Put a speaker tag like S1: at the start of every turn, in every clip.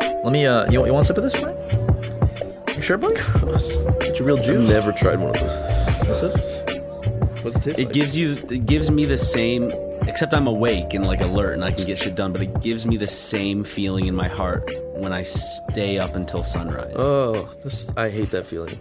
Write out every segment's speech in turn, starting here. S1: Let me. Uh, you, you want a sip of this, Ryan? You sure, buddy? It's a real
S2: I've
S1: juice.
S2: never tried one of those.
S1: What's it?
S2: What's this?
S3: It gives you, it gives me the same, except I'm awake and like alert and I can get shit done. But it gives me the same feeling in my heart when I stay up until sunrise.
S2: Oh, this, I hate that feeling.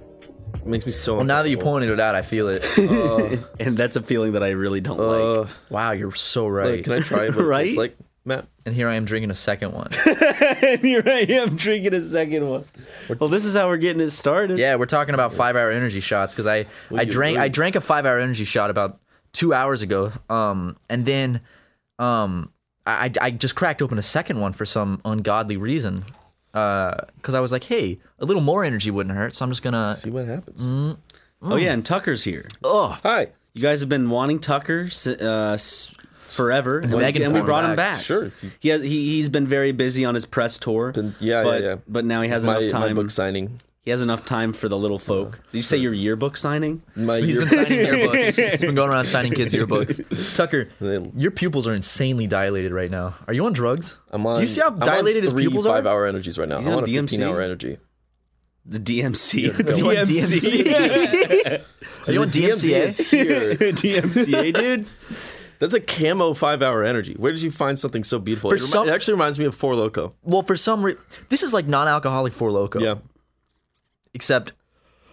S2: It makes me so.
S1: Well, now that you pointed it out, I feel it.
S3: and that's a feeling that I really don't
S2: Uh.
S3: like.
S1: wow, you're so right.
S2: Like, can I try what
S3: Right?
S2: it's like, Matt?
S1: and here I am drinking a second one.
S3: and here I am drinking a second one. Well, this is how we're getting it started.
S1: yeah, we're talking about five-hour energy shots because I I
S2: you
S1: drank I
S2: agree.
S1: drank a five-hour energy shot about two hours ago. Um, and then, um, I I- I just cracked open a second one for some ungodly reason. Uh, because I was like, hey, a little more energy wouldn't hurt, so I'm just gonna.
S2: See what happens.
S1: Mm.
S2: Oh,
S3: Oh yeah, and Tucker's here.
S2: Hi.
S3: You guys have been wanting Tucker s- uh, s- forever, and, we-
S1: begging
S3: and we
S1: for him
S3: brought him
S1: back.
S3: back.
S2: Sure, if you-
S3: He has, he he's been very busy on his press tour.
S2: Been- yeah, yeah,
S3: but,
S2: yeah.
S3: But now he has
S2: My,
S3: enough
S2: my Uh,
S3: time.
S2: book signing.
S3: He has enough time for the little folk. Did you say your yearbook signing?
S2: My
S1: He's
S2: year-
S1: been signing yearbooks. He's been going around signing kids' yearbooks. Tucker,
S2: They-
S1: your pupils are insanely dilated right now. Are you on drugs?
S2: I'm on,
S1: Do you see how
S2: I'm on
S1: dilated his
S2: three
S1: pupils
S2: five
S1: are?
S2: hour energies right now.
S3: on
S2: I'm on a
S3: DMC?
S2: 15 hour energy.
S3: The DMC.
S1: You on DMCA? Are you on DMCA?
S2: is here.
S3: DMCA, dude.
S2: That's a camo five hour energy. Where did you find something so beautiful? It, remi-
S1: some-
S2: it actually reminds me of Four Loco.
S1: Well, for some reason, this is like non-alcoholic Four Loko.
S2: Yeah.
S1: Except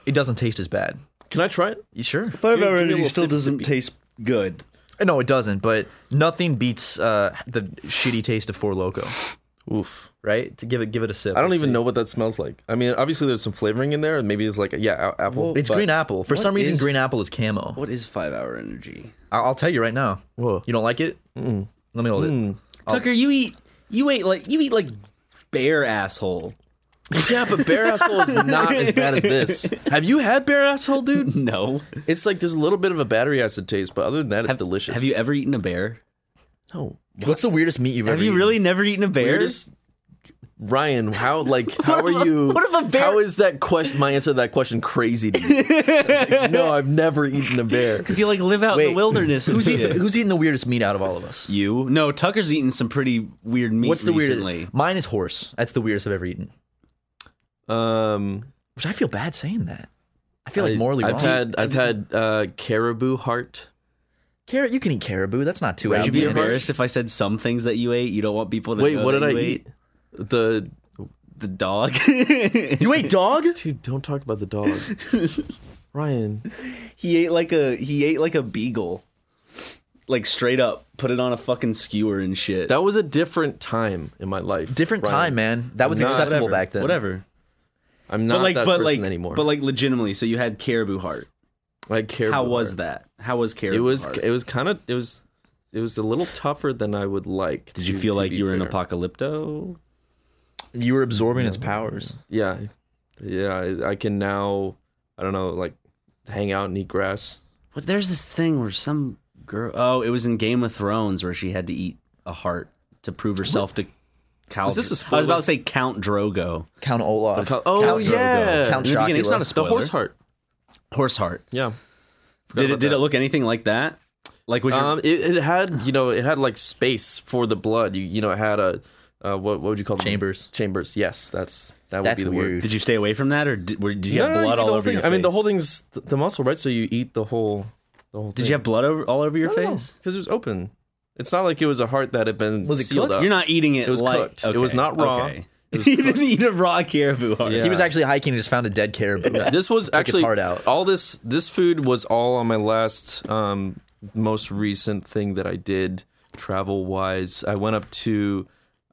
S1: it doesn't taste as bad.
S2: Can I try it?
S1: You sure?
S3: Five
S2: Give me a
S3: hour
S2: little
S3: energy still
S2: sip,
S3: doesn't
S2: sippy.
S3: taste good.
S1: Uh, No, it doesn't. But nothing beats uh, the shitty taste of Four Loko,
S2: Oof.
S1: right? To give it, give it a sip.
S2: I don't even know what that smells like. I mean, obviously there's some flavoring in there. Maybe it's like a, yeah, a- apple.
S1: It's
S2: but-
S1: green apple. For some reason,
S3: is-
S1: green apple is camo.
S3: What is five hour energy?
S1: I- I'll tell you right now. Whoa. You don't like it? Mm. Let me hold
S2: Mm.
S1: it.
S3: Tucker, you eat you ate like you eat like bear asshole.
S2: Yeah, but bear asshole is not as bad as this. Have you had bear asshole, dude?
S3: No.
S2: It's like there's a little bit of a battery acid taste, but other than that, it's delicious.
S3: Have you ever eaten a bear?
S2: No.
S1: What's the weirdest meat you've ever
S3: Have you
S1: eaten?
S3: really never eaten a bear?
S2: Weirdest- Ryan, how like how
S3: What if
S2: are
S3: a-
S2: you?
S3: what if a bear-
S2: How is that question? My answer to that question crazy to you? Like, no, I've never eaten a bear.
S3: Because you like live out in
S1: Wait.
S3: the wilderness.
S1: Who's eating, who's eating the weirdest meat out of all of us?
S3: you? No, Tucker's eaten some pretty weird meat
S1: What's the
S3: recently.
S1: weirdest? Mine is horse. That's the weirdest I've ever eaten.
S2: Um,
S1: Which I feel bad saying that. I feel
S2: I-
S1: like morally
S2: I've
S1: wrong.
S2: had I've had uh, caribou heart.
S1: Carrot, you can eat caribou. That's not too
S3: Would
S1: bad.
S3: you be
S1: man.
S3: embarrassed if I said some things that you ate? You don't want people to
S2: Wait,
S3: know
S2: what
S3: that
S2: did I
S3: you
S2: eat?
S3: ate?
S2: The
S3: The dog.
S1: You ate dog?
S2: dude, don't talk about the dog, Ryan.
S3: he ate like a he ate like a beagle. Like straight up, put it on a fucking skewer and shit.
S2: That was a different time in my life.
S1: Different
S2: Ryan.
S1: time, man. That was
S2: Nah,
S1: acceptable
S3: whatever,
S1: back then.
S3: Whatever.
S2: I'm not
S3: But like
S2: that
S3: but
S2: person
S3: like
S2: anymore.
S3: but like legitimately, so you had caribou heart.
S2: like caribou
S3: How was
S2: heart.
S3: that? How was caribou
S2: It was
S3: heart?
S2: it was kind of it was it was a little tougher than I would like.
S3: Did you feel like you were in apocalypto?
S1: You were absorbing its powers.
S2: Yeah, yeah. I, I can now. I don't know, like hang out and eat grass.
S3: What, there's this thing where some girl. Oh, it was in Game of Thrones where she had to eat a heart to prove herself to. Cal-
S2: Is this a
S3: I was about
S2: spoiler?
S3: to say Count Drogo.
S1: Count Olaf.
S2: Cal- oh,
S1: Count Drogo.
S2: yeah.
S1: Count
S3: In the
S1: Chocula.
S3: beginning, it's not a
S2: The
S3: spoiler.
S2: horse heart.
S3: Horse heart.
S2: Yeah. Forgot
S3: Did it
S2: about
S3: did
S2: that.
S3: it look anything like that? Like was your
S2: Um, it, it had you know it had like space for the blood. You you know it had a uh, what what would you call them?
S1: Chambers.
S2: Chambers. Yes, that's that would
S1: That's
S2: be the
S1: weird.
S2: word.
S3: did you stay away from that or did, were, did you
S2: No,
S3: have
S2: no, no, you
S3: blood
S2: do the
S3: all
S2: whole
S3: over
S2: thing.
S3: your face?
S2: I mean, the whole thing's th- the muscle, right? So you eat the whole the whole.
S3: Did you have blood over, all over your face?
S2: Because it was open. It's not like it was a heart that had been
S1: Was it
S2: sealed
S1: cooked?
S2: up.
S3: You're not eating it.
S2: It was
S3: like,
S2: cooked. It was not raw.
S3: It was you didn't eat a raw caribou heart.
S2: Yeah.
S1: He was actually hiking and just found a dead caribou.
S2: this was
S1: its
S2: actually
S1: heart out.
S2: all this this food was all on my last um most recent thing that I did travel wise. I went up to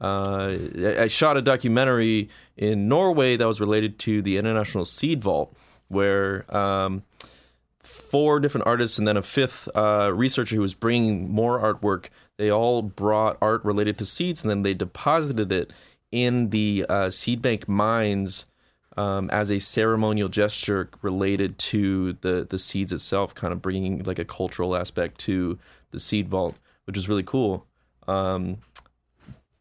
S2: uh, I- I shot a documentary in Norway that was related to the International Seed Vault, where um, four different artists and then a fifth uh, researcher who was bringing more artwork. They all brought art related to seeds, and then they deposited it in the uh, seed bank mines um, as a ceremonial gesture related to the the seeds itself, kind of bringing like a cultural aspect to the seed vault, which was really cool. Um,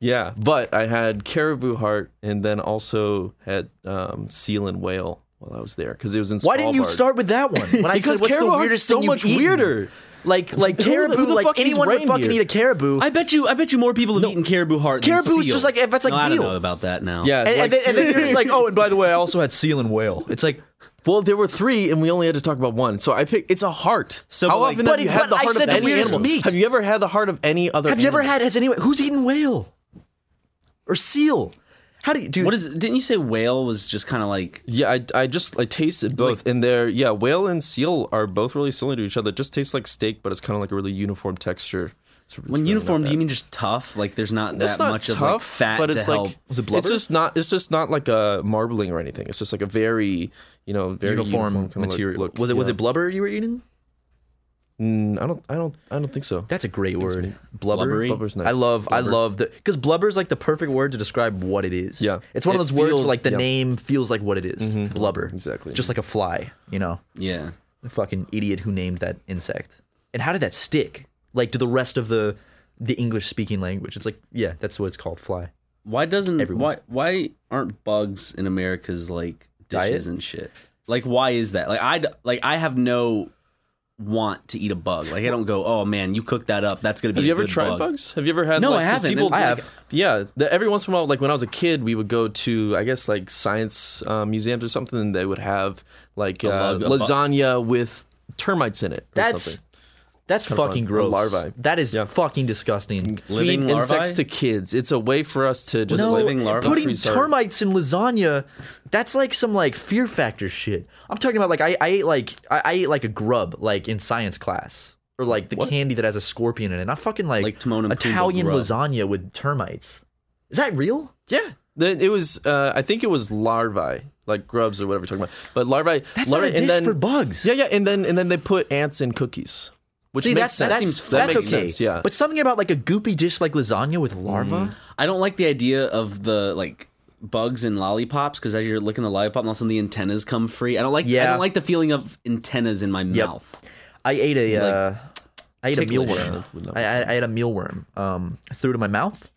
S2: yeah, but I had caribou heart, and then also had um, seal and whale while I was there because it was in.
S1: Why didn't you
S2: Svalbard.
S1: start with that one? When I
S2: Because
S1: said, what's
S2: caribou
S1: the
S2: heart's
S1: weirdest
S2: so
S1: thing you've
S2: much
S1: eaten?
S2: weirder.
S1: Like like
S2: Who the- who
S1: caribou,
S2: the
S1: like
S2: fuck eats
S1: anyone would fucking
S2: reindeer?
S1: eat a caribou.
S3: I bet you. I bet you more people have eaten caribou heart. than
S1: Caribou is
S3: seal.
S1: just like- if that's like
S3: no, I don't
S1: veal.
S3: know about that now.
S2: Yeah,
S1: and,
S2: like,
S1: and, then, and then you're just like, oh, and by the way, I also had seal and whale. It's like,
S2: well, there were three, and we only had to talk about one. So I picked. It's a heart.
S3: So,
S2: how
S3: but, like-
S2: often
S1: but
S2: have you
S1: it-
S2: had
S1: but
S2: the
S1: I
S2: heart of
S1: said the
S2: any
S1: weirdest
S2: animal?
S1: meat.
S2: Have you ever had the heart of any other?
S1: have you ever
S2: animal?
S1: had? Has anyone who's eaten whale or seal? How do you do?
S3: What is? Didn't you say whale was just kind of like?
S2: Yeah, I, I just I tasted both, and they're yeah, whale and seal are both really similar to each other. It just tastes like steak, but it's kind of like a really uniform texture. It's, it's
S3: When
S2: really
S3: uniform,
S2: not
S3: do you
S2: bad.
S3: mean just tough? Like there's not
S2: It's
S3: that
S2: not
S3: much
S2: tough,
S3: of like fat
S2: but it's
S3: to
S2: like
S3: help.
S1: Was it blubber?
S2: it's just not it's just not like a marbling or anything. It's just like a very you know very uniform,
S1: uniform,
S2: kinda look-
S1: material?
S2: look,
S1: was it was
S2: yeah.
S1: it blubber you were eating?
S2: Mm, I don't I don't I don't think so.
S1: That's a great word. Blubber.
S3: Blubbery?
S2: Blubber's nice.
S1: I love
S2: Blubber.
S1: I love the because blubber is like the perfect word to describe what it is.
S2: Yeah.
S1: It's one of
S2: It
S1: those words
S2: feels-
S1: where like the
S2: yeah. Mm-hmm.
S1: name feels like what it is. Blubber.
S2: Exactly.
S1: Just like a fly, you know.
S3: yeah.
S1: The fucking idiot who named that insect. And how did that stick? Like to the rest of the the English speaking language. It's like, yeah, that's what it's called, fly.
S3: Why doesn't why why aren't bugs in America's like dishes
S1: Diet?
S3: and shit? Like why is that? Like I d- like I have no want to eat a bug. Like I don't go, "Oh man, you cooked that up. That's going to
S2: Have
S3: be
S2: you
S3: a
S2: ever
S3: good
S2: tried
S3: bug."
S2: bugs? Have you ever had?
S3: No,
S2: like,
S3: I
S2: 'cause
S3: haven't.
S2: People,
S3: I
S2: like-
S3: have.
S2: Yeah, the, every once in a while, like when I was a kid, we would go to I guess like science uh, museums or something, and they would have like uh,
S3: lug- a bu-
S2: lasagna with termites in it. Or
S1: That's
S2: something.
S1: that's fucking
S2: fun. Or
S1: gross.
S2: larvae.
S1: That is fucking disgusting.
S3: Living
S2: feed insects
S3: larvae?
S2: to kids. It's a way for us to just
S1: No,
S2: like,
S3: living larvae?
S1: putting
S2: increase our-
S1: termites in lasagna, that's like some like fear factor shit. I'm talking about like I, I ate like I, I ate like a grub like in science class or like the candy that has a scorpion in it. And I fucking like,
S3: Like Timon and Pumbaa
S1: Italian
S3: grub.
S1: lasagna with termites. Is that real?
S2: Yeah, Then it was. Uh, I think it was larvae, like grubs or whatever you're talking about. But larvae.
S1: That's
S2: larvae,
S1: not a dish
S2: and then,
S1: for bugs.
S2: Yeah, yeah, and then and then they put ants in cookies, which
S1: See,
S2: makes
S1: that's
S2: sense.
S1: that's
S2: that
S1: that's
S2: makes
S1: okay.
S2: sense. Yeah,
S1: But something about like a goopy dish like lasagna with larvae.
S3: I don't like the idea of the like bugs in lollipops because as you're licking the lollipop, and all of a sudden the antennas come free. I don't like. I
S1: Yeah.
S3: don't like the feeling of antennas in my mouth.
S1: I ate a uh, I ate a
S3: ticklish.
S1: mealworm. I, I, I ate a mealworm. Um, threw it in my mouth.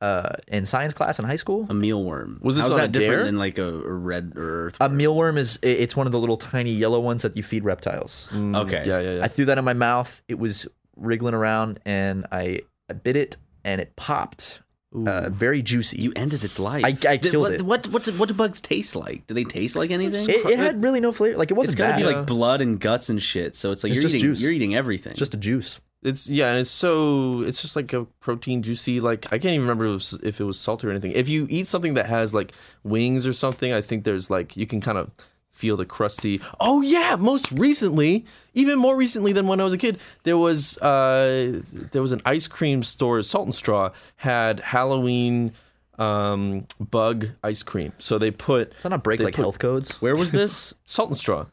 S1: Uh, in science class in high school.
S3: A mealworm.
S2: Was this
S3: How's
S2: on
S3: that
S2: a
S3: different
S2: dare?
S3: than like a, a red or earth?
S1: A mealworm is i- it's one of the little tiny yellow ones that you feed reptiles.
S3: okay.
S2: Mm, yeah, yeah, yeah.
S1: I threw that in my mouth. It was wriggling around, and I, I bit it, and it popped. Uh, very juicy.
S3: You ended its life.
S1: I- I
S3: Th-
S1: killed
S3: what,
S1: it.
S3: What, what, do- what do bugs taste like? Do they taste like anything?
S1: it, it had really no flavor. Like it wasn't
S3: it's gotta
S1: bad.
S3: be like blood and guts and shit. So it's like
S1: It's
S3: you're
S1: just
S3: eating,
S1: juice.
S3: you're eating everything.
S1: It's just a juice.
S2: It's yeah, and it's so it's just like a protein juicy. Like I can't even remember if it, was, if it was salt or anything. If you eat something that has like wings or something, I think there's like you can kind of feel the crusty. Oh yeah, most recently, even more recently than when I was a kid, there was uh there was an ice cream store. Salt and Straw had Halloween um bug ice cream. So they put
S1: It's not a break
S2: They
S1: like
S2: put-
S1: health codes.
S3: Where was this?
S2: Salt and Straw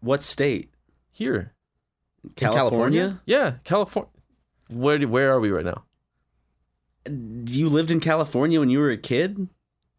S3: what state?
S2: here.
S1: California?
S2: Yeah, California. Where where are we right now?
S3: You lived in California when you were a kid?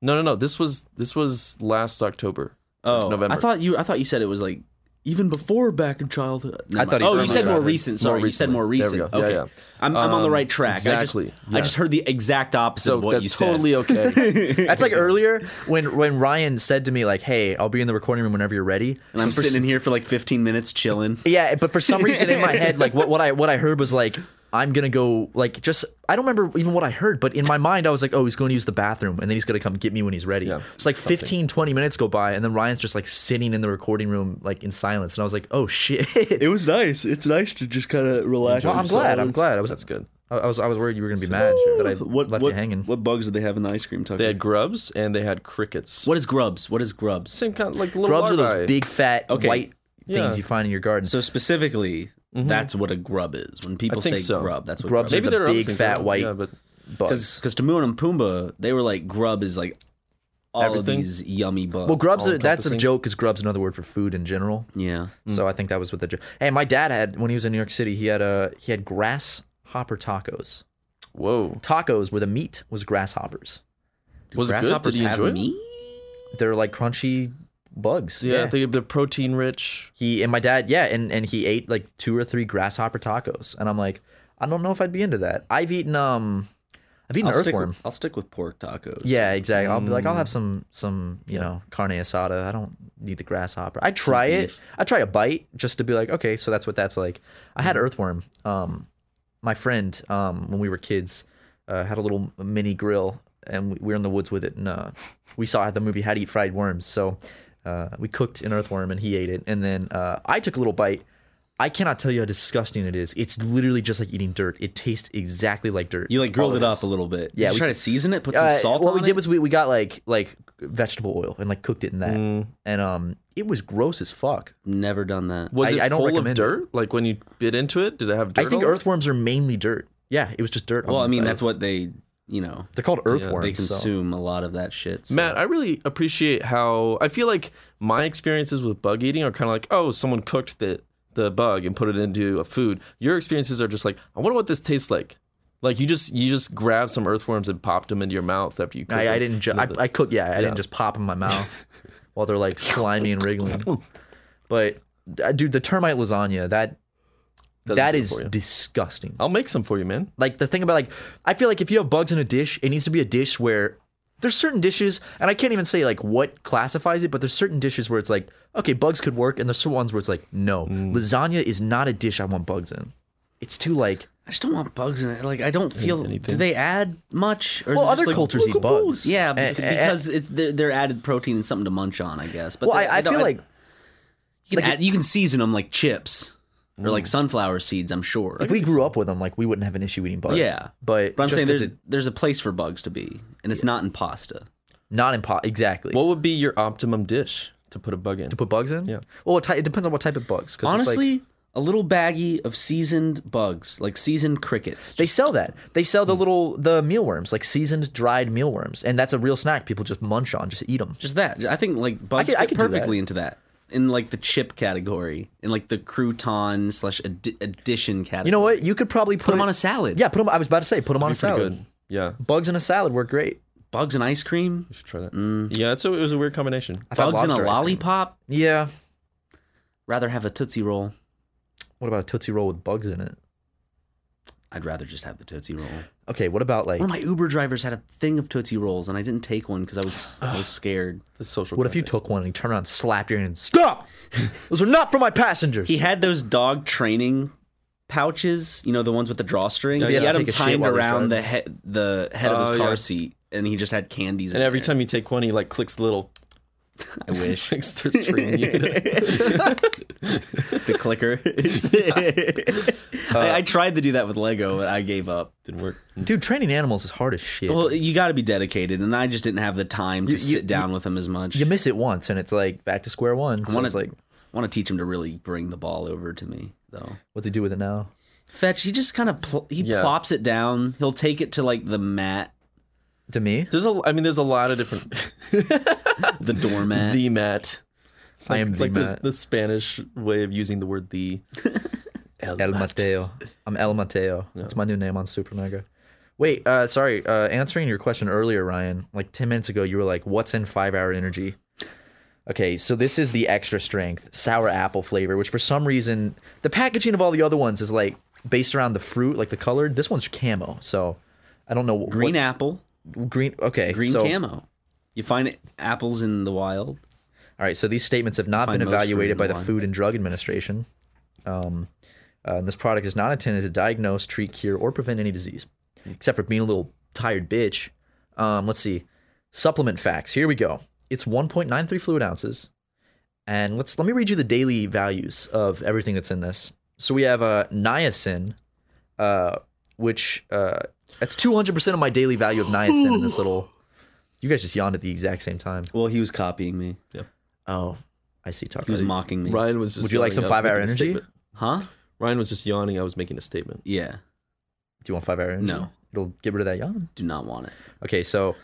S2: No, no, no. This was this was last October.
S3: Oh,
S2: November.
S3: I thought you. I thought you said it was like even before back in childhood. Never
S1: I thought
S3: mind.
S1: he
S3: Oh,
S1: was
S3: you
S1: talking
S3: said
S1: about
S3: more
S1: it.
S3: recent.
S2: More
S3: Sorry, you said
S2: recently.
S3: more
S2: There we
S3: recent.
S2: go. Yeah,
S3: Okay,
S2: yeah.
S3: I'm, I'm on the
S2: Um,
S3: right track. I
S2: exactly.
S3: just,
S2: Yeah.
S3: I just heard the exact opposite
S2: So
S3: of what
S2: that's
S3: you said.
S2: totally okay.
S1: That's like earlier when when Ryan said to me like, "Hey, I'll be in the recording room whenever you're ready."
S3: And I'm sitting in here for like 15 minutes chilling.
S1: Yeah, but for some reason in my head, like what, what I what I heard was like I'm gonna go like just I don't remember even what I heard, but in my mind I was like, oh, he's going to use the bathroom and then he's gonna come get me when he's ready.
S2: Yeah,
S1: it's like 15, 20 minutes go by and then Ryan's just like sitting in the recording room like in silence, and I was like, oh shit.
S3: was nice. It's nice to just kind of relax.
S1: Well, I'm glad. I'm glad. I was
S2: That's good.
S1: I, I was I was worried you were gonna be mad that I left you hanging.
S3: What bugs did they have in the ice cream tucker?
S2: They had grubs and they had crickets.
S3: what is grubs? What is grubs?
S2: Same kind, like little
S1: Grubs are
S2: larvae.
S1: those big fat
S3: Okay.
S1: white
S2: Yeah.
S1: things you find in your garden.
S3: So specifically,
S1: Mm-hmm.
S3: that's what a grub is. When people
S2: I think
S3: say
S2: so.
S3: grub, that's what
S1: Grubs
S3: grub
S1: are the
S2: Maybe
S3: is.
S2: there are other
S1: big,
S2: things,
S1: fat,
S2: yeah,
S1: white
S2: Yeah, but
S1: bugs.
S3: Because Timon and Pumbaa, they were like grub is like all
S2: Everything?
S3: of these yummy bugs.
S1: Well, grubs are, that's a
S2: all-encompassing.
S1: joke because grubs another word for food in general.
S3: yeah.
S1: So I think that was what the joke. Hey, my dad had when he was in New York City, he had uh, he had grasshopper tacos.
S2: whoa,
S1: Tacos where the meat was grasshoppers.
S2: was it good? Did
S3: Grasshoppers
S2: you
S3: have
S2: enjoy it?
S3: meat?
S1: They're like crunchy bugs.
S2: Yeah, They, they're protein rich.
S1: he and my dad, yeah, and and he ate like two or three grasshopper tacos, and I'm like, I don't know if I'd be into that. I've eaten um, I've eaten
S3: I'll stick,
S1: earthworm.
S3: with, I'll stick with pork tacos.
S1: Yeah, exactly. I'll be
S3: Mm.
S1: like, I'll have some some you know carne asada. I don't need the grasshopper. I try it. I try a bite just to be like, okay, so that's what that's like. I had earthworm. Um, my friend, um, when we were kids, uh, had a little mini grill, and we, we were in the woods with it, and uh, we saw the movie How to Eat Fried Worms. So uh, we cooked an earthworm, and he ate it, and then uh, I took a little bite. I cannot tell you how disgusting it is. It's literally just like eating dirt. It tastes exactly like dirt.
S3: You like
S1: It's all
S3: grilled it
S1: is.
S3: up a little bit.
S1: Yeah,
S3: Did you
S1: we-
S3: try to season it, put some
S1: Uh,
S3: salt
S1: what
S3: on
S1: we did
S3: it?
S1: was we, we got like like vegetable oil and like cooked it in that and um it was gross as fuck
S3: Never done that.
S2: Was
S1: I-
S2: it
S1: I don't
S2: full of
S1: recommend it.
S2: dirt? Like when you bit into it, did it have dirt?
S1: i think
S2: all-
S1: earthworms are mainly dirt yeah it was just dirt on
S3: well,
S1: the
S3: I mean,
S1: inside.
S3: that's what they, you know,
S1: they're called earthworms
S3: they
S1: so-
S3: consume a lot of that shit. so-
S2: Matt, I really appreciate how I feel like my experiences with bug eating are kind of like, oh, someone cooked the the bug and put it into a food. Your experiences are just like, I wonder what this tastes like. Like you just you just grabbed some earthworms and popped them into your mouth after you. cooked
S1: I, I didn't
S2: them.
S1: ju- I, I cook yeah i didn't just pop in my mouth while they're like slimy and wriggling but uh, dude the termite lasagna that
S2: Doesn't
S1: that
S2: do it
S1: is
S2: for you.
S1: disgusting
S2: I'll make some for you, man.
S1: Like the thing about like I feel like if you have bugs in a dish, it needs to be a dish where there's certain dishes, and I can't even say like what classifies it, but there's certain dishes where it's like, okay, bugs could work, and there's certain ones where it's like, no,
S3: Mm.
S1: lasagna is not a dish I want bugs in. It's too like
S3: I just don't want bugs in it. Like, I don't feel. Do they add much? Or is
S1: well,
S3: it just
S1: other
S3: like-
S1: cultures eat bugs.
S3: Yeah,
S1: And-
S3: because,
S1: and-
S3: because it's, they're, they're added protein and something to munch on, I guess. But
S1: well,
S3: they-
S1: I, I
S3: don't-
S1: feel like
S3: you can, add, you can season them like chips or
S1: Mm.
S3: like sunflower seeds. I'm sure.
S1: if we grew up with them, like we wouldn't have an issue eating bugs.
S3: Yeah.
S1: but,
S3: but I'm
S1: just
S3: saying
S1: 'cause
S3: there's
S1: it's
S3: there's a place for bugs to be, and it's not in pasta.
S1: not impo- exactly.
S2: What would be your optimum dish to put a bug in?
S1: to put bugs in? Yeah. Well, it, ty- it depends on what type of bugs. 'cause it's, like-
S3: Honestly, a little baggie of seasoned bugs, like seasoned crickets.
S1: They sell that. They sell
S3: Mm.
S1: the little the mealworms, like seasoned dried mealworms, and that's a real snack. People just munch on, just eat them.
S3: Just that. I think like bugs
S1: could- I
S3: fit
S1: could do that.
S3: perfectly into that. In like the chip category, in like the crouton slash addi- addition category.
S1: You know what? You could probably
S3: Put them on a salad.
S1: Yeah, put them. I was about to say, put them on a
S2: Pretty
S1: salad.
S2: good. Yeah,
S1: Bugs in a salad work great.
S3: Bugs and ice cream.
S2: just try that.
S1: Mm.
S2: Yeah, it's a, it was a weird combination.
S1: I've had
S3: Bugs and
S1: lobster
S3: a
S1: ice cream.
S3: lollipop.
S1: Yeah.
S3: Rather have a tootsie roll.
S1: What about a tootsie roll with bugs in it?
S3: I'd rather just have the tootsie roll.
S1: Okay. What about like?
S3: One of my Uber drivers had a thing of tootsie rolls, and I didn't take one because I was I was scared.
S2: The social.
S1: What if you
S2: context.
S1: took one and you turned around, and slapped your hand, and stop? Those are not for my passengers.
S3: He had those dog training pouches, you know, the ones with the drawstring.
S1: So he
S3: he
S1: has
S3: had
S1: to
S3: them
S1: take a shit
S3: timed
S1: while he's
S3: around the head the head of his
S2: Oh,
S3: car
S2: yeah.
S3: seat, and he just had candies.
S2: And
S3: in
S2: every
S3: there.
S2: time you take one, he like clicks the little.
S3: I wish
S2: Like starts treating you.
S3: the clicker. I, I tried to do that with Lego, but I gave up.
S2: Didn't work.
S1: Dude, training animals is hard as shit.
S3: Well, you got to be dedicated, and I just didn't have the time to sit down with him as much.
S1: you miss it once, and it's like back to square one. So
S3: wanna-
S1: it's like,
S3: want to teach him to really bring the ball over to me, though.
S1: what's he do with it now?
S3: Fetch, he just kind of pl- he
S2: Yeah.
S3: plops it down. He'll take it to like the mat,
S1: To me,
S2: There's a. I mean, there's a lot of different.
S3: the doormat.
S2: the mat. It's
S1: I am the
S2: like
S1: mat.
S2: The, Spanish way of using the word the. El
S1: El
S2: mat.
S1: Mateo. I'm El Mateo. That's my new name on Super Mega. Wait, uh, sorry. Uh, answering your question earlier, Ryan, like 10 minutes ago, you were like, what's in five hour energy? Okay, so this is the extra strength sour apple flavor, which for some reason, the packaging of all the other ones is like based around the fruit, like the colored. This one's camo. So I don't know. wh-
S3: green apple,
S1: What, green. Okay.
S3: green
S1: so,
S3: camo. You find it, apples in the wild.
S1: All right, so these statements have not
S3: Find
S1: been
S3: most fruit
S1: evaluated
S3: in
S1: by
S3: the
S1: the
S3: wine.
S1: Food and Drug Administration. Um, uh, and this product is not intended to diagnose, treat, cure, or prevent any disease, except for being a little tired bitch. Um, let's see. Supplement facts. Here we go. It's 1.93 fluid ounces. And let's let me read you the daily values of everything that's in this. So we have uh, niacin, uh, which uh, that's 200% of my daily value of niacin in this little. You guys just yawned at the exact same time.
S3: Well, he was copying me.
S1: Oh, I see. Talk.
S3: He was mocking me.
S2: Ryan was just.
S1: Would you like
S2: yawning.
S1: some
S2: I was
S1: five hour
S2: making a
S1: energy?
S2: statement.
S3: Huh?
S2: Ryan was just yawning. I was making a statement.
S3: Yeah.
S1: Do you want five hour energy?
S3: No.
S1: It'll get rid of that yawn.
S3: Do not want it.
S1: Okay, so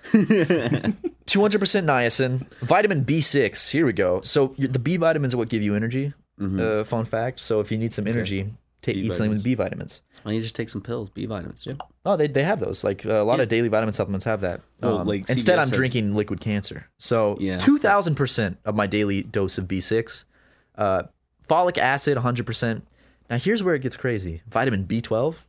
S1: 200% niacin, vitamin B6. Here we go. So y- the B vitamins are what give you energy. Uh, fun fact. So if you need some energy, ta- eat something with B vitamins.
S3: Why don't you just take some pills, B vitamins? Yeah.
S1: Oh, they, they have those. Like uh, a lot of daily vitamin supplements have that. Um,
S3: Well, Oh, like
S1: instead,
S3: CVS
S1: I'm
S3: has-
S1: drinking liquid cancer. So
S3: Yeah.
S1: 2,000% of my daily dose of B6. Uh, folic acid, 100%. Now, here's where it gets crazy vitamin B12,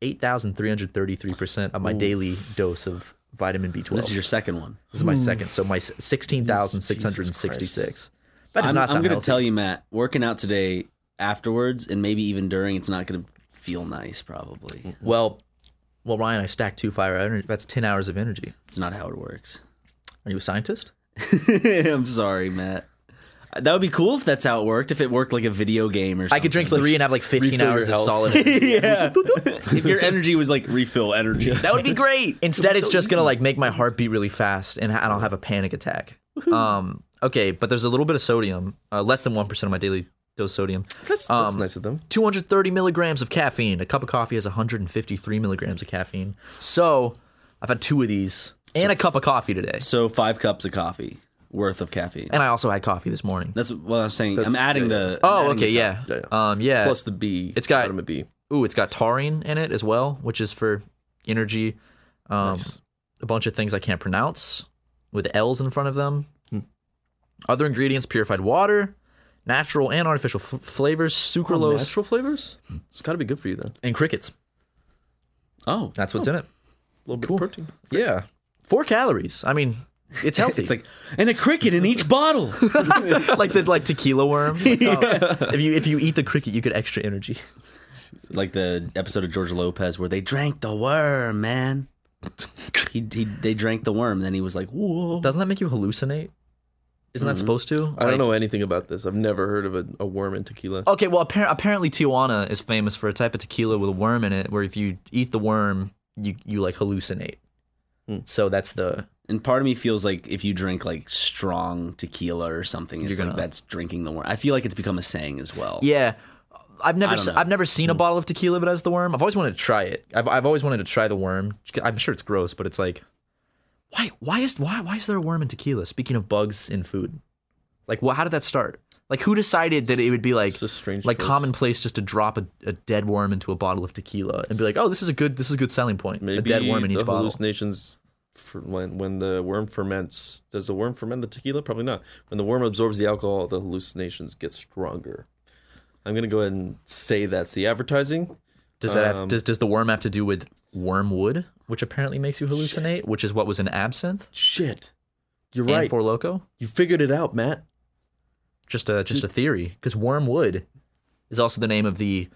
S1: 8,333% on my daily dose of vitamin B12.
S3: This is your second one.
S1: This is my second. So my s- 16,666. That does
S3: I'm,
S1: not
S3: I'm
S1: sound
S3: gonna
S1: healthy.
S3: tell you, Matt. Working out today, afterwards, and maybe even during, it's not gonna feel nice. Probably,
S1: Well, well, Ryan, I stacked two fire energy. That's 10 hours of energy.
S3: it's not how it works.
S1: Are you a scientist?
S3: I'm sorry, Matt. That would be cool if that's how it worked. If it worked like a video game or something.
S1: I could drink three and have like 15
S2: refill your
S1: hours of
S2: health.
S1: solid energy.
S3: yeah. if your energy was like refill energy, that would be great.
S1: Instead,
S3: It'd be
S1: it's
S3: so
S1: just going to
S3: easy.
S1: like make my heart beat really fast and I don't have a panic attack. Um, okay, but there's a little bit of sodium, uh, less than 1% of my daily dose sodium.
S2: That's, that's
S1: Um,
S2: nice of them.
S1: 230 milligrams of caffeine. A cup of coffee has 153 milligrams of caffeine. So I've had two of these and a cup of coffee today.
S3: so five cups of coffee worth of caffeine.
S1: And I also had coffee this morning.
S3: That's what I'm saying. I'm
S2: That's-
S3: adding
S2: yeah,
S3: the. I'm
S1: Oh,
S3: adding
S1: okay,
S3: the-
S1: yeah.
S2: Yeah, yeah.
S1: Um, yeah.
S2: Plus the B.
S1: It's got-
S2: vitamin B.
S1: Ooh, it's got taurine in it as well, which is for energy. Um, A bunch of things I can't pronounce with L's in front of them.
S2: Hmm.
S1: Other ingredients: purified water, natural and artificial f- flavors, sucralose,
S2: Natural flavors. It's got to be good for you then. A
S1: and crickets.
S3: Oh,
S1: That's what's in it.
S2: little bit of protein.
S1: Yeah, four calories. I mean, it's healthy.
S3: it's like and a cricket in each bottle.
S1: like the like tequila worm. Like, oh, if you if you eat the cricket, you get extra energy.
S3: like the episode of George Lopez where they drank the worm, man. He, he they drank the worm, then he was like, "Whoa!"
S1: Doesn't that make you hallucinate? Isn't that supposed to?
S2: Mm-hmm. I don't know anything about this. I've never heard of a, a worm in tequila.
S1: Okay, well appar- apparently Tijuana is famous for a type of tequila with a worm in it, where if you eat the worm, you you like hallucinate.
S2: Hmm.
S1: So that's the
S3: And part of me feels like if you drink like strong tequila or something, it's
S1: gonna-
S3: like that's drinking the worm. I feel like it's become a saying as well.
S1: yeah. I've never
S3: I don't
S1: se-
S3: know.
S1: I've never seen a bottle of tequila that has the worm. I've always wanted to try it. I've I've always wanted to try the worm. I'm sure it's gross, but it's like why why is why why is there a worm in tequila? Speaking of bugs in food, like wh- how did that start? Like who decided that it would be like
S2: a strange
S1: like
S2: choice.
S1: commonplace just to drop a, a dead worm into a bottle of tequila and be like, oh, this is a good this is a good selling point.
S2: Maybe
S1: a dead worm in
S2: the
S1: each bottle.
S2: hallucinations for when when the worm ferments. Does the worm ferment the tequila? Probably not. When the worm absorbs the alcohol, the hallucinations get stronger. I'm gonna go ahead and say that's the advertising.
S1: Does that have, does does the worm have to do with wormwood, which apparently makes you hallucinate, which is what was in absinthe
S2: Shit, you're
S1: and
S2: right.
S1: Four Loco?
S2: you figured it out, Matt.
S1: Just a just a theory, because wormwood is also the name of the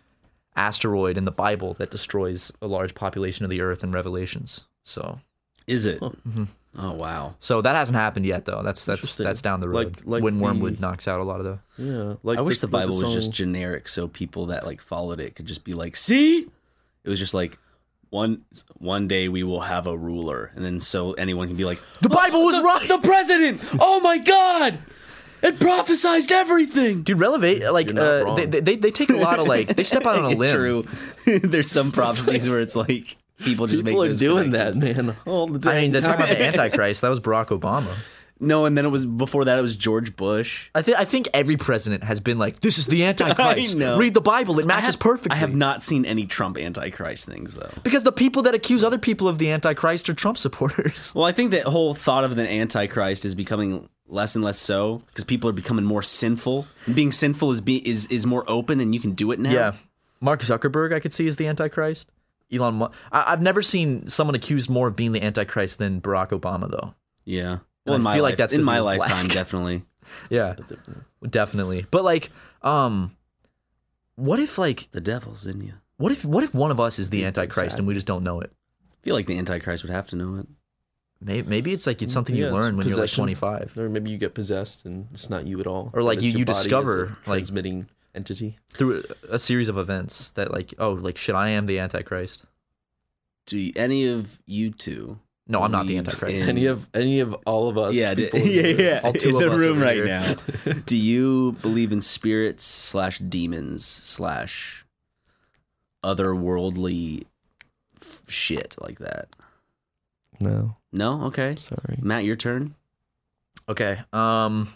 S1: asteroid in the Bible that destroys a large population of the Earth in Revelations. So
S3: Is it? Oh wow!
S1: so that hasn't happened yet, though. That's that's
S2: Interesting.
S1: that's down the road
S2: Like- like
S1: when
S2: the-
S1: wormwood knocks out a lot of the.
S2: Yeah, like
S3: I wish the
S2: this-
S3: Bible was
S2: song-
S3: just generic, so people that like followed it could just be like, "See," it was just like one one day we will have a ruler, and then so anyone can be like,
S1: The Bible was right.
S3: "The president! Oh my God! It prophesized everything."
S1: Dude, relevate like
S2: You're not
S1: uh,
S2: wrong.
S1: they, they they take a lot of like they step out on a limb.
S3: True. There's some prophecies where it's like people just
S2: People
S3: make
S2: are
S3: those
S2: doing that,
S3: connections.
S2: man. All the
S1: I mean,
S2: dang
S1: they're talking
S2: time.
S1: about the Antichrist. That was Barack Obama.
S3: No, and then it was before that. It was George Bush.
S1: I think I think every president has been like, "This is the Antichrist.
S3: I know.
S1: Read the Bible; it matches
S3: I have-
S1: perfectly."
S3: I have not seen any Trump antichrist things though.
S1: because the people that accuse other people of the Antichrist are Trump supporters.
S3: Well, I think that whole thought of the antichrist is becoming less and less so because people are becoming more sinful. Being sinful is be is is more open, and you can do it now.
S1: Mark Zuckerberg, I could see is the Antichrist. Elon, Mu- I- have never seen someone accused more of being the Antichrist than Barack Obama, though.
S3: yeah. Well,
S1: I
S3: in my
S1: feel like
S3: life,
S1: that's
S3: in
S1: 'cause
S3: my
S1: he was black.
S3: lifetime, definitely.
S1: Yeah, definitely. But like, um, what if like,
S3: The devil's in you. I
S1: what if what if one of us is the Antichrist and we just don't know it?
S3: feel like the antichrist would have to know it.
S1: Maybe, maybe it's like it's something
S2: Yeah,
S1: you
S2: it's
S1: learn when you're like
S2: possession.
S1: 25.
S2: Or maybe you get possessed and it's not you at all.
S1: Or, like,
S2: but it's
S1: you-
S2: your
S1: you
S2: body as a
S1: discover, like-
S2: transmitting entity.
S1: through a, a series of events that like oh like shit I am the antichrist.
S3: Do any of you two?
S1: No, I'm not the
S3: Believe
S1: antichrist.
S3: in-
S2: Any of any of all of us.
S3: yeah, d-
S2: people in
S3: yeah,
S2: the-
S3: yeah.
S1: all two
S3: in
S1: of
S3: the
S1: us
S3: room
S1: over
S3: right
S1: here.
S3: now. Do you believe in spirits slash demons slash otherworldly f- shit like that?
S2: No,
S3: No. Okay.
S2: sorry.
S3: Matt, your turn.
S1: Okay. Um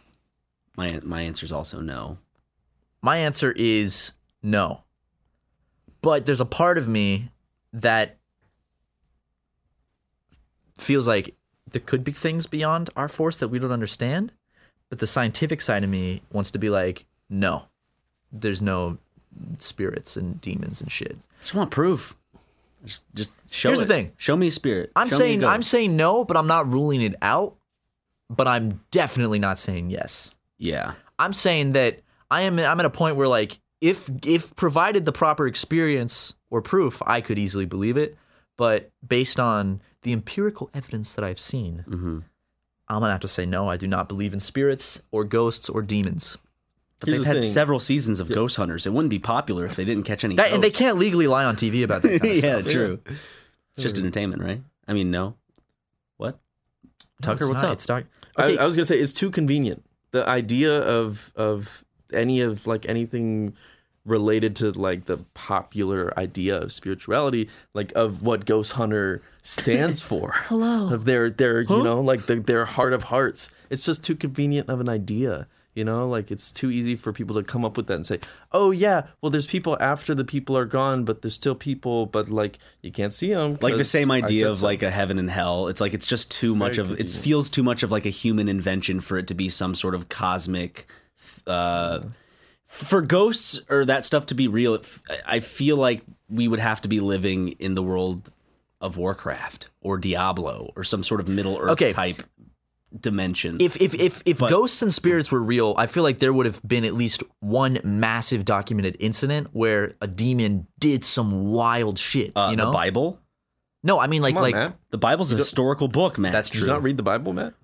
S3: My an- my answer is also no.
S1: my answer is no. But there's a part of me that feels like there could be things beyond our force that we don't understand, but the scientific side of me wants to be like no. There's no spirits and demons and shit.
S3: I just want proof. Just show
S1: Here's the
S3: it.
S1: thing.
S3: Show me a spirit.
S1: I'm
S3: Show me a
S1: saying
S3: ghost.
S1: I'm saying no, but I'm not ruling it out. But I'm definitely not saying yes.
S3: yeah.
S1: I'm saying that I am I'm at a point where like if if provided the proper experience or proof, I could easily believe it. But based on the empirical evidence that I've seen,
S3: Mm-hmm.
S1: I'm gonna have to say no. I do not believe in spirits or ghosts or demons.
S3: But
S2: Here's
S3: they've
S2: the
S3: had
S2: thing.
S3: several seasons of Ghost Hunters. It wouldn't be popular if they didn't catch any.
S1: That, and they
S3: ghosts.
S1: can't legally lie on TV about that. Kind of
S3: yeah,
S1: stuff.
S3: true. It's just entertainment, right? I mean, no. What?
S1: Hmm. No, it's
S3: Tucker, what's
S1: not.
S3: up?
S1: It's not-
S2: I, I was gonna say it's too convenient. The idea of of any of like anything related to like the popular idea of spirituality, like of what Ghost Hunter stands for. Hello. Of their their you know like the, their heart of hearts. It's just too convenient of an idea. You know, like it's too easy for people to come up with that and say, "Oh yeah, well, there's people after the people are gone, but there's still people, but like you can't see them."
S3: Like the same idea of like a heaven and hell. It's like it's just too much of it feels too much of like a human invention for it to be some sort of cosmic. Uh, for ghosts or that stuff to be real, it, f- I- I feel like we would have to be living in the world of Warcraft or Diablo or some sort of Middle Earth
S1: Okay.
S3: type dimension.
S1: if if if if ghosts and spirits were real, I feel like there would have been at least one massive documented incident where a demon did some wild shit.
S3: uh,
S1: you know,
S3: the Bible,
S1: no, I mean like
S2: Come on,
S1: like
S2: Matt.
S3: the Bible's a historical book, man.
S1: That's
S2: Did you
S1: true.
S2: not read the Bible, Matt?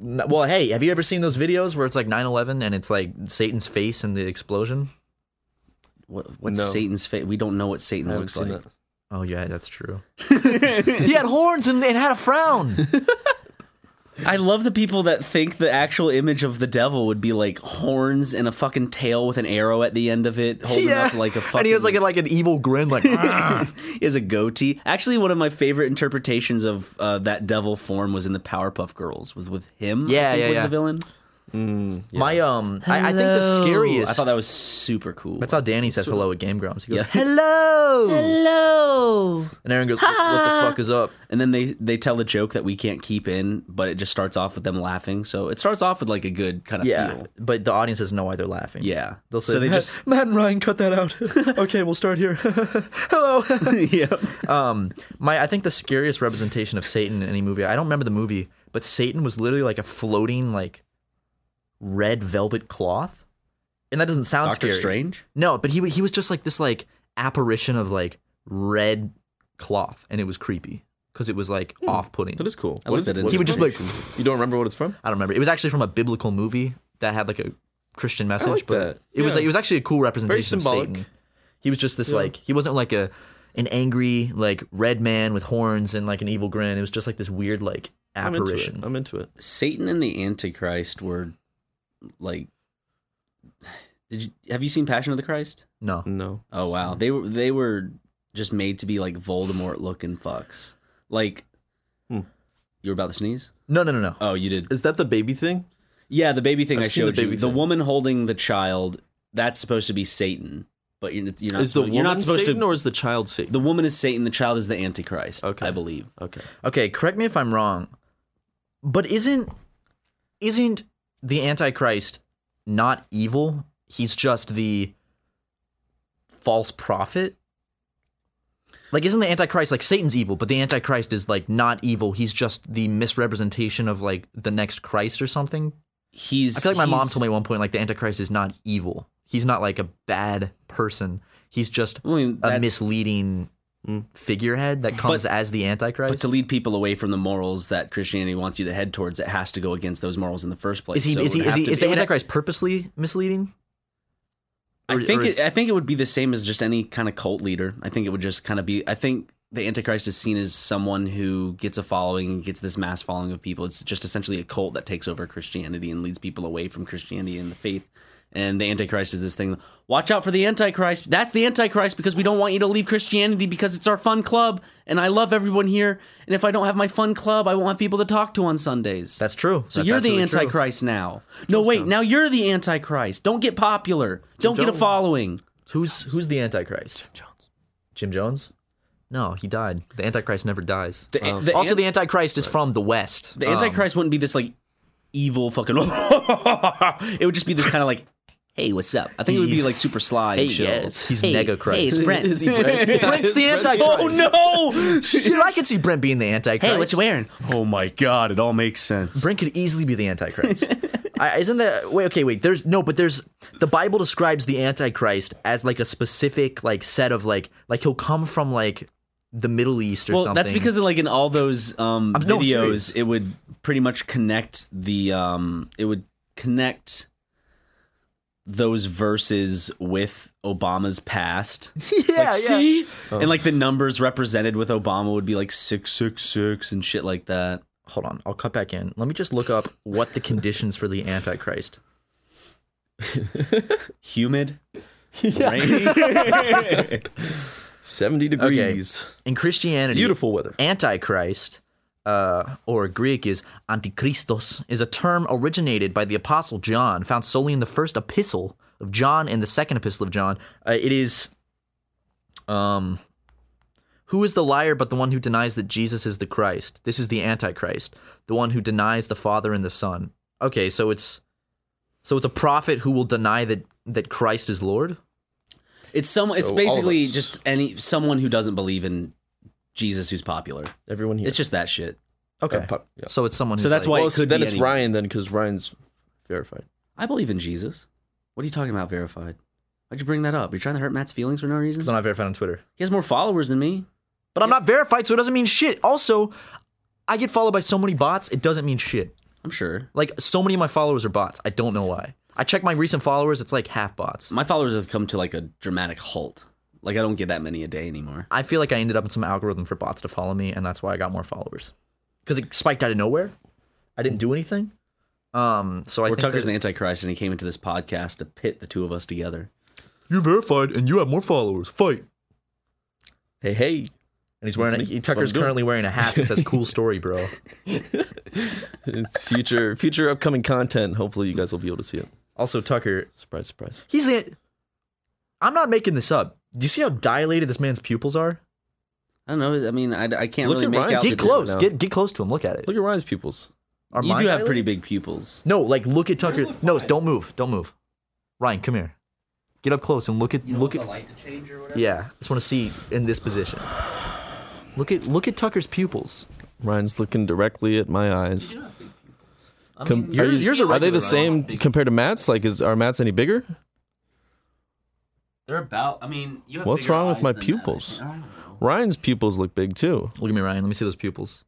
S1: n- well, hey, have you ever seen those videos where it's like 9/11 and it's like Satan's face and the explosion?
S3: What, what's
S2: No.
S3: Satan's face? We don't know what Satan looks like.
S1: Oh yeah, that's true. he had horns and, and had a frown.
S3: I love the people that think the actual image of the devil would be like horns and a fucking tail with an arrow at the end of it, holding up like a fucking.
S1: and he has like a, like an evil grin, like "Ah."
S3: he has a goatee. Actually, one of my favorite interpretations of uh, that devil form was in the Powerpuff Girls, was with him. I
S1: Yeah,
S3: think,
S1: yeah,
S3: was
S1: yeah.
S3: the villain.
S1: my um. I, I think the
S3: Hello.
S1: scariest.
S3: I thought that was super cool.
S1: That's how Danny says hello at Game Grumps. He goes,
S3: Yeah.
S1: "Hello, hello," and Aaron goes, "What the fuck is up?"
S3: and then they they tell the joke that we can't keep in, but it just starts off with them laughing. So it starts off with like a good kind of feel.
S1: but the audience doesn't know why they're laughing.
S3: Yeah.
S1: they'll say,
S3: so they just
S1: Matt and Ryan cut that out. okay, we'll start here. hello.
S3: yeah.
S1: um, my I think the scariest representation of Satan in any movie. I don't remember the movie, but Satan was literally like a floating like red velvet cloth, and that doesn't sound
S3: Doctor
S1: scary.
S3: Strange.
S1: No, but he wa- he was just like this like apparition of like red cloth, and it was creepy because it was like off putting.
S2: That is cool.
S3: I
S2: What
S3: like
S2: is
S3: Hmm. that
S2: it? What
S1: He
S2: is
S1: would
S2: it
S1: just
S2: from?
S1: like
S2: You don't remember what it's from?
S1: I don't remember. It was actually from a biblical movie that had like a Christian message,
S2: like
S1: but
S2: that.
S1: it was
S2: Yeah.
S1: like it was actually a cool representation of
S2: symbolic.
S1: Satan. He was just this like he wasn't like a an angry like red man with horns and like an evil grin. It was just like this weird like
S2: I'm into it.
S1: apparition.
S2: I'm into it.
S3: Satan and the Antichrist were like did you have you seen Passion of the Christ?
S1: No.
S2: No.
S3: Oh wow. They were they were just made to be like Voldemort looking fucks. Like
S2: Hmm.
S3: you were about to sneeze?
S1: No, no, no, no.
S3: Oh, you did.
S2: Is that the baby thing?
S3: Yeah, the baby thing
S2: I've
S3: I
S2: seen
S3: showed
S2: the
S3: the
S2: baby
S3: you. The
S2: thing.
S3: woman holding the child, that's supposed to be Satan, but you're, you're not
S2: is the
S3: supposed,
S2: woman
S3: you're not supposed
S2: Satan
S3: to
S2: or is the child Satan?
S3: The woman is Satan, the child is the Antichrist,
S2: Okay.
S3: I believe.
S2: okay.
S1: Okay, correct me if I'm wrong. But isn't isn't the antichrist not evil? He's just the false prophet? Like isn't the antichrist like Satan's evil, but the antichrist is like not evil. He's just the misrepresentation of like the next Christ or something.
S3: He's
S1: I feel like my mom
S3: he's-
S1: told me at one point like the antichrist is not evil. He's not like a bad person. He's just
S3: I mean,
S1: a
S3: that-
S1: misleading figurehead that comes as the antichrist.
S3: But to lead people away from the morals that Christianity wants you to head towards, it has to go against those morals in the first place.
S1: Is he
S3: So it
S1: is he
S3: would
S1: is,
S3: have
S1: he,
S3: to
S1: is
S3: be-
S1: the Antichrist purposely misleading?
S3: I think
S1: or is-
S3: it, I think it would be the same as just any kind of cult leader. I think it would just kind of be. I think the Antichrist is seen as someone who gets a following and gets this mass following of people. It's just essentially a cult that takes over Christianity and leads people away from Christianity and the faith. And the Antichrist is this thing. Watch out for the Antichrist. That's the Antichrist because we don't want you to leave Christianity because it's our fun club and I love everyone here. And if I don't have my fun club, I won't have people to talk to on Sundays.
S1: That's true.
S3: So you're the Antichrist now. No, wait. Now you're the Antichrist. Don't get popular. Don't get a
S2: Jones.
S3: following.
S1: Who's who's the Antichrist? Jones. Jim Jones? No, he died. The Antichrist never dies. Uh,
S3: The, the,
S1: Oh, also,
S3: an-
S1: the um, Antichrist is from the West.
S3: the Antichrist wouldn't be this like evil fucking. it would just be this kind of like hey, what's up? I think it would be
S1: He's-
S3: like super sly and chill.
S1: yes. He's nega Christ.
S3: Hey, it's Brent. Oh,
S2: Is he Brent?
S1: Brent's the Antichrist. Oh no! Shit, I could see Brent being the Antichrist.
S3: hey, what you wearing? Oh my god, it all makes sense.
S1: Brent could easily be the Antichrist. I, isn't that wait? Okay, wait. There's no, but there's the Bible describes the Antichrist as like a specific like set of like like he'll come from like the Middle East or
S3: Well,
S1: something.
S3: that's because like in all those um,
S1: I'm- no, I'm serious.
S3: videos, it would pretty much connect the um, it would connect those verses with Obama's past.
S1: yeah, Oh. yeah.
S3: Like, See, and like the numbers represented with Obama would be like six six six and shit like that.
S1: Hold on, I'll cut back in. Let me just look up what the conditions for the Antichrist.
S3: Humid, rainy.
S2: 70 degrees.
S1: In Christianity,
S2: Beautiful weather.
S1: Antichrist, uh, or Greek is antichristos, is a term originated by the Apostle John, found solely in the first epistle of John and the second epistle of John. Uh, it is, um, who is the liar but the one who denies that Jesus is the Christ? This is the Antichrist, the one who denies the Father and the Son. Okay, so it's, so it's a prophet who will deny that that Christ is Lord.
S3: It's some. it's
S2: So all of
S3: basically
S2: us-
S3: just any someone who doesn't believe in Jesus who's popular.
S2: Everyone here.
S3: It's just that shit.
S1: Okay,
S2: Uh, pop- yeah.
S1: so it's someone. Who's
S3: So that's
S1: like,
S3: why
S2: Well,
S3: it
S2: so
S3: could
S2: then
S3: be
S2: it's
S3: anyone.
S2: Ryan then because Ryan's verified.
S3: I believe in Jesus. What are you talking about? Verified? Why'd you bring that up? You're trying to hurt Matt's feelings for no reason.
S1: because I'm not verified on Twitter.
S3: He has more followers than me.
S1: But I'm not verified, so it doesn't mean shit. Also, I get followed by so many bots, it doesn't mean shit.
S3: I'm sure.
S1: Like, so many of my followers are bots. I don't know why. I check my recent followers, it's like half bots.
S3: My followers have come to like a dramatic halt. Like I don't get that many a day anymore.
S1: I feel like I ended up in some algorithm for bots to follow me, and that's why I got more followers. Because it spiked out of nowhere. I didn't do anything. Um, so I
S3: Or
S1: think
S3: Tucker's
S1: that-
S3: the Antichrist, and he came into this podcast to pit the two of us together.
S1: you're verified and you have more followers. Fight.
S2: Hey, hey.
S1: And he's wearing. A,
S2: That's me.
S1: he-
S2: That's what
S1: Tucker's
S2: I'm doing.
S1: currently wearing a hat that says "Cool Story, Bro."
S2: It's future future upcoming content. Hopefully you guys will be able to see it.
S1: Also, Tucker,
S2: Surprise, surprise.
S1: he's the. I'm not making this up. Do you see how dilated this man's pupils are?
S3: I don't know. I mean, I, I can't
S2: Look
S3: really
S2: at
S3: make
S2: Ryan's
S1: Get
S2: picture
S3: out. that there's-
S1: close.
S2: now.
S1: Get get close to him. Look at it.
S2: Look at Ryan's pupils.
S1: Are
S3: You
S1: mine
S3: do have
S1: dilated?
S3: pretty big pupils.
S1: No, like look at Tucker. No, don't move. Don't move. Ryan, come here. Get up close and look at look at.
S3: light to change or whatever.
S1: Yeah, I just want to see in this position. Look at look at Tucker's pupils.
S2: Ryan's looking directly at my eyes. Com-
S1: Your-
S2: you-
S1: yours are
S2: Mm-hmm. are they
S1: regular,
S2: the
S1: Ryan.
S2: same compared to Matt's? Like, is are Matt's any bigger?
S3: They're about. I mean, you have
S2: What's
S3: bigger
S2: wrong with
S3: eyes
S2: my
S3: than that, I
S2: pupils?
S3: think. I don't know.
S2: Ryan's pupils look big too.
S1: Look at me, Ryan. Let me see those pupils.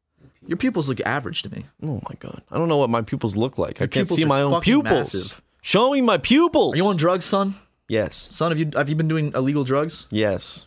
S1: Your pupils look average to me.
S2: Oh my god, I don't know what my pupils look like. I can't
S1: pupils
S2: see
S1: are
S2: my own
S1: fucking
S2: pupils.
S1: massive.
S2: Show me my pupils.
S1: Are you on drugs, son?
S2: yes,
S1: Son, have you have you been doing illegal drugs?
S2: yes.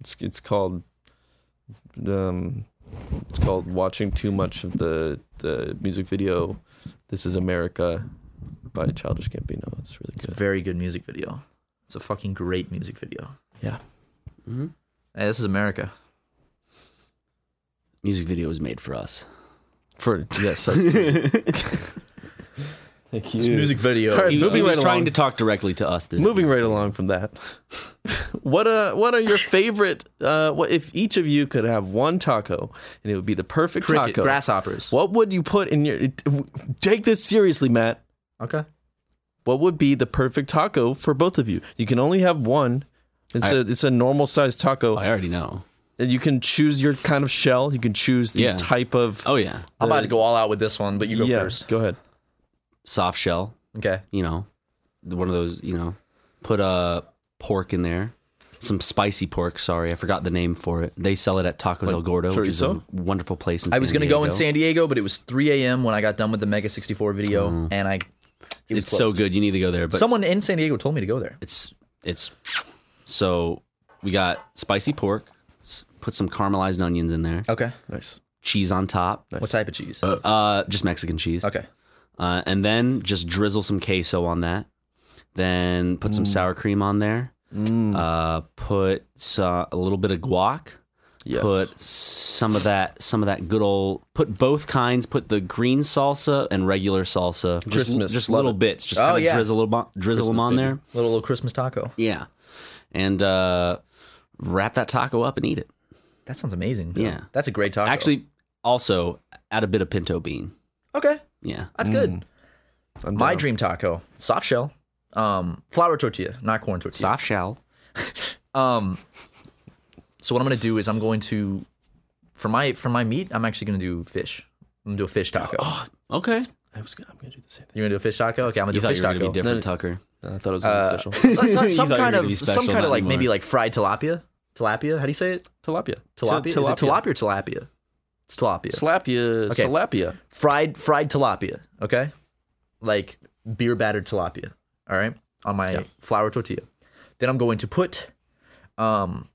S2: It's it's called um, it's called watching too much of the the music video. This is America by Childish Gambino. It's really
S1: It's a
S2: good.
S1: very good music video. It's a fucking great music video.
S2: Yeah.
S1: Hey, this is America.
S3: Music video was made for us.
S2: For yes, that's thank you. music
S1: video.
S2: All right,
S3: He,
S2: moving
S3: he was
S2: right
S3: trying
S2: along.
S3: to talk directly to us. Through that.
S2: Moving right along from that, what uh, what are your favorite? Uh, what if each of you could have one taco and it would be the perfect
S1: Cricket,
S2: taco?
S1: grasshoppers.
S2: What would you put in your? it- Take this seriously, Matt.
S1: Okay.
S2: What would be the perfect taco for both of you? You can only have one. It's a it's a normal sized taco,
S3: Oh, I already know.
S2: and you can choose your kind of shell. You can choose the
S3: Yeah.
S2: type of.
S3: Oh yeah,
S1: I'm about to go all out with this one, but you go
S2: yeah,
S1: first.
S2: Go ahead.
S3: soft shell.
S1: Okay.
S3: You know, the- one of those. You know, put a uh, pork in there. Some spicy pork. Sorry, I forgot the name for it. They sell it at Tacos El Gordo, which is a
S2: chorizo?
S3: wonderful place. In
S1: I was
S3: San
S1: gonna go in
S3: Diego.
S1: San Diego, but it was 3 a.m. when I got done with the Mega 64 video, and I. it was
S3: Mm-hmm. It's so
S1: closed.
S3: good. You need to go there. But
S1: Someone in San Diego told me to go there.
S3: it's it's so we got spicy pork. s- Put some caramelized onions in there.
S1: Okay.
S2: Nice.
S3: Cheese on top.
S1: What type of cheese?
S3: Uh, just Mexican cheese.
S1: okay.
S3: uh, and then just drizzle some queso on that. Then put
S2: Mm.
S3: some sour cream on there. Uh, put so- a little bit of guac.
S2: Yes.
S3: Put some of that, some of that good old. Put both kinds. Put the green salsa and regular salsa. Just,
S2: Christmas,
S3: just
S2: love
S3: little
S2: it.
S3: bits. Just
S1: Oh,
S3: kind of
S1: yeah.
S3: drizzle, 'em on- drizzle them
S2: Christmas,
S3: on
S2: baby.
S3: there.
S1: Little little Christmas taco.
S3: Yeah, and uh, wrap that taco up and eat it.
S1: That sounds amazing.
S3: Yeah.
S1: That's a great taco.
S3: Actually, also add a bit of pinto bean.
S1: Okay.
S3: Yeah,
S1: That's
S3: mm,
S1: good. My dream taco: soft shell, um, flour tortilla, not corn tortilla.
S3: soft shell.
S1: Um, so what I'm gonna do is I'm going to, for my for my meat, I'm actually gonna do fish. I'm gonna do a fish taco.
S3: Oh, Okay,
S2: I was gonna, I'm gonna do the same thing.
S1: You're gonna do a fish taco? Okay, I'm gonna
S3: you
S1: do a
S3: thought
S1: fish
S3: you were
S1: taco.
S3: going to be different, Tucker.
S2: I thought it was gonna
S1: Uh,
S2: be special.
S1: So- so- some
S3: thought you were
S1: kind
S3: gonna be
S1: of
S3: special,
S1: some kind
S3: not
S1: of like maybe
S3: anymore.
S1: like fried tilapia. Tilapia? How do you say it?
S2: Tilapia.
S1: Tilapia. Is it tilapia or tilapia? It's tilapia.
S2: Slapia.
S1: Okay.
S2: Slapia.
S1: fried fried tilapia. Okay, like beer battered tilapia. All right, on my flour tortilla. Then I'm going to put, um,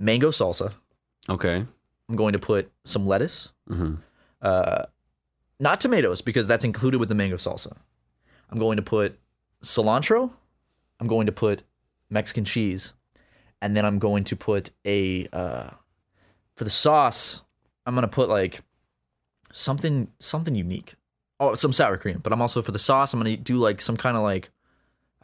S1: mango salsa.
S3: Okay.
S1: I'm going to put some lettuce,
S3: Mhm.
S1: uh, not tomatoes because that's included with the mango salsa. I'm going to put cilantro. I'm going to put Mexican cheese, and then I'm going to put a uh, for the sauce. I'm gonna put like something something unique. Oh, some sour cream. But I'm also for the sauce. I'm gonna do like some kind of like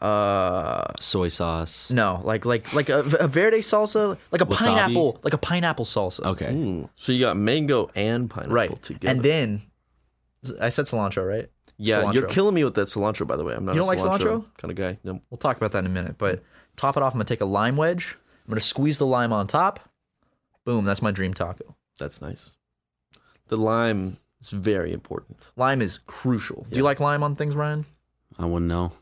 S1: uh
S3: Soy sauce.
S1: no like like like a, a verde salsa like a
S3: Wasabi?
S1: pineapple like a pineapple salsa.
S3: Okay.
S2: Ooh. So you got mango and pineapple
S1: right
S2: together.
S1: and then i said cilantro right
S2: yeah,
S1: Cilantro.
S2: you're killing me with that cilantro. By the way, I'm not
S1: You
S2: a
S1: don't like cilantro?
S2: kind of guy. No.
S1: we'll talk about that in a minute but top it off i'm gonna take a lime wedge i'm gonna squeeze the lime on top boom that's my dream taco
S2: That's nice. The lime is very important.
S1: lime is crucial do you like lime on things ryan
S3: I wouldn't know.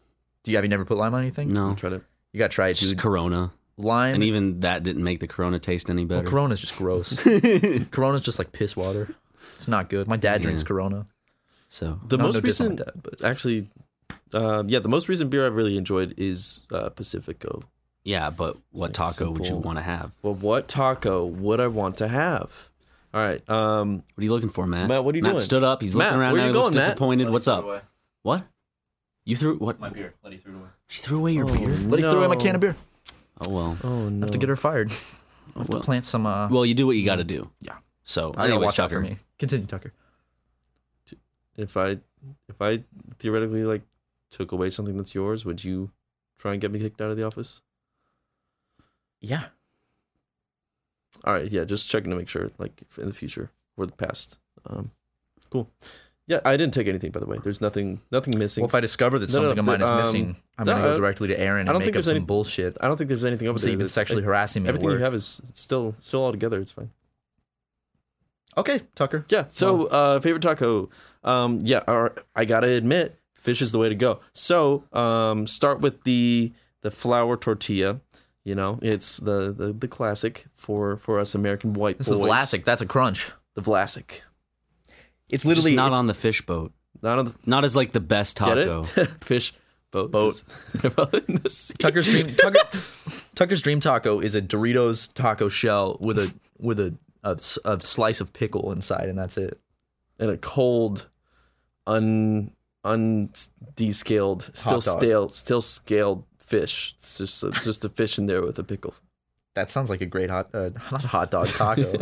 S1: do you have you never put lime on anything
S3: No.
S2: Try to
S1: you gotta try it
S3: Just
S1: dude
S3: Corona.
S1: lime
S3: And even that didn't make the Corona taste any
S1: well,
S3: better.
S1: corona's just gross corona's just like piss water it's not good my dad drinks corona
S3: so
S2: the
S1: No,
S2: most
S1: no diss on
S2: recent.
S1: that, but-
S2: Actually, um, yeah, the most recent beer I've really enjoyed is uh, Pacifico.
S3: yeah, but what taco would you
S2: simple-
S3: want to have?
S2: Well, what taco would I want to have? All right. Um,
S3: What are you looking for, Matt?
S2: Matt, what are you
S3: Matt
S2: doing?
S3: stood up. He's
S2: Matt,
S3: looking around
S2: where
S3: now.
S2: you
S3: He looks
S2: going, Matt?
S3: disappointed. What's up? What? You threw what? My beer. Letty threw it away. She threw away your beer.
S1: let me throw in my can of beer
S3: Oh well.
S2: oh no.
S1: have to get her fired
S3: Oh,
S1: to
S3: well.
S1: plant some uh
S3: Well, you do what you got to do.
S1: Yeah.
S3: So
S1: i gotta
S3: anyways,
S1: watch out for
S3: Tucker.
S1: me continue tucker
S2: if I if I theoretically like took away something that's yours, would you try and get me kicked out of the office?
S1: yeah
S2: All right, yeah, just checking to make sure, like if in the future or the past. Um, cool. Yeah, I didn't take anything by the way. There's nothing nothing missing.
S1: Well, if I discover that
S2: No, no,
S1: something of
S2: but,
S1: mine is
S2: um,
S1: missing, I'm
S2: no,
S1: gonna go
S2: I-
S1: directly to Aaron
S2: I
S1: and
S2: don't
S1: make
S2: think
S1: up
S2: there's
S1: some
S2: any-
S1: bullshit.
S2: I don't think there's anything over
S1: So
S2: there.
S1: you've been
S2: that's-
S1: sexually harassing me. at
S2: Everything you
S1: work.
S2: have is it's still still all together. It's fine.
S1: Okay, Tucker.
S2: Yeah. So uh, favorite taco. Um, yeah. Or I gotta admit, fish is the way to go. So um, start with the the flour tortilla. You know, it's the the, the classic for for us American white
S1: This is
S2: boys.
S1: the Vlasic. That's a crunch.
S2: The Vlasic.
S1: It's
S3: Just
S1: literally
S3: not on the fish boat.
S2: Not on the
S3: Not as like the best taco.
S2: get it fish boat
S1: Boat.
S2: They're all in the sea.
S1: Tucker's dream. Tucker, Tucker's dream taco is a Doritos taco shell with a with a, a s- a slice of pickle inside, and that's it.
S2: and a cold, un un descaled, still
S1: dog.
S2: stale, still scaled fish. It's just it's just a fish in there with a pickle.
S1: That sounds like a great hot, uh, not a hot dog taco.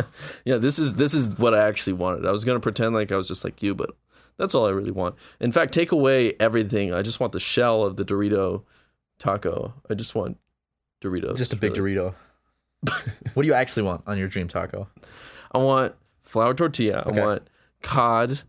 S2: Yeah, this is this is what I actually wanted. I was gonna pretend like I was just like you, but that's all I really want. In fact, take away everything. I just want the shell of the Dorito taco. I just want Doritos.
S1: Just a big
S2: really.
S1: Dorito. what do you actually want on your dream taco?
S2: I want flour tortilla. I want cod,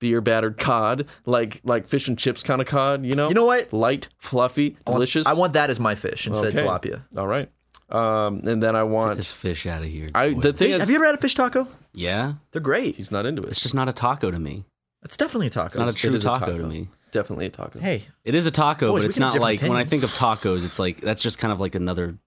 S2: beer battered cod, like like fish and chips kind of cod. You know.
S1: You know what?
S2: Light, fluffy, delicious.
S1: I want that as my fish instead
S2: Okay.
S1: of tilapia.
S2: All right. Um, and then I want.
S3: This fish out of here.
S2: I
S3: boy.
S2: the thing
S1: Have
S2: is,
S1: you ever had a fish taco?
S3: yeah,
S1: They're great.
S2: he's not into it.
S3: it's just not a taco to me.
S1: It's definitely a taco.
S3: It's not a
S2: It
S3: true
S2: is a
S3: taco,
S2: taco.
S3: to me.
S2: Definitely a taco.
S1: hey,
S3: It is a taco,
S1: Boys,
S3: but
S1: we
S3: it's
S1: can have
S3: not
S1: different
S3: like when I
S1: opinions.
S3: think of tacos, it's like that's just kind of like another.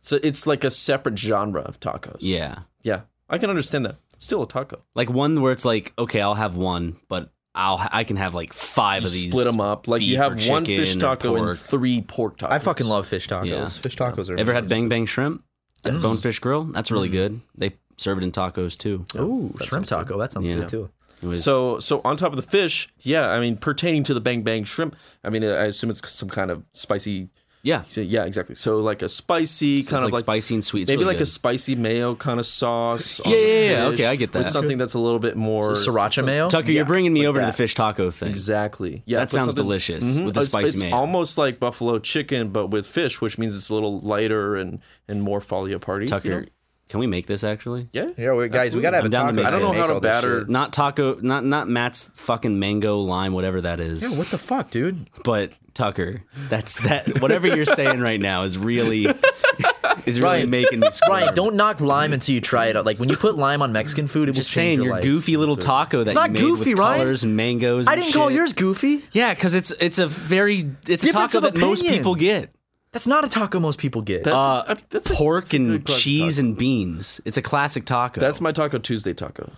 S2: So it's like a separate genre of tacos.
S3: Yeah,
S2: Yeah. I can understand that. Still a taco.
S3: like one where it's like okay, I'll have one, but I'll ha- I can have like five
S2: You
S3: of these.
S2: split them up. Like you
S3: beef
S2: have
S3: or
S2: one fish
S3: chicken or
S2: taco and
S3: pork.
S2: three pork tacos.
S1: I fucking love fish tacos.
S3: Yeah.
S1: Fish tacos are
S3: Ever had bang bang shrimp? Bonefish grill. That's really
S2: Mm-hmm.
S3: good. They serve it in tacos too.
S1: Ooh, shrimp taco. That sounds
S3: Yeah.
S1: good too.
S3: It was-
S2: Oh. So, so on top of the fish, yeah. I mean, pertaining to the bang bang shrimp, I mean, I assume it's some kind of spicy.
S3: yeah,
S2: so yeah, exactly. So like a spicy
S3: it's
S2: kind of
S3: like, spicy and sweet. It's
S2: maybe
S3: really
S2: like a
S3: good.
S2: spicy mayo kind of sauce. on
S3: Yeah,
S2: the
S3: yeah, yeah.
S2: fish
S3: Okay, I get
S2: With
S3: that.
S2: something that's a little bit more
S1: Sriracha mayo.
S3: Tucker, you're bringing me over to
S2: that.
S3: the fish taco thing.
S2: Exactly. Yeah,
S3: That
S2: with
S3: sounds
S2: something- Mm-hmm.
S3: delicious, with the
S2: It's-
S3: spicy
S2: it's
S3: mayo.
S2: almost like buffalo chicken, but with fish, which means it's a little lighter and and more folio party. you
S3: Tucker,
S2: know?
S3: can we make this actually?
S2: Yeah.
S1: Yeah, we, guys, we gotta have
S3: I'm
S1: a
S3: down to
S1: taco. night
S3: make it. I don't
S1: and
S3: know how
S1: make
S2: to
S1: all this
S2: batter-
S1: shit.
S3: Not taco, not not Matt's fucking mango lime, whatever that is.
S1: Yeah, what the fuck, dude?
S3: But Tucker, that's that. Whatever you're saying right now is really is really
S1: Ryan,
S3: making me squirm.
S1: Brian, don't knock lime until you try it out. Like when you put lime on Mexican food, it will
S3: Just
S1: change
S3: saying
S1: your,
S3: your
S1: life.
S3: goofy little taco that
S1: not
S3: you made
S1: goofy,
S3: with
S1: Ryan.
S3: colors and mangoes.
S1: I
S3: and
S1: didn't call
S3: shit.
S1: yours goofy.
S3: Yeah, because it's it's a very it's a
S1: Difference
S3: taco
S1: of
S3: that most
S1: opinion.
S3: people get.
S1: That's not a taco most people get.
S2: That's,
S3: Uh,
S2: a, I mean, that's a-
S3: pork
S2: that's a good
S3: and
S2: classic
S3: cheese
S2: taco.
S3: and beans. It's a classic taco.
S2: That's my Taco Tuesday taco.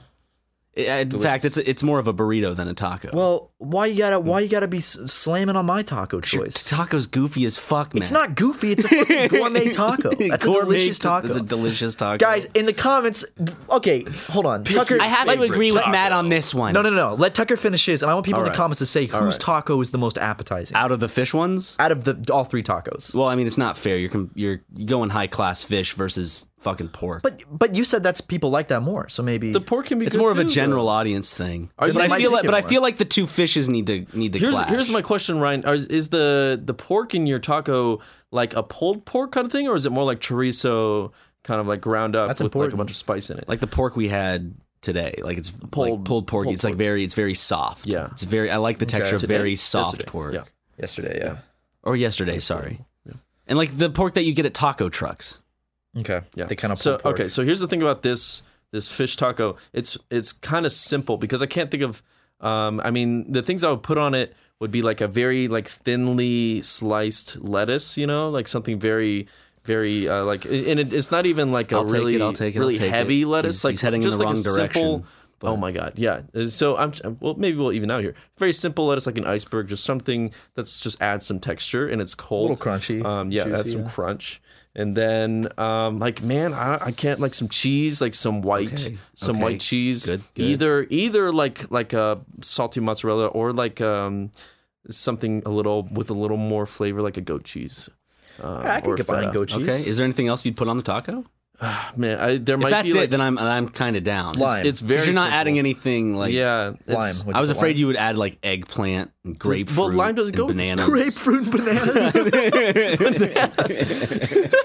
S3: in fact, it's it's more of a burrito than a taco.
S1: well, why you gotta why you gotta be s- slamming on my taco choice?
S3: taco's goofy as fuck, man.
S1: It's not goofy. It's a fucking gourmet taco. That's a
S3: Gourmet
S1: delicious
S3: ta-
S1: taco.
S3: That's a delicious taco.
S1: Guys, in the comments, okay, hold on. Tucker,
S3: I have to
S1: let-
S3: agree with Matt on this one.
S1: No, no, no, no. Let Tucker finish his, and I want people in
S2: right.
S1: the comments to say whose taco is the most appetizing
S3: Out of the fish ones,
S1: out of the all three tacos.
S3: well, I mean, it's not fair. You're com- you're going high class fish versus fucking pork.
S1: But but you said that's people like that more, so maybe
S2: The pork can be.
S3: it's
S2: good
S3: more of a
S2: too,
S3: general audience thing.
S2: Are
S3: But
S2: you-
S3: I
S2: might
S3: feel
S1: pick
S3: like,
S1: it
S3: but I
S1: more.
S3: feel like the two fishes need to need to
S2: Though. Here's
S3: clash.
S2: here's my question, Ryan. Are, is the the pork in your taco like a pulled pork kind of thing, or is it more like chorizo, kind of like ground up
S1: That's
S2: with like a
S1: important.
S2: bunch of spice in it?
S3: like the pork we had today. Like it's pulled
S2: Pulled-
S3: like pulled pork.
S2: pulled
S3: it's like
S2: pork.
S3: very it's very soft.
S2: Yeah.
S3: it's very. I like the texture of
S2: Today?
S3: very soft
S2: Yesterday.
S3: pork.
S2: Yeah.
S1: yesterday, yeah.
S3: Or yesterday, sorry. And like the pork that you get at taco trucks.
S1: Okay.
S2: Yeah.
S1: They kind of
S2: so okay. So here's the thing about this this fish taco. It's it's kind of simple because I can't think of. Um, I mean, the things I would put on it would be like a very like thinly sliced lettuce. You know, like something very. Very uh, like, and it, it's not even like a
S3: I'll take it,
S2: really,
S3: I'll take it, I'll
S2: really
S3: take it.
S2: heavy lettuce.
S3: He's-
S2: like
S3: he's heading in
S2: just
S3: the
S2: like a
S3: wrong direction,
S2: simple- oh my god, yeah. Uh, So I'm well, maybe we'll even out here. Very simple lettuce, like an iceberg, just something that's just adds some texture and it's cold,
S1: little crunchy,
S2: Um, yeah,
S1: juicy,
S2: adds some
S1: yeah.
S2: crunch. And then, um, like, man, I, I can't like some cheese, like some white,
S3: Okay,
S2: some
S3: okay,
S2: white cheese.
S3: good, good.
S2: Either, either like like a salty mozzarella or like um, something a little with a little more flavor, like a goat cheese. Uh,
S1: I could
S2: or
S1: get behind
S2: feta.
S1: goat cheese.
S3: Okay. Is there anything else you'd put on the taco?
S2: Man, I, there
S3: If
S2: might
S3: that's
S2: be
S3: it,
S2: like
S3: then I'm I'm kind of down.
S1: Lime.
S2: it's very.
S3: Because you're not
S2: simple.
S3: adding anything like.
S2: Yeah, it's-
S1: Lime. Would
S3: I
S1: you
S3: was
S1: put
S3: afraid
S1: lime?
S3: you would add like eggplant and grapefruit.
S2: lime doesn't
S3: and
S2: go with this.
S3: bananas.
S1: grapefruit and bananas.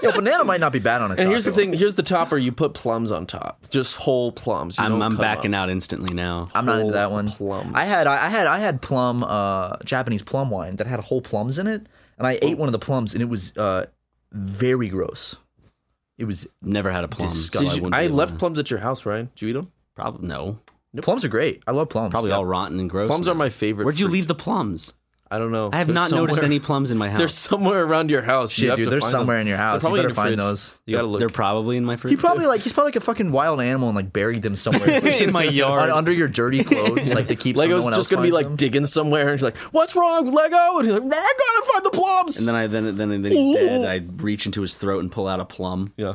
S1: Yo, banana might not be bad on a
S2: And here's the
S1: taco.
S2: thing: here's the topper. You put plums on top, just whole plums. You
S3: I'm
S2: don't
S3: I'm
S2: cut
S3: backing
S2: up.
S3: out instantly now.
S1: I'm not into that one.
S2: plums.
S1: I had I had I had plum uh Japanese plum wine that had whole plums in it, and I
S2: Oh.
S1: ate one of the plums and it was uh very gross. It was
S3: Never had a plum. so
S1: Disgusting.
S3: I,
S2: Did you-
S3: wouldn't
S2: I
S3: be
S2: left
S3: able to-
S2: plums at your house, Ryan. Did you eat them?
S3: Probably no.
S1: plums are great. I love plums.
S3: Probably all rotten and gross.
S2: Plums are my favorite.
S3: Where'd you
S2: fruit.
S3: leave the plums?
S2: I don't know.
S3: I have
S2: They're
S3: not noticed
S2: somewhere-
S3: any plums in my house.
S2: They're somewhere around your house. You
S1: Shit,
S2: have
S1: dude,
S2: to
S1: they're
S2: find
S1: somewhere
S2: them.
S1: in your house.
S2: They're
S1: You
S2: probably in
S1: better
S2: the
S1: find
S2: fridge.
S1: those.
S2: You gotta look.
S3: They're probably in my fridge.
S1: He probably like he's probably like a fucking wild animal and like buried them somewhere
S3: in my yard.
S1: Un- under your dirty clothes, like to keep. so no
S2: Lego's
S1: one
S2: just
S1: else
S2: gonna be
S1: finds
S2: like
S1: them.
S2: digging somewhere, and he's like, "What's wrong, Lego?" And he's like, "I gotta find the plums."
S3: And then I then then then he's dead. I'd reach into his throat and pull out a plum.
S2: yeah.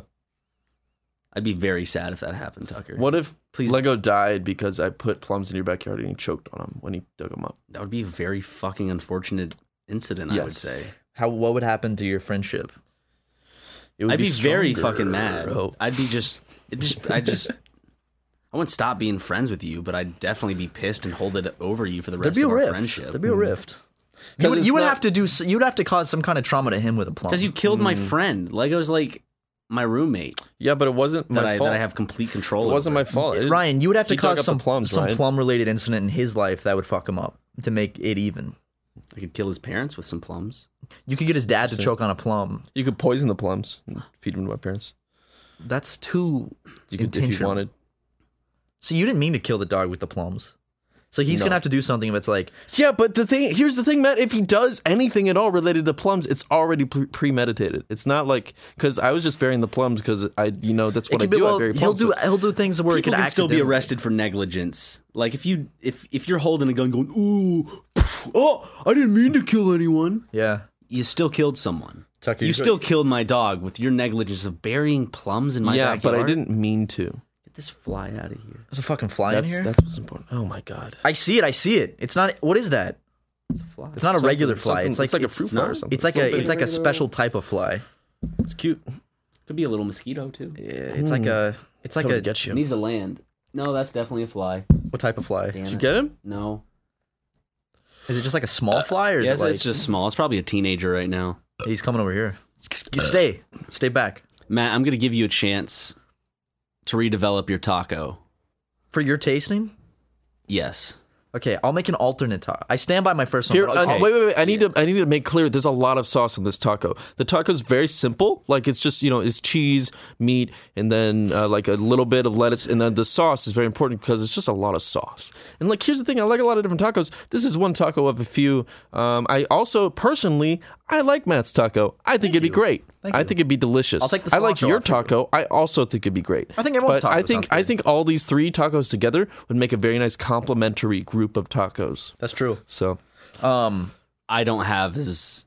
S3: I'd be very sad if that happened, Tucker.
S2: What if Lego died because I put plums in your backyard and he choked on them when he dug them up?
S3: That would be a very fucking unfortunate incident. I would
S2: Yes.
S3: say.
S1: how what would happen to your friendship?
S2: It would
S3: I'd be, very
S2: stronger.
S3: fucking mad.
S2: Oh.
S3: I'd be just, it just, I just, I wouldn't stop being friends with you, but I'd definitely be pissed and hold it over you for the
S1: There'd
S3: rest
S1: be a
S3: of our
S1: rift.
S3: friendship.
S1: There'd be
S2: Hmm.
S1: a rift. You would,
S2: it's
S1: you would
S2: not-
S1: have to do. s- You'd have to cause some kind of trauma to him with a plum.
S3: because you killed
S2: Mm.
S3: my friend. Lego's like my roommate
S2: Yeah, but it wasn't
S3: that
S2: my
S3: I
S2: fault.
S3: that I have complete control.
S2: it wasn't
S3: over.
S2: my fault. It-
S1: Ryan, you would have to
S2: he dug up
S1: cause
S2: the
S1: some
S2: plums,
S1: some
S2: Ryan.
S1: plum related incident in his life that would fuck him up to make it even.
S3: I could kill his parents with some plums.
S1: You could get his dad to choke on a plum.
S2: You could poison the plums and feed them to my parents.
S1: That's too
S2: You could if you
S1: intentional.
S2: wanted.
S1: So you didn't mean to kill the dog with the plums. So he's
S2: No.
S1: gonna have to do something if it's like
S2: Yeah, but the thing here's the thing, Matt. If he does anything at all related to plums, it's already pre- premeditated. It's not like because I was just burying the plums because I, you know, that's
S1: it
S2: what I
S1: could be,
S2: do.
S1: well,
S2: I bury
S1: he'll
S2: plums.
S1: do he'll do things where he
S3: People
S1: could
S3: can still be
S1: accidentally-
S3: arrested for negligence. Like if you if if you're holding a gun, going ooh, pff, oh, I didn't mean to kill anyone.
S1: Yeah,
S3: You still killed someone.
S1: Tucker,
S3: you
S1: you-
S3: still killed my dog with your negligence of burying plums in my
S2: yeah,
S3: backyard.
S2: but I didn't mean to.
S3: Get this fly out of here.
S1: there's a fucking fly
S2: That's
S1: in here.
S2: that's what's important. Oh my god,
S1: I see it. I see it. It's not. What is that?
S3: It's a fly.
S1: It's not a regular
S2: Something-
S1: fly. It's
S2: something-
S1: like
S2: it's like a fruit fly or
S1: not.
S2: something.
S1: It's like
S2: It's not
S1: a
S2: been
S1: it's like a
S2: regular-
S1: special type of fly.
S2: it's cute.
S3: Could be a little mosquito too.
S1: Yeah, It's like a it's like
S2: Come
S1: a
S2: to Hmm. get you.
S3: Needs to land. No, that's definitely a fly.
S1: what type of fly?
S3: Damn
S2: Did you
S3: it.
S2: get him?
S3: No.
S1: Is it just like a small fly or is
S3: Yes,
S1: it like
S3: it's just small. It's probably a teenager right now.
S1: he's coming over here? You stay, stay back
S3: Matt, I'm going to give you a chance to redevelop your taco.
S1: for your tasting.
S3: Yes.
S1: Okay, I'll make an alternate taco. I stand by my first one.
S2: Here,
S1: but
S2: uh,
S1: I'll-
S2: wait, wait, wait. I need to. I need to make clear. There's a lot of sauce in this taco. The taco's very simple. Like it's just you know it's cheese, meat, and then uh, like a little bit of lettuce, and then the sauce is very important because it's just a lot of sauce. And like here's the thing. I like a lot of different tacos. This is one taco of a few. Um, I also personally I like Matt's taco. I think it'd be great. I think it'd be delicious.
S1: I'll take the
S2: I like
S1: cilantro
S2: your
S1: off of
S2: taco. I also think it'd be great.
S1: I think everyone's
S2: but I
S1: taco
S2: think
S1: sounds
S2: I
S1: good.
S2: think all these three tacos together would make a very nice complementary group of tacos.
S1: that's true.
S2: So.
S1: Um,
S3: I don't have as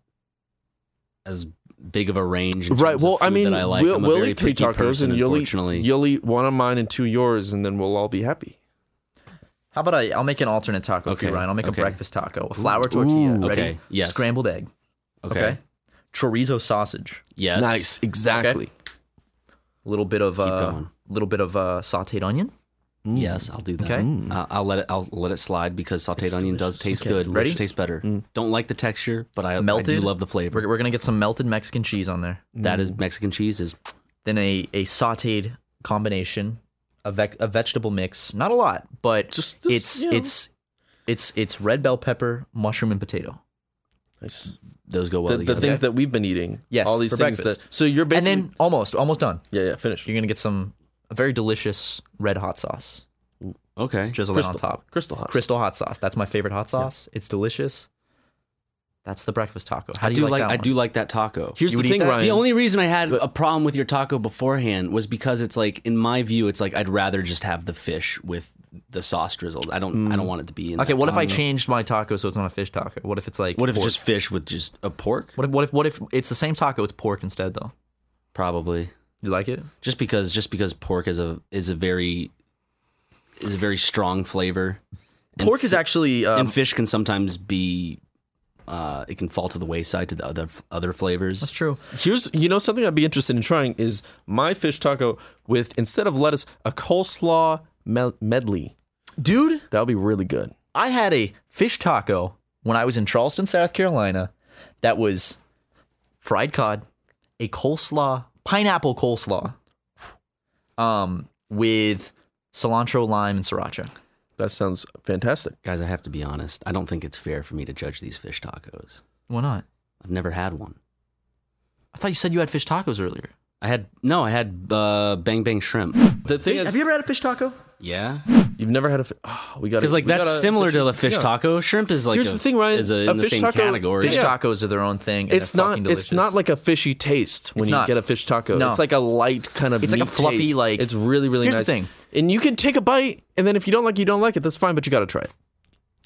S3: as big of a range. In
S2: right.
S3: terms of
S2: Well, I
S3: food
S2: mean,
S3: that I like.
S2: we'll,
S3: I'm a
S2: we'll
S3: very
S2: eat three
S3: picky
S2: tacos,
S3: person,
S2: and you'll eat,
S3: unfortunately.
S2: you'll eat one of mine and two of yours, and then we'll all be happy.
S1: how about I? I'll make an alternate taco for
S3: Okay,
S1: you, Ryan. I'll make
S3: okay.
S1: a breakfast taco, a flour tortilla,
S2: Ooh,
S1: ready?
S3: okay, yes.
S1: Scrambled egg.
S3: okay.
S1: Chorizo sausage.
S3: Yes.
S2: Nice, exactly.
S1: A little bit of a uh,
S3: going.
S1: little bit of uh, sauteed onion.
S3: Yes, I'll do that.
S1: Okay.
S3: Uh, Mm. I'll let it. I'll let it slide because sautéed onion does taste
S1: Okay,
S3: good.
S1: ready?
S3: Ready? Tastes better. Don't like the texture, but I, I do
S1: Melted?
S3: love the flavor.
S1: We're, we're gonna get some melted Mexican cheese on there.
S3: That is Mexican cheese is
S1: Then a a sauteed combination, a, vec- a vegetable mix. Not a lot, but
S2: Just this,
S1: it's
S2: you know.
S1: it's it's it's red bell pepper, mushroom, and potato.
S2: Nice.
S3: those go well
S2: The, the
S3: together.
S2: things that we've been eating.
S1: Yes,
S2: All these
S1: for
S2: things
S1: breakfast.
S2: that. So you're basically.
S1: and then almost almost done.
S2: yeah, yeah. Finish.
S1: You're gonna get some a very delicious red hot sauce.
S3: okay.
S1: Drizzle it on top.
S2: Crystal hot.
S1: Crystal hot sauce. That's my favorite hot sauce. It's delicious. That's the breakfast taco. How
S3: I
S1: do
S3: do
S1: you
S3: like,
S1: like, that
S3: I
S1: one?
S3: do like that taco.
S2: Here's
S1: You would
S2: the
S1: eat
S2: thing,
S1: that?
S2: Ryan.
S3: the only reason I had a problem with your taco beforehand was because it's like in my view, it's like I'd rather just have the fish with the sauce drizzled. I don't. I don't want it to be in.
S1: Okay,
S3: that
S1: what if I
S3: taco.
S1: changed my taco so it's not a fish taco? What if it's like
S3: What if it's
S1: pork?
S3: just fish with just a pork?
S1: what if what if what if it's the same taco? It's pork instead though.
S3: Probably.
S1: You like it?
S3: just because just because pork is a is a very is a very strong flavor
S1: Pork is actually um,
S3: and fish can sometimes be uh it can fall to the wayside to the other other flavors
S1: that's true.
S2: Here's you know something I'd be interested in trying is my fish taco with instead of lettuce a coleslaw mel- medley.
S1: Dude,
S2: That would be really good.
S1: I had a fish taco when I was in Charleston, South Carolina, that was fried cod, a coleslaw, pineapple coleslaw, um, with cilantro, lime, and sriracha.
S2: That sounds fantastic.
S3: guys i have to be honest i don't think it's fair for me to judge these fish tacos
S1: Why not?
S3: i've never had one
S1: I thought you said you had fish tacos earlier.
S3: i had no i had uh bang bang shrimp
S2: The thing
S1: Have
S2: is,
S1: you ever had a fish taco?
S3: yeah
S2: you've never had a. fi- Oh, we got
S3: because like that's similar to the fish taco shrimp is like
S2: Here's
S3: a-
S2: the thing, Ryan.
S3: is a,
S2: A
S3: in the
S2: fish
S3: same
S2: taco-
S3: category
S1: Fish
S2: Yeah.
S1: tacos are their own thing. And
S2: it's
S1: they're
S2: not
S1: Fucking delicious.
S2: it's not like a fishy taste when
S1: It's
S2: you
S1: not.
S2: get a fish taco.
S1: No.
S2: It's like a light kind of
S1: It's like a
S2: meat
S1: fluffy,
S2: taste.
S1: like-
S2: It's really really
S1: Here's the
S2: nice.
S1: thing.
S2: And you can take a bite and then if you don't like it, you don't like it. That's fine, but you got to try it.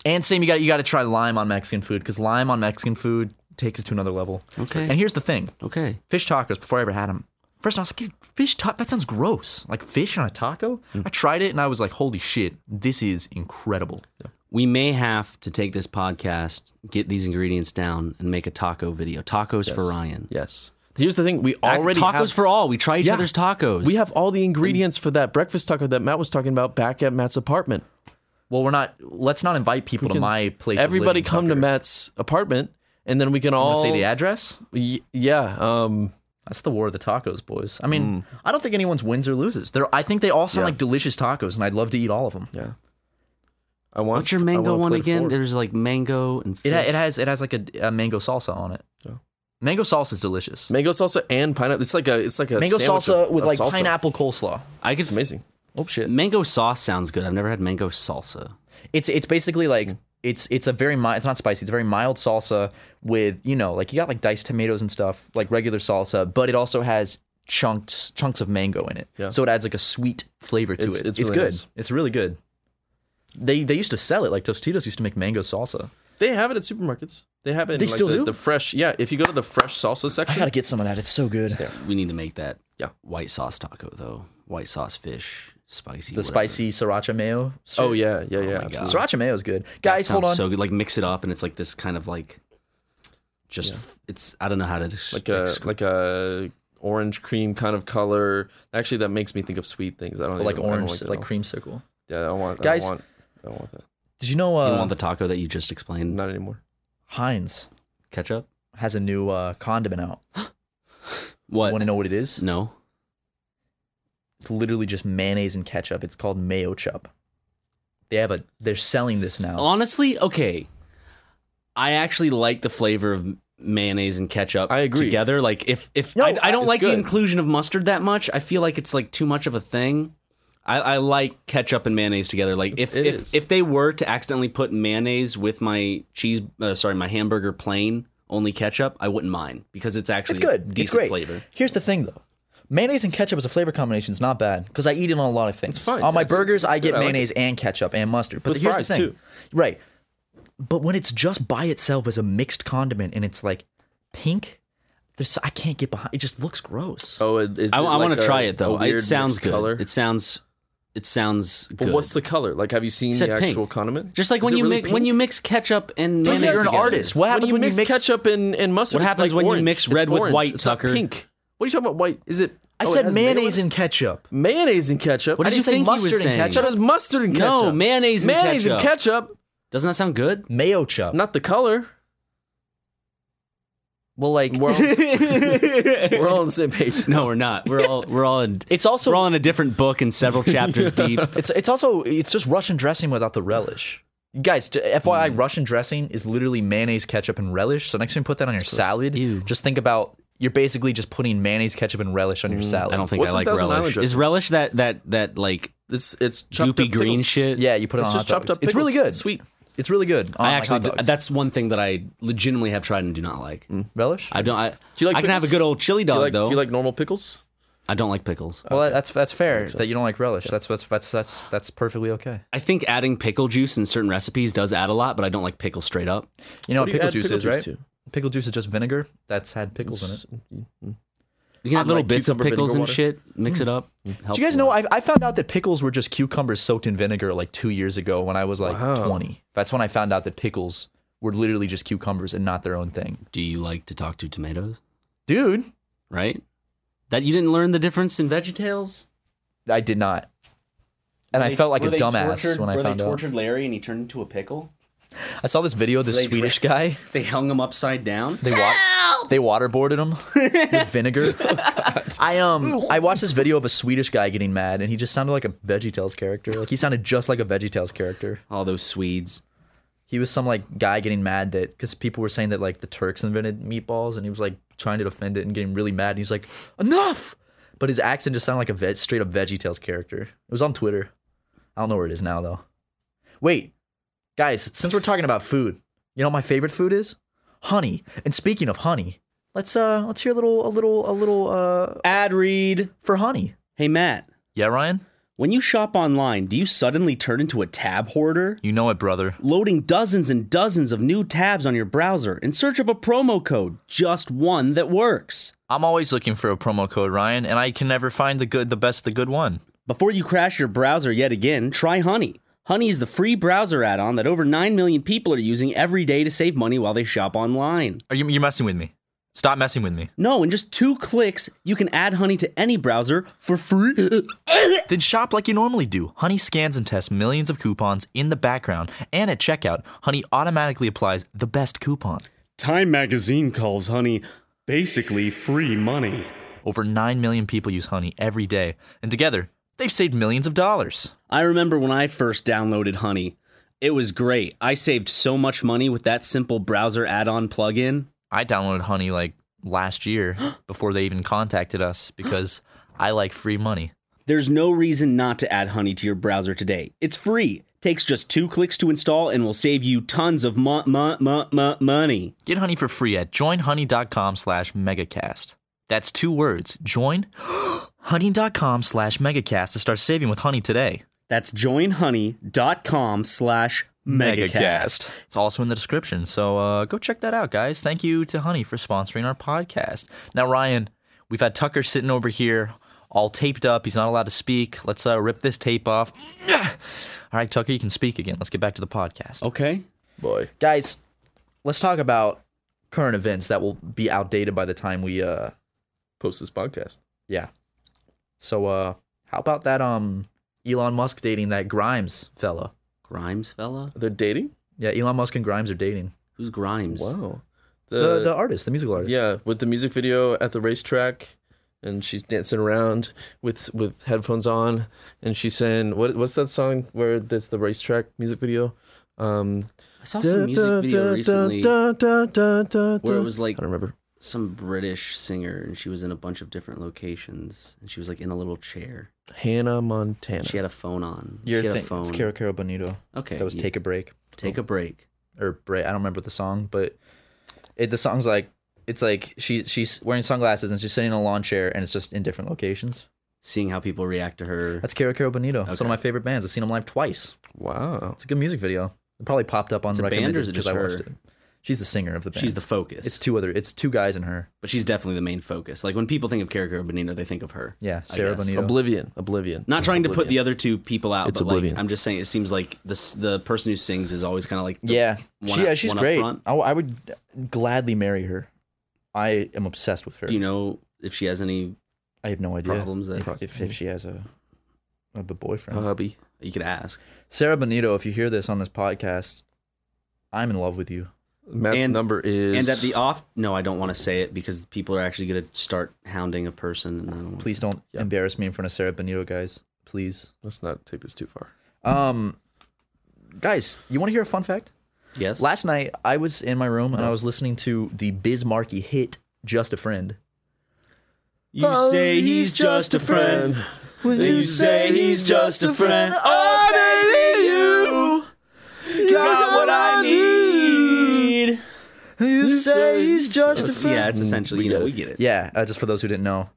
S1: And same, you got you got to try lime on Mexican food because lime on Mexican food takes it to another level.
S3: Okay.
S1: And here's the thing:
S3: okay
S1: fish tacos. Before I ever had them, first I was like, "Dude, "Fish taco? That sounds
S2: Mm.
S1: gross. Like fish on a taco." I tried it and I was like, "Holy shit, this is incredible."
S3: we may have to take this podcast, get these ingredients down, and make a taco video. Tacos for Ryan.
S2: Yes. Here's the thing: we already
S3: tacos
S2: have,
S3: for all. We try each
S2: Yeah.
S3: other's tacos.
S2: We have all the ingredients for that breakfast taco that Matt was talking about back at Matt's apartment.
S1: Well, we're not. Let's not invite people to
S2: Can
S1: my place. of
S2: Everybody
S1: living,
S2: come to
S1: Tucker.
S2: Matt's apartment, and then we can all
S1: Wanna Say the address.
S2: Y- yeah. Um,
S1: That's the war of the tacos, boys. I mean,
S2: Mm.
S1: I don't think anyone's wins or loses. They're, I think they all sound like delicious tacos, and I'd love to eat all of them.
S2: yeah. I want.
S3: What's your
S2: I
S3: mango
S2: wanna
S3: one
S2: play
S3: again?
S2: four.
S3: There's like mango and
S1: It,
S3: fish.
S1: ha- it has it has like a, a mango salsa on it. Mango salsa is delicious.
S2: mango salsa and pineapple. It's like a. It's like a
S1: mango
S2: sandwich
S1: salsa
S2: of-
S1: with
S2: of
S1: like
S2: salsa.
S1: pineapple coleslaw.
S3: I could
S2: It's amazing.
S1: Oh shit!
S3: mango sauce sounds good. I've never had mango salsa.
S1: It's it's basically like it's it's a very mild. It's not spicy. It's a very mild salsa with you know like you got like diced tomatoes and stuff like regular salsa, but it also has chunks chunks of mango in it.
S2: Yeah.
S1: So it adds like a sweet flavor to
S2: It's-
S1: it.
S2: it's really
S1: good.
S2: nice.
S1: It's really good. They they used to sell it like Tostitos used to make mango salsa.
S2: They have it at supermarkets. They have it. In
S1: They
S2: like
S1: still
S2: the,
S1: do?
S2: the fresh. Yeah. If you go to the fresh salsa
S1: I
S2: section,
S1: gotta get some of that. It's so good. The
S3: We need to make that
S2: Yeah.
S3: white sauce taco though. White sauce fish, spicy. whatever.
S1: spicy sriracha mayo.
S2: Oh yeah, yeah, yeah.
S3: my God.
S2: absolutely.
S1: Sriracha mayo is good.
S3: That
S1: Guys, hold
S3: sounds
S1: on.
S3: So good. Like mix it up, and it's like this kind of like just. It's I don't know how to des-
S2: like a
S3: descri-
S2: like a orange cream kind of color. Actually, that makes me think of sweet things. I don't
S1: like
S2: even- I don't
S1: orange,
S2: it at
S1: like
S2: all.
S1: creamsicle.
S2: Yeah, I don't want.
S1: Guys-
S2: I don't want, I don't want that.
S1: Did you know uh,
S3: you don't want the taco that you just explained.
S2: Not anymore.
S1: Heinz
S3: Ketchup.
S1: has a new uh, condiment out?
S3: What?
S1: Want to know what it is?
S3: No.
S1: It's literally just mayonnaise and ketchup. It's called mayo chup. They have a. They're selling this now.
S3: Honestly, okay. I actually like the flavor of mayonnaise and ketchup
S2: I agree.
S3: together. Like if if
S1: No,
S3: I, I don't
S2: it's
S3: like the
S2: good.
S3: inclusion of mustard that much. I feel like it's like too much of a thing. I, I like ketchup and mayonnaise together. Like if
S2: It
S3: if,
S2: is.
S3: if they were to accidentally put mayonnaise with my cheese, uh, sorry, my hamburger plain only ketchup, I wouldn't mind because it's actually
S1: it's good.
S3: decent
S1: it's great.
S3: flavor.
S1: Here's the thing though. Mayonnaise and ketchup as a flavor combination is not bad because I eat it on a lot of things.
S2: fine.
S1: On my
S2: It's- it's-
S1: burgers,
S2: it's
S1: I
S2: good.
S1: get
S2: I like
S1: mayonnaise and ketchup and mustard. But
S2: With
S1: here's
S2: fries,
S1: the thing,
S2: too.
S1: right? But when it's just by itself as a mixed condiment and it's like pink, there's I can't get behind. It just looks gross.
S2: Oh, it, it's
S3: I,
S2: like
S3: want to
S2: a-
S3: try it
S2: a
S3: though.
S2: weird
S3: It sounds
S2: mixed
S3: good.
S2: Color.
S3: It sounds it sounds good.
S2: but what's the color? Like, have you seen
S3: It said
S2: the
S3: pink.
S2: actual condiment?
S3: Just like
S2: Is
S3: when
S2: it
S3: you
S2: really
S3: mix, when
S2: pink?
S3: you mix ketchup and
S1: Damn it,
S3: mayonnaise
S1: you're an
S3: together.
S1: artist. What happens
S2: you
S1: when,
S2: mix
S1: you mix
S2: ketchup and, and mustard?
S3: What
S2: it's
S3: happens
S2: like
S3: when you
S2: orange.
S3: mix
S2: It's
S3: red with
S2: orange.
S3: white,
S2: It's not
S3: sucker?
S2: pink. What are you talking about? White? Is it?
S1: I
S2: oh, it
S1: said
S2: has mayo
S1: mayonnaise
S2: in
S1: and ketchup.
S2: it? mayonnaise and ketchup.
S3: What
S1: I
S3: did you
S1: didn't say
S3: think he was
S1: mustard and
S3: saying?
S1: ketchup.
S2: That is mustard and
S3: No,
S2: ketchup.
S3: mayonnaise and
S2: mayonnaise and
S3: ketchup.
S2: ketchup.
S3: Doesn't that sound good?
S1: Mayo chup.
S2: Not the color.
S1: well, like
S2: We're all, we're all on the same page.
S3: No, we're not. We're all we're all in.
S1: It's also-
S3: we're all in a different book and several chapters deep.
S1: It's it's also it's just Russian dressing without the relish. Guys, j- FYI,
S2: Hmm.
S1: Russian dressing is literally mayonnaise, ketchup, and relish. So next time you put that on your salad,
S3: Ew.
S1: just think about you're basically just putting mayonnaise, ketchup, and relish on
S2: Hmm,
S1: your salad.
S3: I don't think
S2: What's
S3: I
S2: the
S3: like
S2: Thousand Island
S3: relish. Is
S2: dressing?
S3: relish that that that like
S2: It's it's chopped
S3: goopy
S2: up
S3: green
S2: pickles.
S3: shit?
S1: Yeah, you put it
S2: It's
S1: on
S2: just
S1: hot dogs.
S2: chopped up
S1: It's really
S2: pickles.
S1: good.
S2: Sweet.
S1: It's really good. on,
S3: I
S1: like,
S3: actually
S1: hot dogs.
S3: that's one thing that I legitimately have tried and do not like.
S1: relish.
S3: I don't. I, do
S2: Mm. you like
S3: I can have a
S2: pickles?
S3: good old chili
S2: Do
S3: dog
S2: you like
S3: though.
S2: do you like Oh. normal pickles?
S3: I don't like pickles.
S1: well, that's that's fair that you don't like relish. That's that's that's that's that's perfectly okay.
S3: I think adding pickle juice in certain recipes does add a lot, but I don't like pickle straight up.
S1: You know what,
S2: do you
S1: pickle
S2: add
S1: juice
S2: pickle
S1: is,
S2: juice
S1: right?
S2: to?
S1: Pickle juice is just vinegar that's had pickles in it.
S3: You can have little
S2: like
S3: bits of
S2: cucumber
S3: pickles
S2: vinegar
S3: and
S2: water.
S3: shit. Mix it up. Helps
S1: Mm. Do you guys
S3: a
S1: know
S3: lot.
S1: I, I found out that pickles were just cucumbers soaked in vinegar like two years ago when I was like 20. That's when I found out that pickles were literally just cucumbers and not their own thing.
S3: Do you like to talk to tomatoes?
S1: Dude,
S3: Right? That you didn't learn the difference in VeggieTales?
S1: I did not. And I felt like a dumbass when I found out.
S3: Larry and he turned into a pickle?
S1: I saw this video of this
S3: They
S1: Swedish
S3: dra-
S1: guy.
S3: They hung him upside down?
S1: They wa- they waterboarded him with vinegar. I um I watched this video of a Swedish guy getting mad and he just sounded like a VeggieTales character. Like he sounded just like a VeggieTales character.
S3: All those Swedes.
S1: he was some like guy getting mad that because people were saying that like the Turks invented meatballs, and he was like trying to defend it and getting really mad. And he's like, "Enough!" But his accent just sounded like a veg, straight up VeggieTales character. It was on Twitter. I don't know where it is now though. Wait, guys, since we're talking about food, you know what my favorite food is honey. And speaking of honey, let's uh let's hear a little a little a little uh
S3: Ad read.
S1: for honey.
S3: Hey, Matt,
S1: Yeah, Ryan,
S3: when you shop online, do you suddenly turn into a tab hoarder?
S1: you know it, brother.
S3: Loading dozens and dozens of new tabs on your browser in search of a promo code, just one that works.
S1: I'm always looking for a promo code, Ryan, and I can never find the good, the best, the good one.
S3: Before you crash your browser yet again, try Honey. Honey is the free browser add on that over 9 million people are using every day to save money while they shop online.
S4: Are you, you're messing with me. Stop messing with me.
S3: No, in just two clicks, you can add Honey to any browser for free.
S4: Then shop like you normally do. Honey scans and tests millions of coupons in the background, and at checkout, Honey automatically applies the best coupon.
S3: Time magazine calls Honey basically free money.
S4: Over 9 million people use Honey every day, and together, they've saved millions of dollars.
S3: I remember when I first downloaded Honey. It was great. I saved so much money with that simple browser add on plugin.
S4: I downloaded Honey like last year before they even contacted us because I like free money.
S3: There's no reason not to add Honey to your browser today. It's free. Takes just two clicks to install and will save you tons of mo- mo- mo- mo- money.
S4: Get Honey for free at joinhoney.com slash megacast. That's two words. Join honey.com slash megacast to start saving with Honey today.
S3: That's joinhoney.com slash megacast.
S4: It's also in the description, so uh, go check that out, guys. Thank you to Honey for sponsoring our podcast. Now, Ryan, we've had Tucker sitting over here, all taped up. He's not allowed to speak. Let's uh, rip this tape off. all right, Tucker, you can speak again. Let's get back to the podcast,
S3: Okay.
S2: Boy.
S1: Oh, guys. Let's talk about current events that will be outdated by the time we uh
S2: Post this podcast.
S1: yeah. So uh, how about that um Elon Musk dating that Grimes fella?
S3: Grimes fella?
S2: They're dating?
S1: Yeah, Elon Musk and Grimes are dating.
S3: Who's Grimes?
S2: Wow.
S4: Uh,
S1: The the artist, the musical artist.
S2: Yeah, with the music video at the racetrack, and she's dancing around with with headphones on, and she's saying, "What what's that song where there's the racetrack music video?" Um,
S3: I saw some music video recently where it was like
S2: I don't remember.
S3: some British singer and she was in a bunch of different locations and she was like in a little chair.
S2: Hannah Montana.
S3: She had a phone on.
S1: Your
S3: she had
S1: thing.
S3: a phone.
S1: It's Caro Caro Bonito.
S3: Okay,
S1: That was
S3: yeah.
S1: Take a Break.
S3: Take a break.
S1: Or break. I don't remember the song, but it the song's like it's like she she's wearing sunglasses and she's sitting in a lawn chair and it's just in different locations.
S3: Seeing how people react to her.
S1: That's Caro Caro Bonito. It's one
S3: Okay.
S1: of my favorite bands. I've seen them live twice.
S2: wow.
S1: It's a good music video. It probably popped up on
S3: It's a band or
S1: recommended
S3: is it
S1: because
S3: just
S1: I watched
S3: her?
S1: it. She's the singer of the band.
S3: she's the focus.
S1: It's two other. It's two guys and her.
S3: but she's definitely the main focus. Like when people think of Cara Bonino, they think of her.
S1: Yeah,
S3: I
S1: Sarah
S3: guess.
S1: Bonito.
S2: Oblivion. Oblivion.
S3: Not trying to put the other two people out.
S2: It's
S3: but like,
S2: Oblivion.
S3: I'm just saying, it seems like this the person who sings is always kind of like the
S1: yeah,
S3: one
S1: she,
S3: up-
S1: yeah, she's
S3: one up
S1: great. I,
S3: front.
S1: I would gladly marry her. I am obsessed with her.
S3: Do you know if she has any?
S1: I have no idea
S3: Problems that-
S1: if, if, if she has a a b- boyfriend.
S2: hubby.
S3: You could ask.
S1: Sarah Bonito, if you hear this on this podcast, I'm in love with you.
S2: Matt's
S3: And-
S2: number is
S3: And at the off, no, I don't want to say it because people are actually going to start hounding a person. And I don't want
S1: Please don't embarrass me in front of Sarah Bonito, guys. Please,
S2: Let's not take this too far.
S1: um, guys, you want to hear a fun fact?
S3: yes.
S1: Last night I was in my room and I was listening to the Bismarcky hit "Just a Friend." Oh,
S3: you say he's just a friend.
S1: When
S3: you say he's just a friend,
S1: oh baby, you got what I need. You say he's just a friend. Mm,
S3: yeah, it's essentially you know we get it.
S1: Yeah, uh, just for those who didn't know,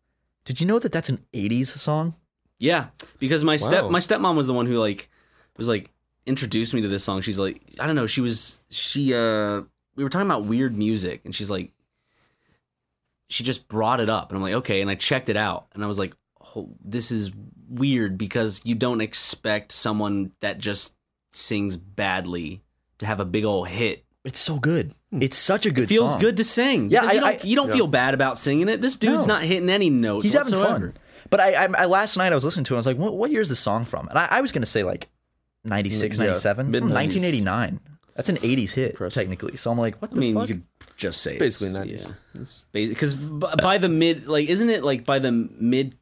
S1: did you know that that's an '80s song?
S3: Yeah, because my step
S2: Wow.
S3: my stepmom was the one who like was like introduced me to this song. She's like, I don't know, she was she uh we were talking about weird music and she's like she just brought it up and I'm like, "Okay." And I checked it out and I was like, "Oh, this is weird because you don't expect someone that just sings badly to have a big old hit."
S1: It's so good. It's such a good.
S3: Hmm. Feels
S1: song.
S3: good to sing.
S1: Yeah,
S3: because you
S1: I- I-
S3: don't, you don't feel bad about singing it. This dude's
S1: No.
S3: not hitting any notes.
S1: He's having
S3: whatsoever.
S1: fun. But I, I, I last night I was listening to it. I was like, what, what year is this song from? And I, I was gonna say like 96,
S2: Yeah,
S1: 97, It's from
S2: mid-nineties.
S1: 1989. That's an 80s hit technically. So I'm like, what the
S3: I mean,
S1: fuck?
S3: you could just say
S2: Basically
S3: it's-
S2: nineties.
S3: yeah. because by the mid like isn't it like by the mid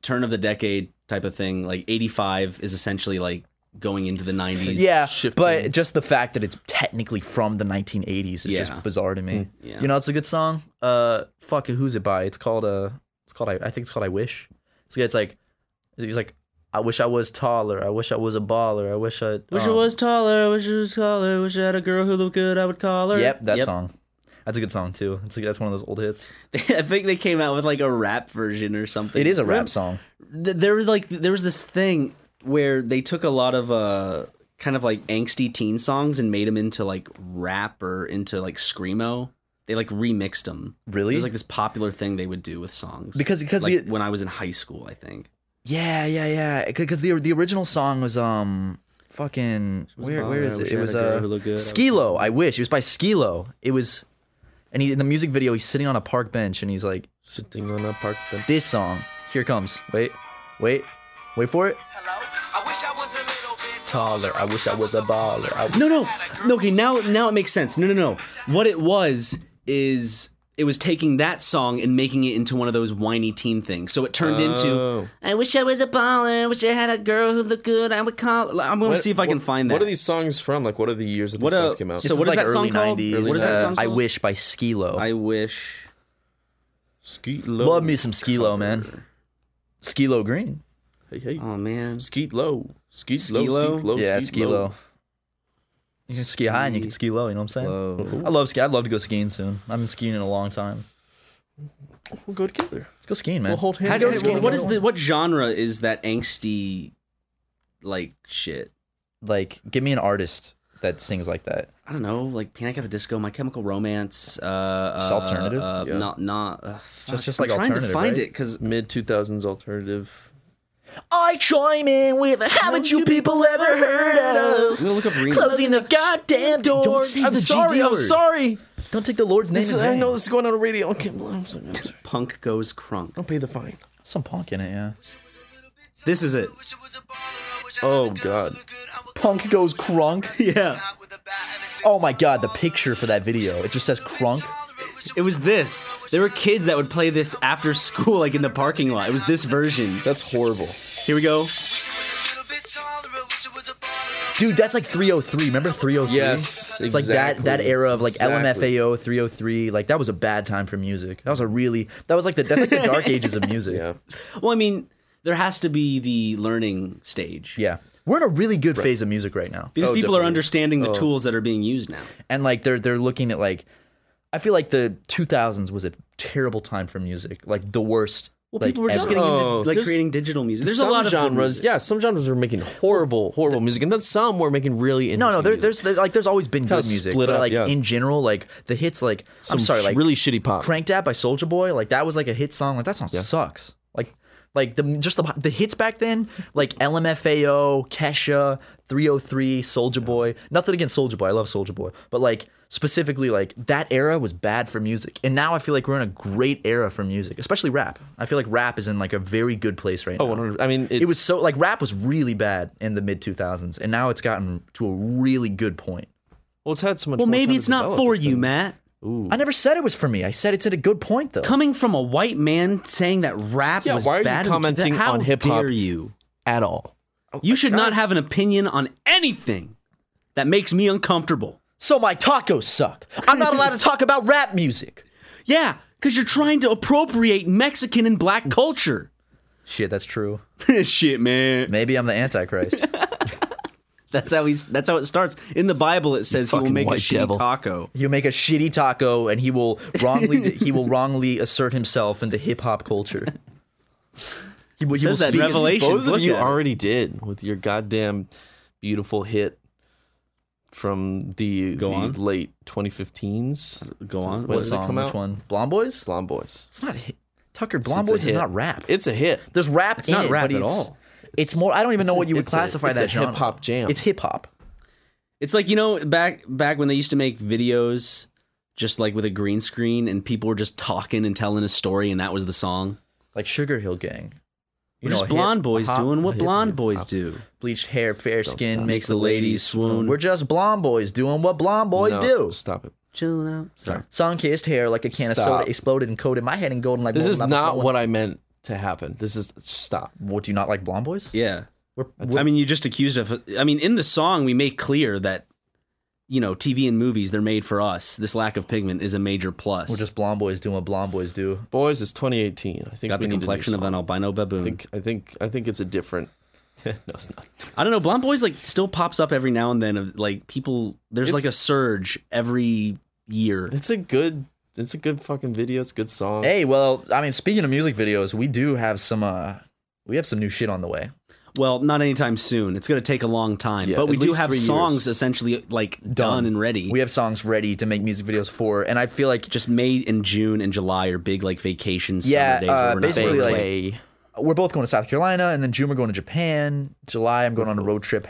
S3: turn of the decade type of thing like 85 is essentially like going into the 90s
S1: yeah,
S2: shifting.
S1: but just the fact that it's technically from the 1980s is
S3: Yeah.
S1: just bizarre to me.
S3: yeah.
S1: You know, it's a good song. Uh, fuck, who's it by? It's called uh, it's called I, I think it's called I Wish. It's, it's like, he's like, I wish I was taller. I wish I was a baller. I wish I
S3: wish
S1: um,
S3: i was taller wish i was taller wish i had a girl who looked good i would call her
S1: Yep, that song. That's a good song too. It's that's one of those old hits.
S3: i think they came out with like a rap version or something
S1: It is a
S3: Remember-
S1: rap song.
S3: th- there was like there was this thing where they took a lot of uh kind of like angsty teen songs and made them into like rap or into like screamo. They like remixed them.
S1: Really?
S3: It was like this popular thing they would do with songs.
S1: Because- because
S3: like
S1: the-
S3: when I was in high school, I think.
S1: Yeah, yeah, yeah. Because the the original song was um fucking where where is it?
S2: wish I
S1: It
S2: had
S1: was
S2: a guy
S1: uh,
S2: who looked good. I was
S1: Skilo. I wish it was by Skilo. It was, and he in the music video he's sitting on a park bench and he's like
S2: Sitting on a park bench.
S1: this song. Here it comes. Wait, wait, wait for it. Taller. I wish I was a baller. I
S3: No, no, no. Okay, now now it makes sense. No, no, no. What it was is it was taking that song and making it into one of those whiny teen things. So it turned
S2: Oh.
S3: into I wish I was a baller. I wish I had a girl who looked good. I would call. I'm gonna see if I can find that.
S2: What are these songs from? Like, what are the years that
S3: What
S2: these
S3: a-
S2: songs came out?
S3: so what
S1: This
S3: is
S1: like
S3: that song
S1: early
S3: called?
S1: 90s.
S3: What is that
S1: Uh,
S3: song?
S1: I
S3: called?
S1: wish by Skilo.
S3: I wish.
S2: Skeet low.
S1: love me some Skilo, man. Skilo Green.
S2: Hey, hey.
S3: Oh man.
S2: Skeet low. Skeet,
S3: Skee-low?
S2: low. Skeet low.
S1: yeah,
S2: skeet
S1: Skilo. You can ski high and you can ski low. You know what I'm saying? I love ski. I'd love to go skiing soon. I've been skiing in a long time.
S2: We'll go together.
S1: Let's go skiing, man.
S2: We'll hold
S3: How
S2: hands.
S3: do
S2: together.
S3: you, what is the what genre is that angsty like shit?
S1: like, give me an artist that sings like that.
S3: I don't know, like Panic at the Disco, My Chemical Romance, uh,
S1: Just
S3: uh,
S1: alternative?
S3: uh,
S2: Yeah.
S3: not not uh,
S1: Just- just
S3: I'm
S1: like
S3: trying
S1: alternative,
S3: to find
S1: right?
S3: it because
S2: mid two thousands alternative?
S1: I chime in with a haven't you people ever heard
S3: I'm gonna look up remix.
S1: the goddamn door. Don't say
S2: I'm
S1: the
S2: sorry.
S1: GD
S2: I'm
S1: word.
S2: sorry.
S1: Don't take the Lord's name.
S2: This
S1: in
S2: is- I
S1: vain.
S2: know this is going on the radio. Okay, well, I'm sorry. I'm sorry.
S3: Punk goes crunk.
S2: I'll pay the fine.
S1: Some punk in it, yeah.
S3: This is it.
S2: Oh God.
S1: Punk goes crunk.
S3: Yeah,
S1: Oh my god, the picture for that video. It just says crunk.
S3: it was this. There were kids that would play this after school, like in the parking lot. It was this version.
S2: That's horrible.
S3: Here we go.
S1: Dude, that's like 303. Remember 303?
S2: Yes,
S1: It's like that that
S2: exactly.
S1: era of like
S2: Exactly.
S1: LMFAO 303. Like that was a bad time for music. That was a really that was like the that's like the dark ages of music.
S2: Yeah.
S3: Well, I mean, there has to be the learning stage.
S1: Yeah. We're in a really good phase of music right now.
S3: Because
S2: Oh,
S3: people are
S2: definitely.
S3: understanding the tools that are being used now.
S1: And like they're they're looking at like I feel like the 2000s was a terrible time for music. Like the worst.
S3: Well,
S1: like,
S3: people were just
S1: ever.
S3: getting
S2: Oh,
S3: into like
S2: there's-
S3: creating digital music. There's
S2: some
S3: a lot of good
S2: genres.
S3: music.
S2: Yeah, some genres were making horrible, horrible music, and then some were making really interesting.
S1: No, no, there,
S2: music.
S1: there's there, like there's always been
S2: Kinda
S1: good music,
S2: split
S1: but
S2: up,
S1: like
S2: yeah.
S1: in general, like the hits, like
S2: some
S1: I'm sorry,
S2: sh-
S1: like
S2: really shitty pop.
S1: "Cranked Out" by Soldier Boy, like that was like a hit song. Like that song sucks. Like, like the just the the hits back then, like LMFAO, Kesha, 303, Soldier Boy. Nothing against Soldier Boy, I love Soldier Boy, but like specifically, like that era was bad for music, and now I feel like we're in a great era for music, especially rap. I feel like rap is in like a very good place right
S2: Oh,
S1: now.
S2: 100. I mean,
S1: It was so like rap was really bad in the mid 2000s, and now it's gotten to a really good point.
S2: Well, it's had so much.
S3: Well,
S2: more
S3: maybe
S2: time
S3: it's
S2: to
S3: not
S2: develop.
S3: for
S2: It's
S3: you,
S2: been-
S3: Matt.
S1: I never said it was for me. I said it's at a good point though.
S3: coming from a white man saying that rap
S2: Yeah,
S3: was
S2: why are you
S3: bad and-
S2: commenting
S3: how
S2: on hip-hop? Oh
S3: dare you
S2: at all.
S3: you should not have an opinion on anything that makes me uncomfortable
S1: so my tacos suck. I'm not allowed to talk about rap music.
S3: yeah because you're trying to appropriate mexican and black culture
S1: Shit, that's true.
S3: shit man
S1: Maybe I'm the antichrist.
S3: that's how he's that's how it starts in the bible it says he will
S2: fucking
S3: make a
S2: white
S3: shitty
S2: devil.
S3: taco
S1: He'll make a shitty taco, and he will wrongly he will wrongly assert himself into hip hop culture. He will, he
S3: Says that in
S1: speak-
S3: Revelation.
S2: Both
S3: Look
S2: of you
S3: at it.
S2: already did with your goddamn beautiful hit from the,
S3: Go
S2: the
S3: on.
S2: late 2015s.
S3: go on
S2: What
S1: What
S2: did it
S1: song?
S2: come
S1: Which
S2: out?
S1: one? Blonde Boys?
S2: Blonde Boys.
S1: It's not hit. Tucker. Blonde
S2: It's a
S1: Boys is
S2: hit.
S1: not rap.
S2: It's a hit.
S1: There's rap in
S3: not
S1: it,
S3: rap
S1: but
S3: at
S1: it's,
S3: all.
S1: It's more. I don't even know
S2: it's
S1: what
S2: a-
S1: you would
S2: it's a-
S1: classify
S2: it's
S1: that
S2: a
S1: genre.
S2: hip-hop jam.
S1: It's hip hop.
S3: It's like you know back back when they used to make videos just like with a green screen and people were just talking and telling a story and that was the song.
S1: Like Sugar Hill Gang.
S3: We're
S1: You
S3: just
S1: a hip-
S3: blonde
S1: a
S3: boys
S1: hop-
S3: doing what
S2: hip-
S3: blonde
S2: hip
S3: boys
S2: hop.
S3: do.
S1: Bleached hair, fair skin
S2: stop.
S1: makes the ladies swoon. We're just blonde boys doing what blonde boys
S2: No,
S1: do.
S2: Stop it.
S3: Chilling out. Sorry.
S1: Sun kissed hair like a can of
S2: Stop.
S1: soda exploded and coated my head in golden like
S2: This is not what I meant to happen. This is stop.
S1: What do you not like blonde boys?
S3: Yeah.
S1: We're,
S3: I mean, you just accused of. I mean, in the song, we make clear that you know TV and movies they're made for us. This lack of pigment is a major plus.
S1: we're just blonde boys doing what blonde boys do.
S2: Boys is 2018. I think
S3: got
S2: we
S3: the
S2: need a new
S3: complexion of
S2: song.
S3: an albino baboon.
S2: I think I think I think it's a different. no, it's not.
S3: I don't know. Blonde Boys like still pops up every now and then. Of like people, there's like a
S2: It's-
S3: surge every year.
S2: It's a good. It's a good fucking video. It's a good song.
S1: Hey, well, I mean, speaking of music videos, we do have some. uh we have some new shit on the way.
S3: Well, not anytime soon. It's going to take a long time,
S2: Yeah,
S3: but we
S2: at
S3: do
S2: least
S3: have
S2: three years.
S3: songs essentially like done, and ready.
S1: We have songs ready to make music videos for, and I feel like
S3: just May and June and July are big like vacation
S1: Yeah,
S3: summer days.
S1: uh,
S3: where we're not
S1: basically,
S3: working.
S1: like- we're both going to South Carolina, and then June we're going to Japan. July I'm going on a road trip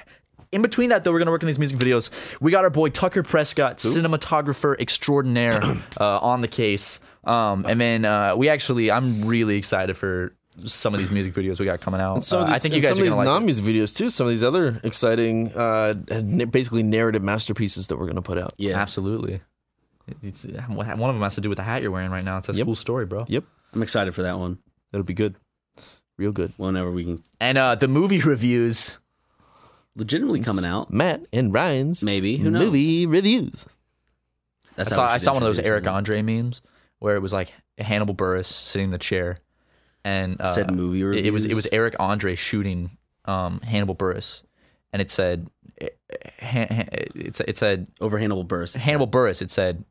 S1: in between that, though, we're gonna work on these music videos. We got our boy Tucker Prescott, cinematographer extraordinaire, uh, on the case. Um, and then uh, we actually, I'm really excited for some of these music videos we got coming out.
S2: Some
S1: Uh,
S2: of these,
S1: I think you
S2: and
S1: guys
S2: some
S1: are
S2: of these
S1: gonna like. it.
S2: non-music videos too. Some of these other exciting, uh, n- basically narrative masterpieces that we're going to put out.
S1: Yeah, absolutely. It's, uh, one of them has to do with the hat you're wearing right now. It says "Cool Story," bro.
S2: Yep,
S3: I'm excited for that one.
S2: that'll be good, real good.
S3: Whenever we can,
S1: And uh, the movie reviews.
S3: legitimately coming out.
S2: Matt and Ryan's
S3: Maybe who knows?
S2: movie reviews.
S1: I
S3: That's how
S1: saw,
S3: we
S1: I
S3: should
S1: saw one of those
S3: introduce
S1: Eric
S3: it.
S1: Andre memes where it was like Hannibal Burris sitting in the chair, and uh,
S3: Said movie
S1: It, it was it
S3: reviews.
S1: was Eric Andre shooting um, Hannibal Burris, and it said eh, it, it, it said
S3: over Hannibal Buress.
S1: Hannibal Burris. It said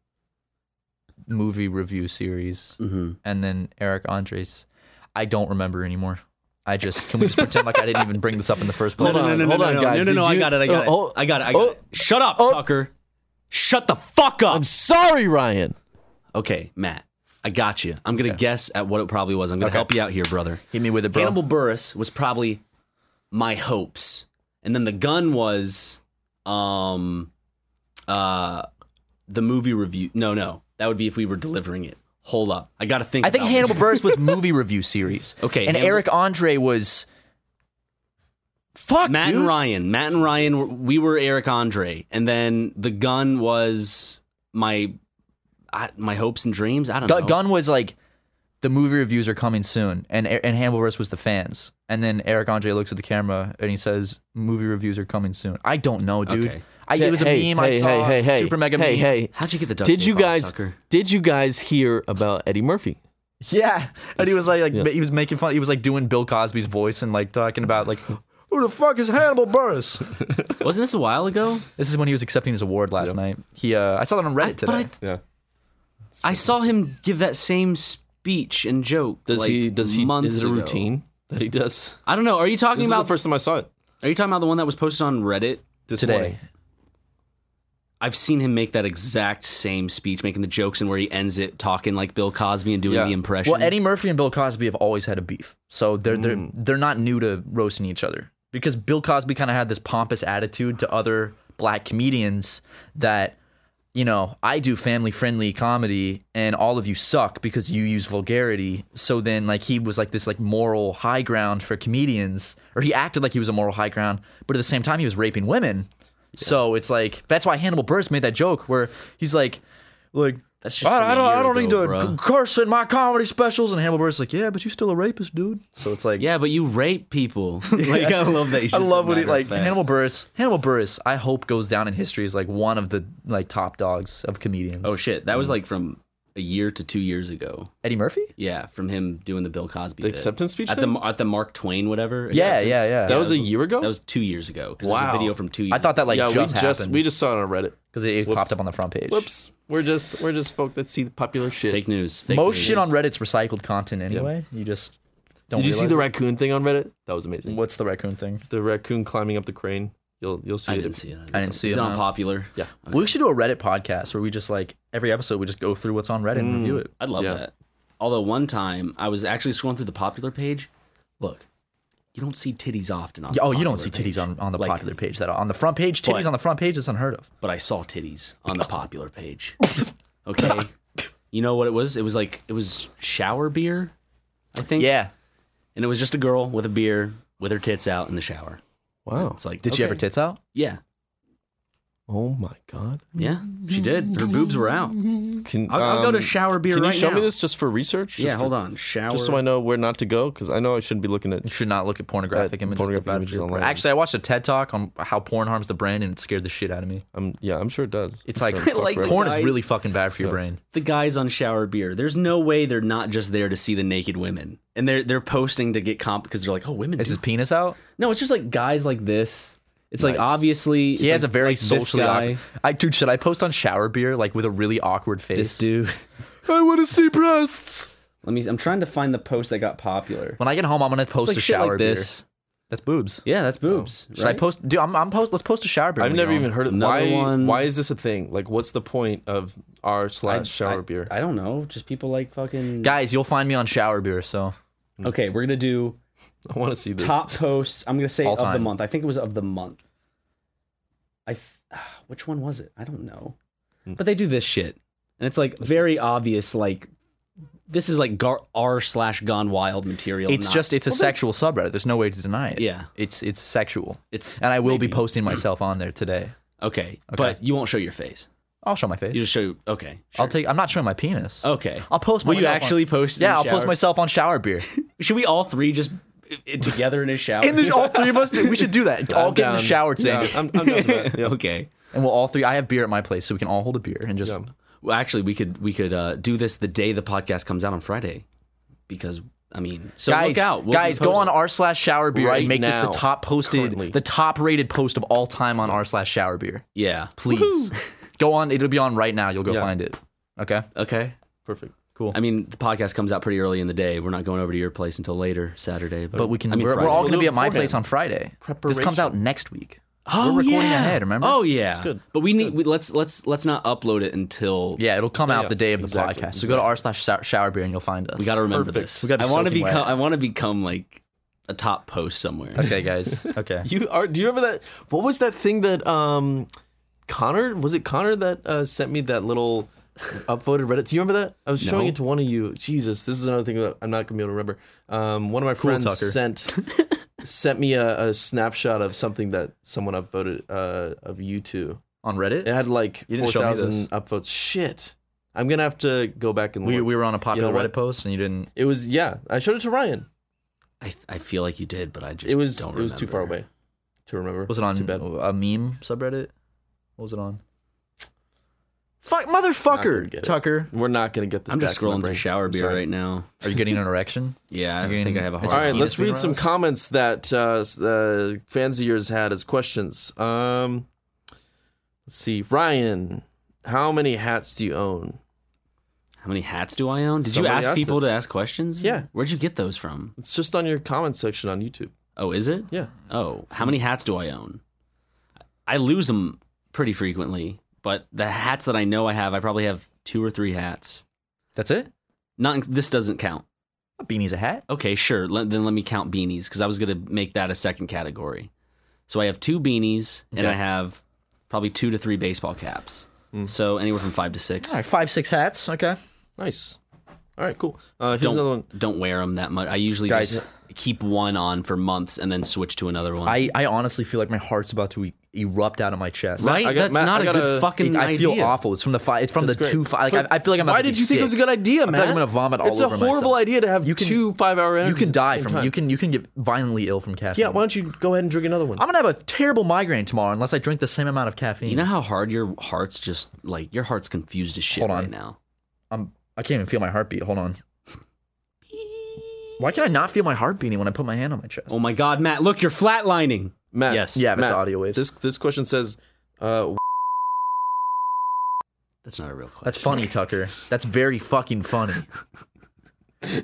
S1: movie review series,
S3: Mm-hmm.
S1: and then Eric Andre's. I don't remember anymore. I just can we just pretend like I didn't even bring this up in the first place?
S2: Hold
S3: no,
S2: on,
S3: no, no,
S2: hold
S3: no,
S2: on,
S3: no,
S2: guys.
S3: No, no, no,
S2: Did
S3: I
S2: you-
S3: got it. I got
S2: oh,
S3: it. I got it. I got
S2: oh,
S3: it. Shut up, Tucker. Shut the fuck up.
S2: I'm sorry, Ryan.
S3: Okay, Matt. I got you. I'm gonna guess at what it probably was. I'm gonna help you out here, brother.
S1: Hit me with it, bro.
S3: Hannibal Burris was probably my hopes, and then the gun was, um, uh, the movie review. No, no, that would be if we were delivering it. Hold up, I got to think.
S1: I think
S3: about this.
S1: Hannibal Burris was movie review series.
S3: Okay,
S1: and
S3: Hannibal-
S1: Eric Andre was. Fuck,
S3: Matt
S1: dude.
S3: and Ryan. Matt and Ryan. were- We were Eric Andre, and then the gun was my I, my hopes and dreams. I don't
S1: Gu-
S3: know.
S1: Gunn was like, the movie reviews are coming soon, and E-, and Hannibal Buress was the fans, and then Eric Andre looks at the camera and he says, "Movie reviews are coming soon." I don't know, dude.
S3: Okay.
S1: I, it was a
S2: hey,
S1: meme
S2: hey,
S1: I saw,
S2: Hey, hey, hey,
S1: super mega
S2: hey,
S1: meme.
S2: hey.
S3: How'd you get the duct
S2: Did you
S3: tape off,
S2: guys?
S3: Tucker?
S2: Did you guys hear about Eddie Murphy?
S1: Yeah, and he was like, like
S2: Yeah.
S1: ma- he was making fun. He was like doing Bill Cosby's voice and like talking about like, who the fuck is Hannibal Burris?
S3: Wasn't this a while ago?
S1: this is when he was accepting his award last night. He, uh, I saw that on Reddit today.
S3: But I,
S2: Yeah.
S3: I saw him give that same speech and joke.
S2: Does
S3: like,
S2: he? Does he?
S3: Months
S2: Is it a
S3: ago.
S2: routine that he does?
S3: I don't know. Are you talking
S2: This is
S3: about?
S2: the first time I saw it.
S3: are you talking about the one that was posted on Reddit?
S2: This
S1: today.
S2: morning.
S3: I've seen him make that exact same speech, making the jokes and where he ends it talking like Bill Cosby and doing
S2: Yeah.
S3: the impression.
S1: Well, Eddie Murphy and Bill Cosby have always had a beef, so they're they're
S3: Mm.
S1: they're not new to roasting each other because Bill Cosby kind of had this pompous attitude to other black comedians that you know I do family friendly comedy and all of you suck because you use vulgarity. So then like he was like this like moral high ground for comedians, or he acted like he was a moral high ground, but at the same time he was raping women. So it's like that's why Hannibal Buress made that joke where he's like, like
S3: That's just from
S1: I, I
S3: a
S1: don't
S3: year
S1: I don't
S3: ago,
S1: need to
S3: bruh.
S1: curse in my comedy specials, and Hannibal Buress is like, yeah, but you still a rapist, dude. So it's like,
S3: Yeah, but you rape people. like I love that. he's
S1: I
S3: just
S1: love
S3: a
S1: what he
S3: matter of
S1: like.
S3: fact.
S1: Hannibal Buress, Hannibal Buress, I hope goes down in history as like one of the like top dogs of comedians.
S3: Oh shit, that was
S1: Mm.
S3: like from a year to two years ago.
S1: Eddie Murphy?
S3: Yeah, from him doing the Bill Cosby
S2: The
S3: bit.
S2: acceptance speech
S3: at
S2: thing?
S3: the at the Mark Twain whatever.
S1: Yeah,
S3: acceptance.
S1: yeah, yeah.
S2: That was a year ago.
S3: That was two years ago. 'cause there's
S2: Wow.
S3: a video from two. years
S1: I thought that like
S2: yeah.
S1: just
S2: we just
S1: happened
S2: we just saw it on Reddit.
S1: because it, it
S2: Whoops.
S1: popped up on the front page.
S2: Whoops. We're just we're just folk that see the popular shit.
S3: Fake news. Fake
S1: Most
S3: news.
S1: shit on Reddit's recycled content anyway. You just don't.
S2: Did you see
S1: realize
S2: the
S1: it.
S2: raccoon thing on Reddit? That was amazing.
S1: What's the raccoon thing?
S2: The raccoon climbing up the crane. You'll you'll see
S3: I
S2: it.
S3: didn't see that.
S1: I didn't see
S3: Is
S1: it, Uh-huh.
S3: it
S1: huh?
S3: on popular? Yeah,
S1: We should do a Reddit podcast where we just like every episode we just go through what's on Reddit and review it.
S3: I'd love
S2: Yeah.
S3: that. Although one time I was actually scrolling through the popular page. Look, you don't see titties often on.
S1: Yeah,
S3: the
S1: oh, you don't
S3: popular
S1: see
S3: page.
S1: titties on, on the
S3: Like-
S1: popular page that on the front page. Titties
S3: But-
S1: on the front page is unheard of.
S3: but I saw titties on the popular page. Okay. You know what it was? It was like it was shower beer, I think. And it was just a girl with a beer with her tits out in the shower.
S2: Wow.
S3: It's like
S1: Did she ever tits out?
S3: Yeah.
S2: Oh my god.
S3: Yeah. She did. Her boobs were out.
S2: Can
S3: I'll, I'll go to
S2: um,
S3: shower beer
S2: Can
S3: right
S2: you show
S3: now.
S2: me this just for research?
S3: Yeah,
S2: Just for-
S3: hold on. Shower.
S2: Just so I know where not to go, because I know I shouldn't be looking at.
S1: You should not look at pornographic
S2: Uh,
S1: images.
S2: pornographic
S1: They're bad for
S2: images
S1: your brain.
S2: online.
S1: Actually, I watched a TED talk on how porn harms the brain, and it scared the shit out of me.
S2: I'm yeah, I'm sure it does.
S1: It's like,
S2: Fuck
S3: like
S2: forever.
S1: porn is
S3: guys-
S1: really fucking bad for your brain.
S3: the guys on shower beer. There's no way they're not just there to see the naked women. And they're they're posting to get comp because they're like, "Oh, women."
S1: Is
S3: do
S1: his penis out?
S3: No, it's just like guys like this. It's like
S2: Nice.
S3: obviously
S1: He
S3: it's
S1: has
S3: like-
S1: a very
S3: like this
S1: socially
S3: guy,
S1: awkward. I, dude, should I post on shower beer like with a really awkward face?
S3: this dude.
S2: I want to see breasts.
S3: Let me. I'm trying to find the post that got popular.
S1: When I get home, I'm gonna post
S3: It's like
S1: a
S3: shit
S1: shower
S3: like
S1: beer.
S3: this.
S1: That's boobs.
S3: Yeah, that's boobs.
S1: Should I
S3: right?
S1: post? Dude, I'm, I'm post. Let's post a shower beer.
S2: I've
S1: when we
S2: never
S1: get
S2: even
S1: home.
S2: heard of
S3: Another
S2: why.
S3: one.
S2: Why is this a thing? Like, what's the point of r slash shower
S3: I-
S2: beer?
S3: I don't know. Just people like fucking.
S1: Guys, you'll find me on shower beer. So
S3: Okay, we're gonna do
S2: I want to see this.
S3: top posts. I'm gonna say
S1: All
S3: of the
S1: time.
S3: month. I think it was of the month. I th- which one was it? I don't know.
S1: Hmm.
S3: But they do this shit, and it's like very obvious. Like this is like gar- r slash gone wild material.
S1: It's
S3: not-
S1: just it's a sexual subreddit. There's no way to deny it.
S3: Yeah.
S1: it's it's sexual,
S3: it's
S1: and I will be posting myself on there today.
S3: okay, but you won't show your face.
S1: I'll show my face.
S3: You just show okay.
S1: I'll take. I'm not showing my penis.
S3: Okay.
S1: I'll post.
S3: Will you
S1: myself on-
S3: actually post? in
S1: Yeah,
S3: the
S1: I'll post
S3: shower?
S1: myself on shower beer.
S3: Should we all three just i- together in a shower?
S1: and there's all three of us. do- We should do that. All get in the
S2: down.
S1: shower today,
S2: Yeah, I'm, I'm down with that. Yeah.
S3: okay.
S1: and we'll all three. I have beer at my place, so we can all hold a beer and just.
S3: Well, actually, we could we could uh, do this the day the podcast comes out on Friday, because I mean, so
S1: guys,
S3: look out, We'll be
S1: guys, go on
S3: posting.
S1: r slash shower beer
S2: Right
S1: and make this
S2: now.
S1: the top posted,
S2: Currently.
S1: the top rated post of all time on r slash shower beer.
S3: Yeah,
S1: Please, go on. It'll be on right now. You'll go
S2: Yeah.
S1: find it.
S3: Uh,
S1: Okay.
S3: okay.
S2: Perfect.
S1: Cool.
S3: I mean, the podcast comes out pretty early in the day. We're not going over to your place until later Saturday,
S1: But we can.
S3: I mean,
S1: we're, we're
S3: Friday.
S1: all going to
S2: We'll do
S1: be
S2: it
S1: at my
S2: beforehand.
S1: place on Friday. This comes out next week.
S3: Oh,
S1: we're recording
S3: yeah.
S1: ahead. Remember?
S3: Oh yeah,
S2: good.
S3: But we need we, let's let's let's not upload it until
S1: yeah. It'll come out the day of the
S2: exactly,
S1: podcast. So go to r slash sou- shower beer and you'll find us.
S3: we got to remember
S2: Perfect.
S3: this.
S1: We gotta be
S3: I want to
S1: soaking
S3: become
S1: wet.
S3: I want to become like a top post somewhere.
S1: Okay, guys. Okay.
S2: You are. Do you remember that? What was that thing that um, Connor was it Connor that uh, sent me that little upvoted Reddit? Do you remember that? I was showing it to one of you. Jesus, this is another thing that I'm not gonna be able to remember. Um, one of my friends
S1: Tucker.
S2: sent sent me a, a snapshot of something that someone upvoted uh, of you two.
S1: on Reddit.
S2: It had like
S1: You
S2: four
S1: didn't show me this.
S2: thousand upvotes. Shit, I'm gonna have to go back and
S1: We,
S2: look.
S1: we were on a popular
S2: You know what?
S1: Reddit post and you didn't.
S2: It was yeah. I showed it to Ryan.
S3: I, I feel like you did, but I just
S2: It was
S3: don't
S2: it was too far
S3: remember.
S2: away to remember.
S1: Was it
S2: It's
S1: on Oh,
S2: Too bad.
S1: a meme subreddit? What was it on? Fuck,
S2: Not gonna
S1: motherfucker,
S2: get it.
S1: Tucker.
S2: We're not gonna get this.
S3: I'm just
S2: back in my
S3: scrolling through
S2: brain.
S3: shower
S2: I'm
S3: beer
S2: sorry.
S3: right now.
S1: Are you getting an erection?
S3: Yeah, I
S1: You're
S3: think
S1: getting-
S3: I have a
S1: is
S3: hard.
S1: it
S2: All right,
S1: penis
S2: let's
S1: being
S2: read some
S1: aroused?
S2: comments that uh, s- uh, fans of yours had as questions. Um, let's see, Ryan, how many hats do you own?
S3: How many hats do I own? Did
S2: Somebody
S3: you ask
S2: asked
S3: people to ask questions?
S2: Yeah.
S3: Where'd you get those from?
S2: It's just on your comment section on YouTube.
S3: Oh, is it?
S2: Yeah,
S3: Oh, how many hats do I own? I lose them pretty frequently, but the hats that I know I have, I probably have two or three hats.
S1: That's it.
S3: Not this doesn't count.
S1: A beanie's a hat.
S3: Okay, sure. Let, then let me count beanies because I was gonna make that a second category. So I have two beanies and I have probably two to three baseball caps.
S2: Hmm.
S3: So anywhere from five to six.
S1: All right, five, six hats. Okay.
S2: nice. All right, cool. Uh, here's
S3: don't
S2: another one.
S3: don't wear them that much. I usually
S1: Guys.
S3: just keep one on for months and then switch to another one.
S1: I, I honestly feel like my heart's about to e- erupt out of my chest.
S3: right?
S2: I got-
S3: That's
S2: Matt,
S3: not
S2: I
S3: a
S2: got
S3: good
S2: a-
S3: fucking
S1: I feel
S3: idea.
S1: awful. It's from the five. It's from
S2: That's
S1: the
S2: great.
S1: two five. Like,
S2: For-
S1: I, I feel like I'm. about
S2: Why
S1: to
S2: did
S1: be
S2: you think it was a
S1: sick.
S2: good idea,
S1: I feel
S2: man?
S1: like I'm gonna vomit all
S2: it's
S1: over
S2: a horrible
S1: myself.
S2: idea to have
S1: You can-
S2: two five-hour
S1: You
S2: energies.
S1: can
S2: at the
S1: die
S2: same
S1: from.
S2: time.
S1: You can you can get violently ill from caffeine.
S2: Yeah, why don't you go ahead and drink another one?
S1: I'm gonna have a terrible migraine tomorrow unless I drink the same amount of caffeine.
S3: You know how hard your heart's just like your heart's confused as shit
S1: Hold on.
S3: right now.
S1: I'm I can't even feel my heartbeat. Hold on. Why can I not feel my heart beating when I put my hand on my chest?
S3: Oh my god, Matt! Look, you're flatlining.
S2: Matt.
S3: Yes.
S1: yeah, but it's
S2: Matt,
S1: audio waves.
S2: This this question says, uh,
S3: That's not a real question.
S1: That's funny, Tucker. That's very fucking funny.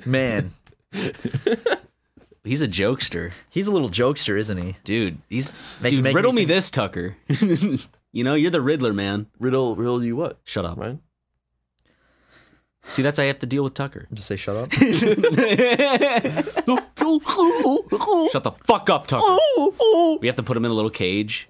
S1: Man,
S3: He's a jokester,
S1: he's a little jokester, isn't he?
S3: dude. He's
S1: Make-
S3: dude.
S1: make
S3: riddle
S1: me
S3: me, this, Tucker. you know you're the Riddler, man.
S2: riddle riddle you what?
S3: Shut up.
S2: Ryan.
S3: See, that's how you have to deal with Tucker.
S1: Just say shut up.
S3: Shut the fuck up, Tucker.
S2: Oh.
S3: We have to put him in a little cage.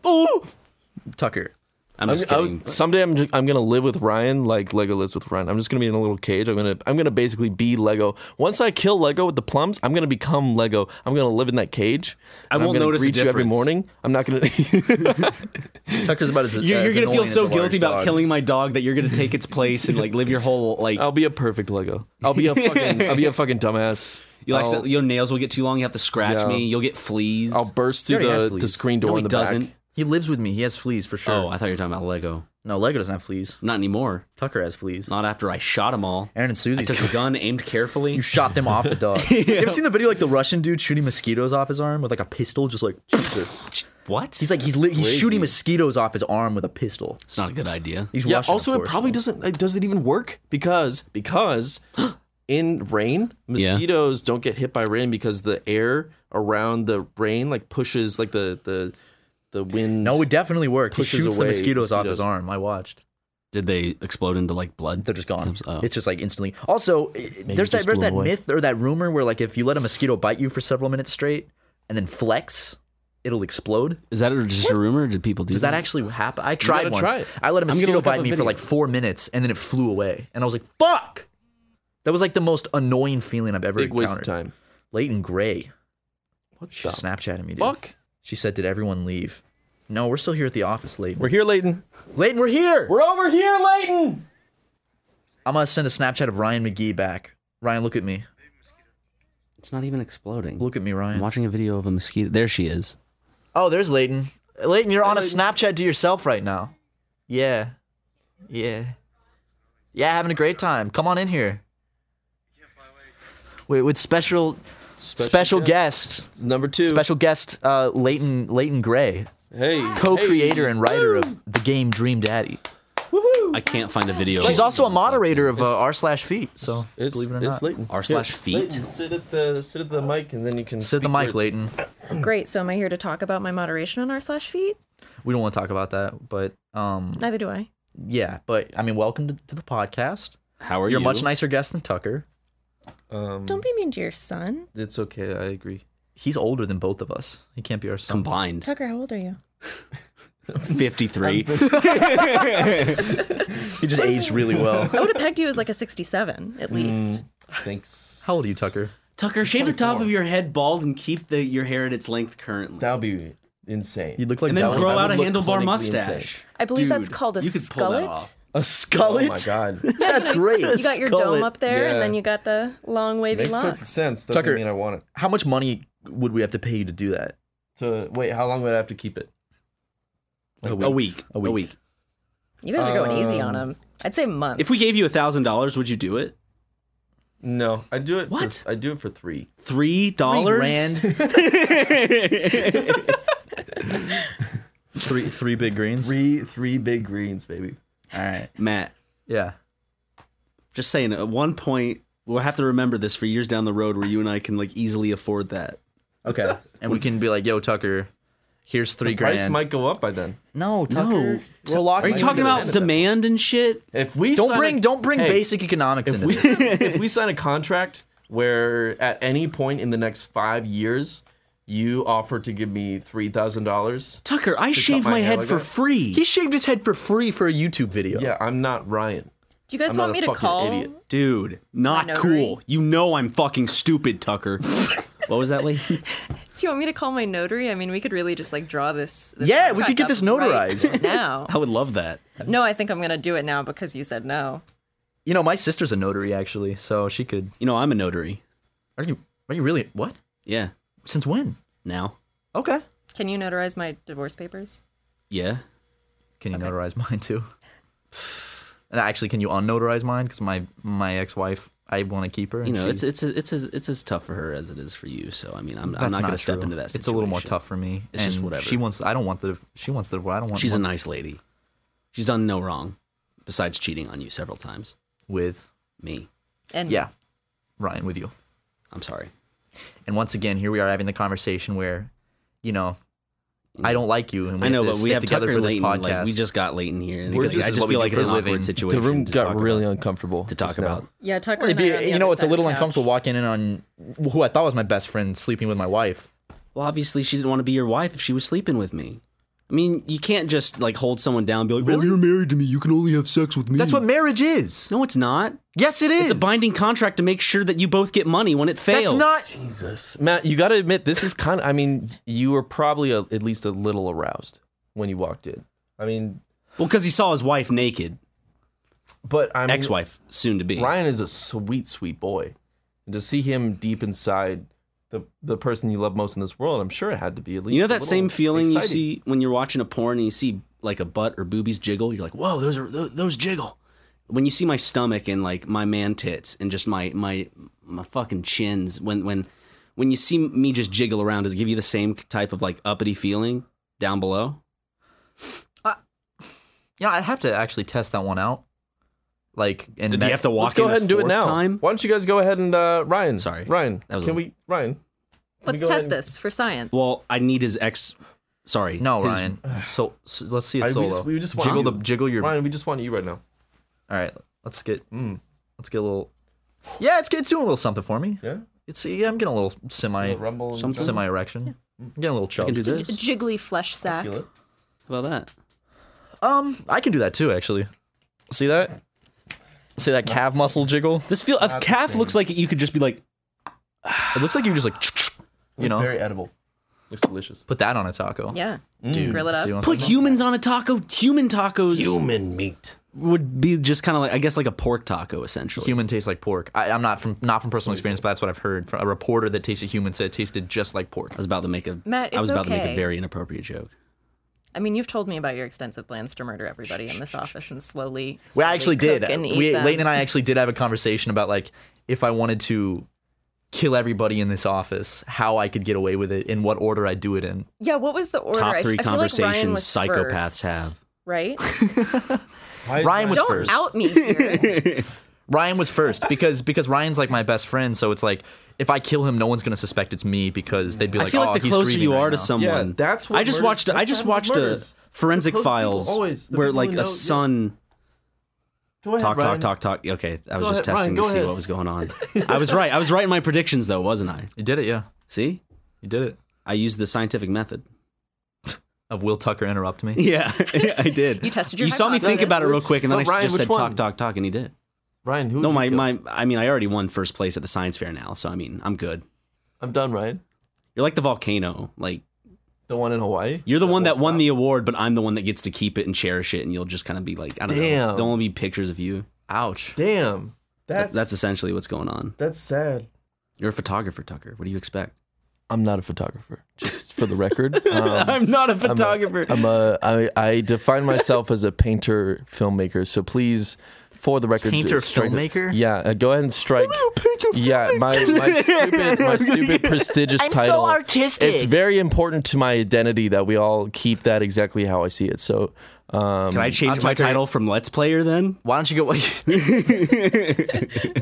S1: Tucker.
S3: I'm
S2: I'm,
S3: just
S2: Oh. I would-
S3: kidding.
S2: someday I'm just, I'm gonna live with Ryan like Lego lives with Ryan. I'm just gonna be in a little cage. I'm gonna I'm gonna basically be Lego. Once I kill Lego with the plums, I'm gonna become Lego. I'm gonna live in that cage.
S3: I
S2: and I'm
S3: won't
S2: gonna
S3: notice a
S2: greet you every
S3: difference.
S2: morning. I'm not gonna.
S1: Tucker's about as
S3: You're,
S1: as
S3: you're gonna
S1: annoying
S3: feel
S1: as
S3: so
S1: a large
S3: guilty about
S1: dog.
S3: killing my dog that you're gonna take its place and like live your whole like.
S2: I'll be a perfect Lego. I'll be a fucking I'll be a fucking dumbass.
S3: You'll
S2: I'll,
S3: accident- your nails will get too long. You have to scratch
S2: oh. Yeah.
S3: me. You'll get fleas.
S2: I'll burst
S1: He
S2: through
S1: already
S2: the,
S1: has fleas.
S2: the screen door
S3: No,
S2: in
S3: he
S2: the
S3: doesn't.
S2: back.
S1: He lives with me. He has fleas for sure.
S3: Oh, I thought you were talking about Lego.
S1: no, Lego doesn't have fleas.
S3: Not anymore.
S1: Tucker has fleas.
S3: Not after I shot them all.
S1: Aaron and
S3: I
S1: Susie.
S3: took a gun aimed carefully.
S1: You shot them off the dog. You ever seen the video like the Russian dude shooting mosquitoes off his arm with like a pistol? Just like
S2: This.
S3: what?
S1: he's like he's li- he's shooting mosquitoes off his arm with a pistol.
S3: it's not a good idea.
S1: He's
S2: Yeah.
S1: Russian, of
S2: also, it
S1: course,
S2: probably
S1: though.
S2: doesn't. It doesn't even work because because in rain,
S3: Yeah.
S2: mosquitoes don't get hit by rain because the air around the rain like pushes like the the the wind.
S1: No, it definitely worked. He
S2: Pushes
S1: shoots the
S2: away
S1: mosquitoes, off his arm.
S2: mosquitoes.
S1: I watched.
S3: Did they explode into like blood?
S1: They're just gone.
S3: Oh.
S1: It's just like instantly. Also, i- there's that
S2: just
S1: there's
S2: blew
S1: that
S2: away.
S1: myth or that rumor where like if you let a mosquito bite you for several minutes straight and then flex, it'll explode.
S3: Is that just a rumor? Or did people do
S1: Does that actually happen? I tried
S5: gotta
S1: once.
S5: try it.
S1: I let a
S5: I'm gonna
S1: mosquito
S5: look up
S1: bite
S5: a
S1: me for
S5: video.
S1: like four minutes, and then it flew away, and I was like, "Fuck!" That was like the most annoying feeling I've ever
S2: Big waste
S1: encountered.
S2: of time.
S1: Leighton Gray.
S2: What
S1: She
S2: the
S1: Snapchatted me. Dude.
S2: fuck?
S1: She said, "Did everyone leave?" No, we're still here at the office, Leighton.
S2: We're here, Layton.
S1: Leighton, we're here.
S2: We're over here, Layton.
S1: I'm gonna send a Snapchat of Ryan McGee back. Ryan, look at me.
S3: It's not even exploding.
S1: Look at me,
S3: I'm
S1: Ryan.
S3: watching a video of a mosquito. There she is.
S1: Oh, there's Leighton. Leighton, you're on a Snapchat to yourself right now. Yeah. Yeah. Yeah, having a great time. Come on in here. Wait, with special special, guest,
S2: Number two.
S1: special guest uh Leighton Leighton Gray,
S2: Hey.
S1: co-creator and writer of the game Dream Daddy.
S3: I can't find a video.
S1: She's also a moderator of uh, r slash feet, so
S2: It's,
S1: believe it or
S2: it's
S1: not.
S2: Leighton.
S3: R slash feet.
S2: Leighton, sit at the sit at the mic, and then you can
S1: Sit at the
S2: speak
S1: mic,
S2: words.
S1: Leighton.
S6: Great. So am I here to talk about my moderation on r slash feet?
S1: We don't want to talk about that, but um
S6: Neither do I.
S1: yeah, but I mean welcome to, to the podcast.
S3: How are
S1: You're
S3: you?
S1: a much nicer guest than Tucker.
S2: Um,
S6: Don't be mean to your son.
S2: It's okay. I agree.
S1: He's older than both of us. He can't be our son.
S3: combined.
S6: Tucker, how old are you?
S3: Fifty three.
S1: He just aged really well.
S6: I would have pegged you as like a 67
S2: Hmm.
S6: at least.
S2: Mm, Thanks.
S1: How old are you, Tucker?
S3: Tucker, shave the top of your head bald and keep the your hair at its length currently.
S2: That would be insane.
S1: You look like
S3: and then
S1: that
S3: grow
S1: one.
S3: out a
S2: would look
S3: handlebar
S2: clinically
S3: mustache.
S6: I believe that's
S3: Dude,
S6: called a
S3: you could pull that
S6: skullet.
S3: off.
S1: a
S2: Oh
S1: skullet.
S2: my god.
S1: That's great.
S6: You got your
S1: Skullet.
S6: dome up there,
S2: Yeah.
S6: and then you got the long wavy
S2: Makes perfect
S6: locks.
S2: sense. Doesn't
S1: Tucker-
S2: mean I want it.
S1: How much money would we have to pay you to do that?
S2: To wait, how long would I have to keep it?
S1: Like
S3: A week. A week.
S6: You guys are going easy on him. I'd say month.
S3: If we gave you a thousand dollars, would you do it?
S2: No, I do it.
S3: What?
S2: For, I do it for three.
S3: Three dollars.
S1: Rand. three three big greens.
S2: Three, three big greens, baby.
S1: All right.
S3: Matt,
S1: Yeah.
S3: just saying. At one point, we'll have to remember this for years down the road, where you and I can like easily afford that.
S1: Okay. And we can be like, yo, Tucker, here's three
S2: Price
S1: grand.
S2: might go up by then.
S1: no, Tucker. We're locked.
S3: Are you
S1: in.
S3: talking about demand and shit?
S2: If we
S1: Don't
S2: sign a-
S1: bring don't bring
S2: Hey,
S1: basic economics into
S2: We,
S1: this.
S2: if we sign a contract where at any point in the next five years you offer to give me three thousand dollars,
S3: Tucker, I shaved
S2: my
S3: my
S2: hair
S3: head
S2: like
S3: for
S2: that?
S3: free.
S1: uh, He shaved his head for free for a YouTube video.
S2: yeah, I'm not Ryan.
S6: Do you guys
S2: I'm
S6: want
S2: not
S6: me
S2: a
S6: to
S2: fucking
S6: call?
S2: idiot.
S3: Dude, not
S6: My notary?
S3: cool. You know I'm fucking stupid, Tucker. what was that, Lee?
S6: Do you want me to call my notary? I mean, we could really just like draw this. this
S1: Yeah, we
S6: contract
S1: could get
S6: up
S1: this
S6: right
S1: notarized.
S6: now.
S3: I would love that.
S6: No, I think I'm gonna do it now because you said no.
S1: You know, my sister's a notary actually, so she could.
S3: You know, I'm a notary.
S1: Are you? Are you really? What?
S3: Yeah.
S1: Since when?
S3: Now.
S1: Okay.
S6: Can you notarize my divorce papers?
S3: Yeah.
S1: Can you notarize mine too? And actually, can you unnotarize mine? Because my my ex wife, I want to keep her.
S3: You
S1: and
S3: know,
S1: she-
S3: it's it's it's as it's as tough for her as it is for you. So I mean, I'm, I'm
S1: that's
S3: not, going to step
S1: true.
S3: into that. Situation.
S1: It's a little more tough for me.
S3: It's just
S1: and
S3: whatever.
S1: She wants. I don't want the. She wants the. I don't want.
S3: She's a
S1: one
S3: nice lady. She's done no wrong, besides cheating on you several times.
S1: with.
S3: Me. Mm.
S6: And
S1: Yeah, Ryan, with you.
S3: I'm sorry.
S1: And once again, here we are having the conversation where, you know, Mm. I don't like you, and we
S3: I know,
S1: have to
S3: but
S1: stick
S3: we have
S1: together
S3: Tucker
S1: for
S3: and
S1: this
S3: Leighton.
S1: podcast.
S3: Like we just got Leighton here, and
S1: We're-
S3: because
S1: this
S3: I
S1: is
S3: just
S1: what we
S3: feel
S1: do
S3: like
S1: for
S3: it's
S1: a
S3: an
S1: living.
S3: awkward
S1: The
S3: situation. to talk about.
S2: uncomfortable
S3: to talk
S2: just now.
S3: about.
S6: yeah, Tucker.
S1: Well, it'd
S6: and I
S1: be-
S6: are on the
S1: you know,
S6: other
S1: it's a
S6: side of
S1: little
S6: the couch.
S1: uncomfortable walking in on who I thought was my best friend sleeping with my wife.
S3: Well, obviously, she didn't want to be your wife if she was sleeping with me. I mean, you can't just like hold someone down and be like, "Well, you're married to me. You can only have sex with me."
S1: That's what marriage is.
S3: No, it's not.
S1: Yes, it is.
S3: It's a binding contract to make sure that you both get money when it fails.
S1: That's not.
S2: Jesus, Matt, you got to admit this is kind. of, I mean, you were probably a, at least a little aroused when you walked in. I mean,
S3: well because he saw his wife naked,
S2: but I mean,
S3: ex-wife, soon to be.
S2: Ryan is a sweet, sweet boy, and to see him deep inside the the person you love most in this world, I'm sure it had to be at least.
S3: You know
S2: a
S3: that
S2: little
S3: same feeling
S2: exciting.
S3: you see when you're watching a porn and you see like a butt or boobies jiggle. You're like, "Whoa, those are those, those jiggle." When you see my stomach and like my man tits and just my my my fucking chins, when when when you see me just jiggle around, does it give you the same type of like uppity feeling down below?
S1: Yeah, I'd have to actually test that one out. Like, and
S3: Do you have to walk
S2: Let's go
S3: in
S2: ahead
S3: a
S2: and do it
S3: fourth
S2: now.
S3: Time?
S2: Why don't you guys go ahead and uh, Ryan?
S3: Sorry.
S2: Ryan.
S3: That was
S2: can
S3: a-
S2: we Ryan? can we
S6: Let's
S2: go ahead
S6: test
S2: and-
S6: this for science.
S3: Well, I need his ex. Sorry,
S1: No,
S3: his-
S1: Ryan. So, so let's see
S2: I-
S1: it
S2: we
S1: solo.
S2: just- we just want
S1: jiggle
S2: you.
S1: the jiggle your.
S2: Ryan, we just want you right now.
S1: All right, let's get. mm, Let's get a little. Yeah, it's it's doing a little something for me.
S2: Yeah.
S1: It's yeah, I'm getting a little semi
S2: rumble.
S3: Something.
S1: semi erection. Getting a little chubby.
S3: I can do
S6: Just a
S3: this.
S6: jiggly flesh sack.
S3: Feel it. How about that?
S1: Um, I can do that too, actually. See that? See that calf muscle jiggle?
S3: This feel a calf looks like you could just be like,
S1: It looks like you just like, you know,
S2: edible. Looks delicious.
S1: put that on a taco.
S6: Yeah.
S1: Mm.
S6: Grill it
S1: See
S6: up.
S1: what I'm
S3: put
S1: saying?
S3: humans on a taco. Human tacos
S7: Human meat.
S3: would be just kind of like I guess like a pork taco essentially.
S1: Human tastes like pork. I, I'm not from not from personal experience, but that's what I've heard. From a reporter that tasted human said it tasted just like pork.
S3: I was about to make a
S6: Matt,
S3: I was
S6: it's
S3: about to make a
S6: okay.
S3: very inappropriate joke.
S6: I mean, you've told me about your extensive plans to murder everybody in this office and slowly.
S1: We
S6: slowly
S1: actually did.
S6: cook And eat
S1: We
S6: them.
S1: Leighton and I actually did have a conversation about like if I wanted to kill everybody in this office, how I could get away with it, in what order I'd do it in.
S6: Yeah, what was the order?
S3: Top
S6: I-
S3: three
S6: I feel like Ryan
S3: conversations
S6: was
S3: psychopaths
S6: first,
S3: have.
S6: Right?
S1: Ryan was
S6: Don't
S1: first.
S6: out me here.
S1: Ryan was first because because Ryan's like my best friend, so it's like if I kill him, no one's gonna suspect it's me because they'd be like,
S3: I feel
S1: oh,
S3: like the
S1: he's
S3: closer
S1: grieving
S3: you
S1: right
S3: are
S1: now."
S3: to someone,
S2: Yeah, that's what
S3: I just
S2: murders-
S3: watched. I
S2: that's
S3: just
S2: how it
S3: watched a
S2: murders.
S3: forensic
S2: The close people
S3: files
S2: always- the
S3: where
S2: people
S3: like
S2: who
S3: a
S2: know- yeah.
S3: son
S2: Go ahead,
S3: talk
S2: Ryan.
S3: talk talk talk. Okay, I was
S2: Go
S3: just
S2: ahead, Ryan,
S3: testing
S2: go
S3: to see
S2: ahead.
S3: what was going on. I was right. I was right in my predictions though, wasn't I?
S1: You did it, yeah.
S3: See,
S1: You did it.
S3: I used the scientific method.
S1: Of Will Tucker interrupt me.
S3: Yeah, I did.
S6: You tested your
S3: You saw me think
S6: hypothesis.
S3: about it real quick, and then
S2: But
S3: I
S2: Ryan,
S3: just
S2: which
S3: said
S2: one?
S3: talk talk talk, and he did.
S2: Ryan, who?
S3: No,
S2: would you
S3: my
S2: kill?
S3: my. I mean, I already won first place at the science fair now, so I mean, I'm good.
S2: I'm done, Ryan.
S3: You're like the volcano. Like
S2: The one in Hawaii.
S3: you're the one that
S2: won't
S3: won
S2: stop.
S3: the award, but I'm the one that gets to keep it and cherish it, and you'll just kind of be like, I don't know.
S2: Damn.
S3: There'll only be pictures of you.
S1: Ouch.
S2: Damn. That's
S3: That's,
S2: that's
S3: essentially what's going on.
S2: that's sad.
S3: You're a photographer, Tucker. What do you expect?
S2: I'm not a photographer. Just for the record, um,
S3: I'm not a
S2: I'm a-
S3: photographer.
S2: I'm a, I, I define myself as a painter filmmaker. So please, for the record,
S1: Painter
S2: strike-
S1: filmmaker?
S2: Yeah, uh, go ahead and strike. yeah, my, my stupid, my stupid prestigious title.
S1: artistic.
S2: It's very important to my identity that we all keep that exactly how I see it. So, um,
S3: Can I change my
S1: Tucker-
S3: title from Let's Player then?
S1: Why don't you go like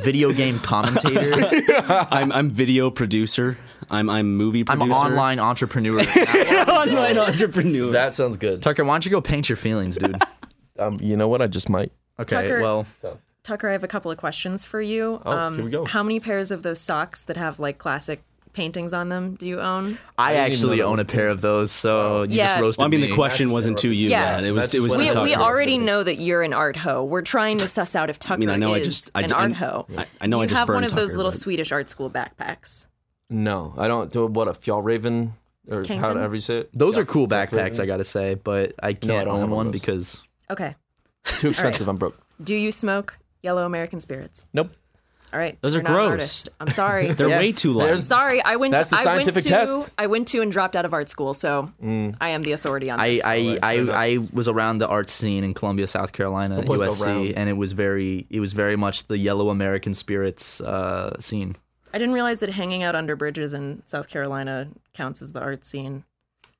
S1: video game commentator?
S3: I'm I'm video producer. I'm I'm movie
S1: I'm
S3: producer.
S1: an online entrepreneur.
S3: online entrepreneur.
S2: that sounds good.
S1: Tucker, why don't you go paint your feelings, dude?
S2: Um, you know what? I just might.
S1: Okay,
S6: Tucker-
S1: well,
S6: Tucker, I have a couple of questions for you. Um,
S2: Oh, here we go.
S6: How many pairs of those socks that have like classic paintings on them do you own?
S1: I,
S2: didn't even
S1: actually
S2: know that
S1: own
S2: was
S1: a pair of those, so you
S6: Yeah.
S1: just roasted
S3: Well, I mean,
S1: me.
S3: the question wasn't to you.
S6: Yeah.
S3: Yeah, it was. It was
S2: That's
S6: We,
S3: to
S2: what-
S3: Tucker.
S6: we already know that you're an art hoe. We're trying to suss out if Tucker
S3: I mean, I know.
S6: is
S3: I just. I,
S6: an
S3: I,
S6: art hoe.
S3: I, I know.
S6: do you
S3: I just
S6: have one
S3: burned
S6: of those
S3: Tucker,
S6: little
S3: but-
S6: Swedish art school backpacks?
S2: No, I don't. Do what a Fjallraven or
S6: Kangen?
S2: how however you say it.
S1: Those are cool
S2: Fjallraven.
S1: backpacks, I gotta say, but I
S2: I
S1: can't
S2: don't have
S1: own
S2: one of
S1: one
S2: those.
S1: because
S6: Okay.
S2: Too expensive. I'm broke.
S6: Do you smoke yellow American spirits?
S2: Nope.
S6: All right.
S3: Those are
S6: you're not an
S3: gross.
S6: artist. I'm sorry.
S3: They're
S1: Yeah.
S3: way too light.
S2: There's-
S6: Sorry, I went.
S2: That's
S6: to,
S2: the scientific
S6: I went to,
S2: test. Mm.
S6: I went to and dropped out of art school, so I am the authority on
S1: I
S6: this.
S1: I, I, I was around the art scene in Columbia, South Carolina,
S2: was
S1: USC,
S2: around.
S1: and it was very it was very much the yellow American spirits uh, scene.
S6: I didn't realize that hanging out under bridges in South Carolina counts as the art scene.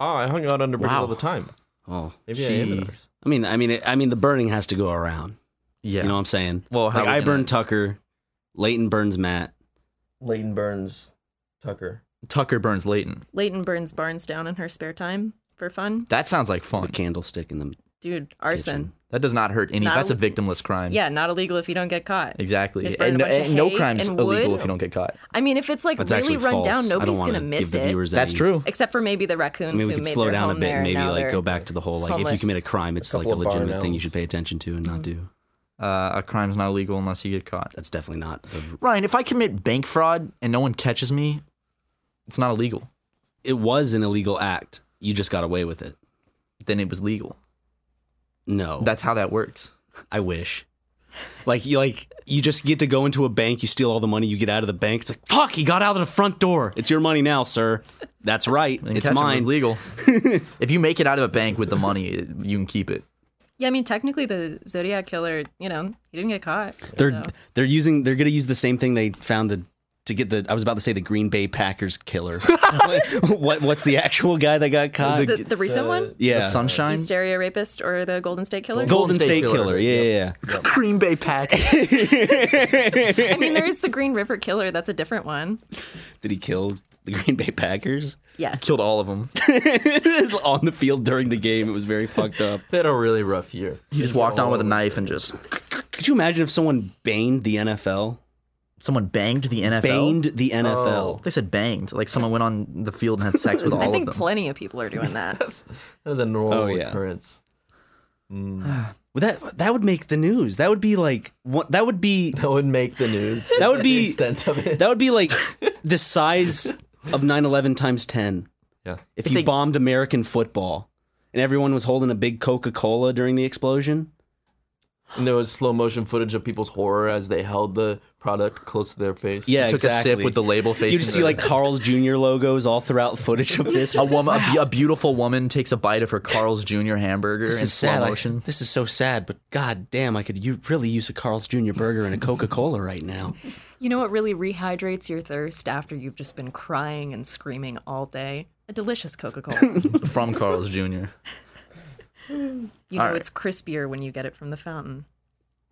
S2: Oh, I hung out under bridges
S3: Wow.
S2: all the time.
S3: Oh,
S2: Maybe I am an artist.
S3: I mean, I mean, it, I mean, the burning has to go around.
S1: Yeah,
S3: You know what I'm saying?
S1: Well, how
S3: like
S1: are we
S3: I
S1: gonna-
S3: burn Tucker, Leighton burns Matt.
S2: Leighton Burns, Tucker.
S1: Tucker burns Leighton.
S6: Leighton burns barns down in her spare time for fun.
S1: That sounds like
S3: The
S1: fun.
S3: candlestick in the
S6: Dude, arson.
S1: That does not hurt any.
S6: Not
S1: that's a
S6: a-
S1: victimless crime.
S6: Yeah, not illegal if you don't get caught.
S1: exactly.
S6: Just burn
S1: And,
S6: a
S1: no-
S6: bunch of
S1: and no
S6: hay
S1: crime's
S6: and
S1: illegal
S6: wood.
S1: if you don't get caught.
S6: I mean, if it's like
S3: That's
S6: really
S3: actually
S6: run
S3: false.
S6: down,
S3: I don't
S6: nobody's
S3: wanna
S6: gonna
S3: give
S6: miss
S3: the
S6: it.
S3: viewers
S1: That's
S3: any-
S1: true.
S6: Except for maybe the
S3: I
S6: raccoons
S3: mean, we
S6: who
S3: could
S6: made
S3: slow
S6: their
S3: down a
S6: home
S3: bit.
S6: there.
S3: and Maybe
S6: now
S3: like
S6: they're-
S3: go back to the whole like if you
S6: homeless. Hmm.
S3: commit a crime, it's like a
S2: couple of
S3: legitimate
S2: barn
S3: thing you
S2: elms.
S3: should pay attention to and not do.
S1: Uh, a crime's not illegal unless you get caught.
S3: That's definitely not. The,
S1: Ryan, if I commit bank fraud and no one catches me, it's not illegal.
S3: it was an illegal act. You just got away with it.
S1: Then it was legal.
S3: No,
S1: That's how that works.
S3: I wish. Like you like you just get to go into a bank, you steal all the money, you get out of the bank. It's like fuck, he got out of the front door. It's your money now, sir. That's right.
S1: And
S3: it's
S1: catch 'em
S3: mine.
S1: is legal. if you make it out of a bank with the money, it, you can keep it.
S6: Yeah, I mean, technically, the Zodiac killer, you know, he didn't get caught.
S3: They're
S6: so.
S3: they're using they're gonna use the same thing they found the, to get the I was about to say the Green Bay Packers killer. what, what what's the actual guy that got caught?
S6: Uh, the, the recent one,
S3: yeah,
S1: The sunshine,
S6: Hysteria Rapist or the Golden State Killer.
S3: Golden State, killer. Yeah, yeah, yeah.
S1: Green Bay Pack.
S6: I mean, there is the Green River Killer. That's a different one.
S3: Did he kill the Green Bay Packers
S6: Yes.
S1: Killed all of them.
S3: on the field during the game? It was very fucked up.
S2: They had a really rough year.
S1: He just walked on with a knife and just.
S3: Could you imagine if someone baned the NFL?
S1: someone banged the NFL.
S3: Baned the NFL.
S1: Oh. They said banged. Like someone went on the field and had sex with all
S6: I think
S1: of them.
S6: plenty of people are doing that.
S2: That is a normal
S3: Oh, yeah.
S2: occurrence.
S3: Well, that that would make the news. That would be like what that would be
S2: That would make the news.
S3: that would be
S2: extent of it.
S3: that would be like the size of 9/11 times 10.
S2: Yeah.
S3: If, you bombed American football and everyone was holding a big Coca-Cola during the explosion.
S2: And there was slow motion footage of people's horror as they held the product close to their face.
S3: Yeah,
S1: Took
S3: exactly.
S1: a sip with the label facing.
S3: You'd see
S1: the-
S3: like Carl's Jr. logos all throughout footage of this.
S1: a woman, a, be- a beautiful woman takes a bite of her Carl's Jr. hamburger
S3: This
S1: in
S3: is
S1: slow
S3: sad. I-
S1: motion.
S3: this is so sad, but god damn, I could u- really use a Carl's Jr. burger and a Coca-Cola right now.
S6: You know what really rehydrates your thirst after you've just been crying and screaming all day? A delicious Coca Cola.
S1: from Carl's Jr.
S6: You know
S1: All right.
S6: it's crispier when you get it from the fountain.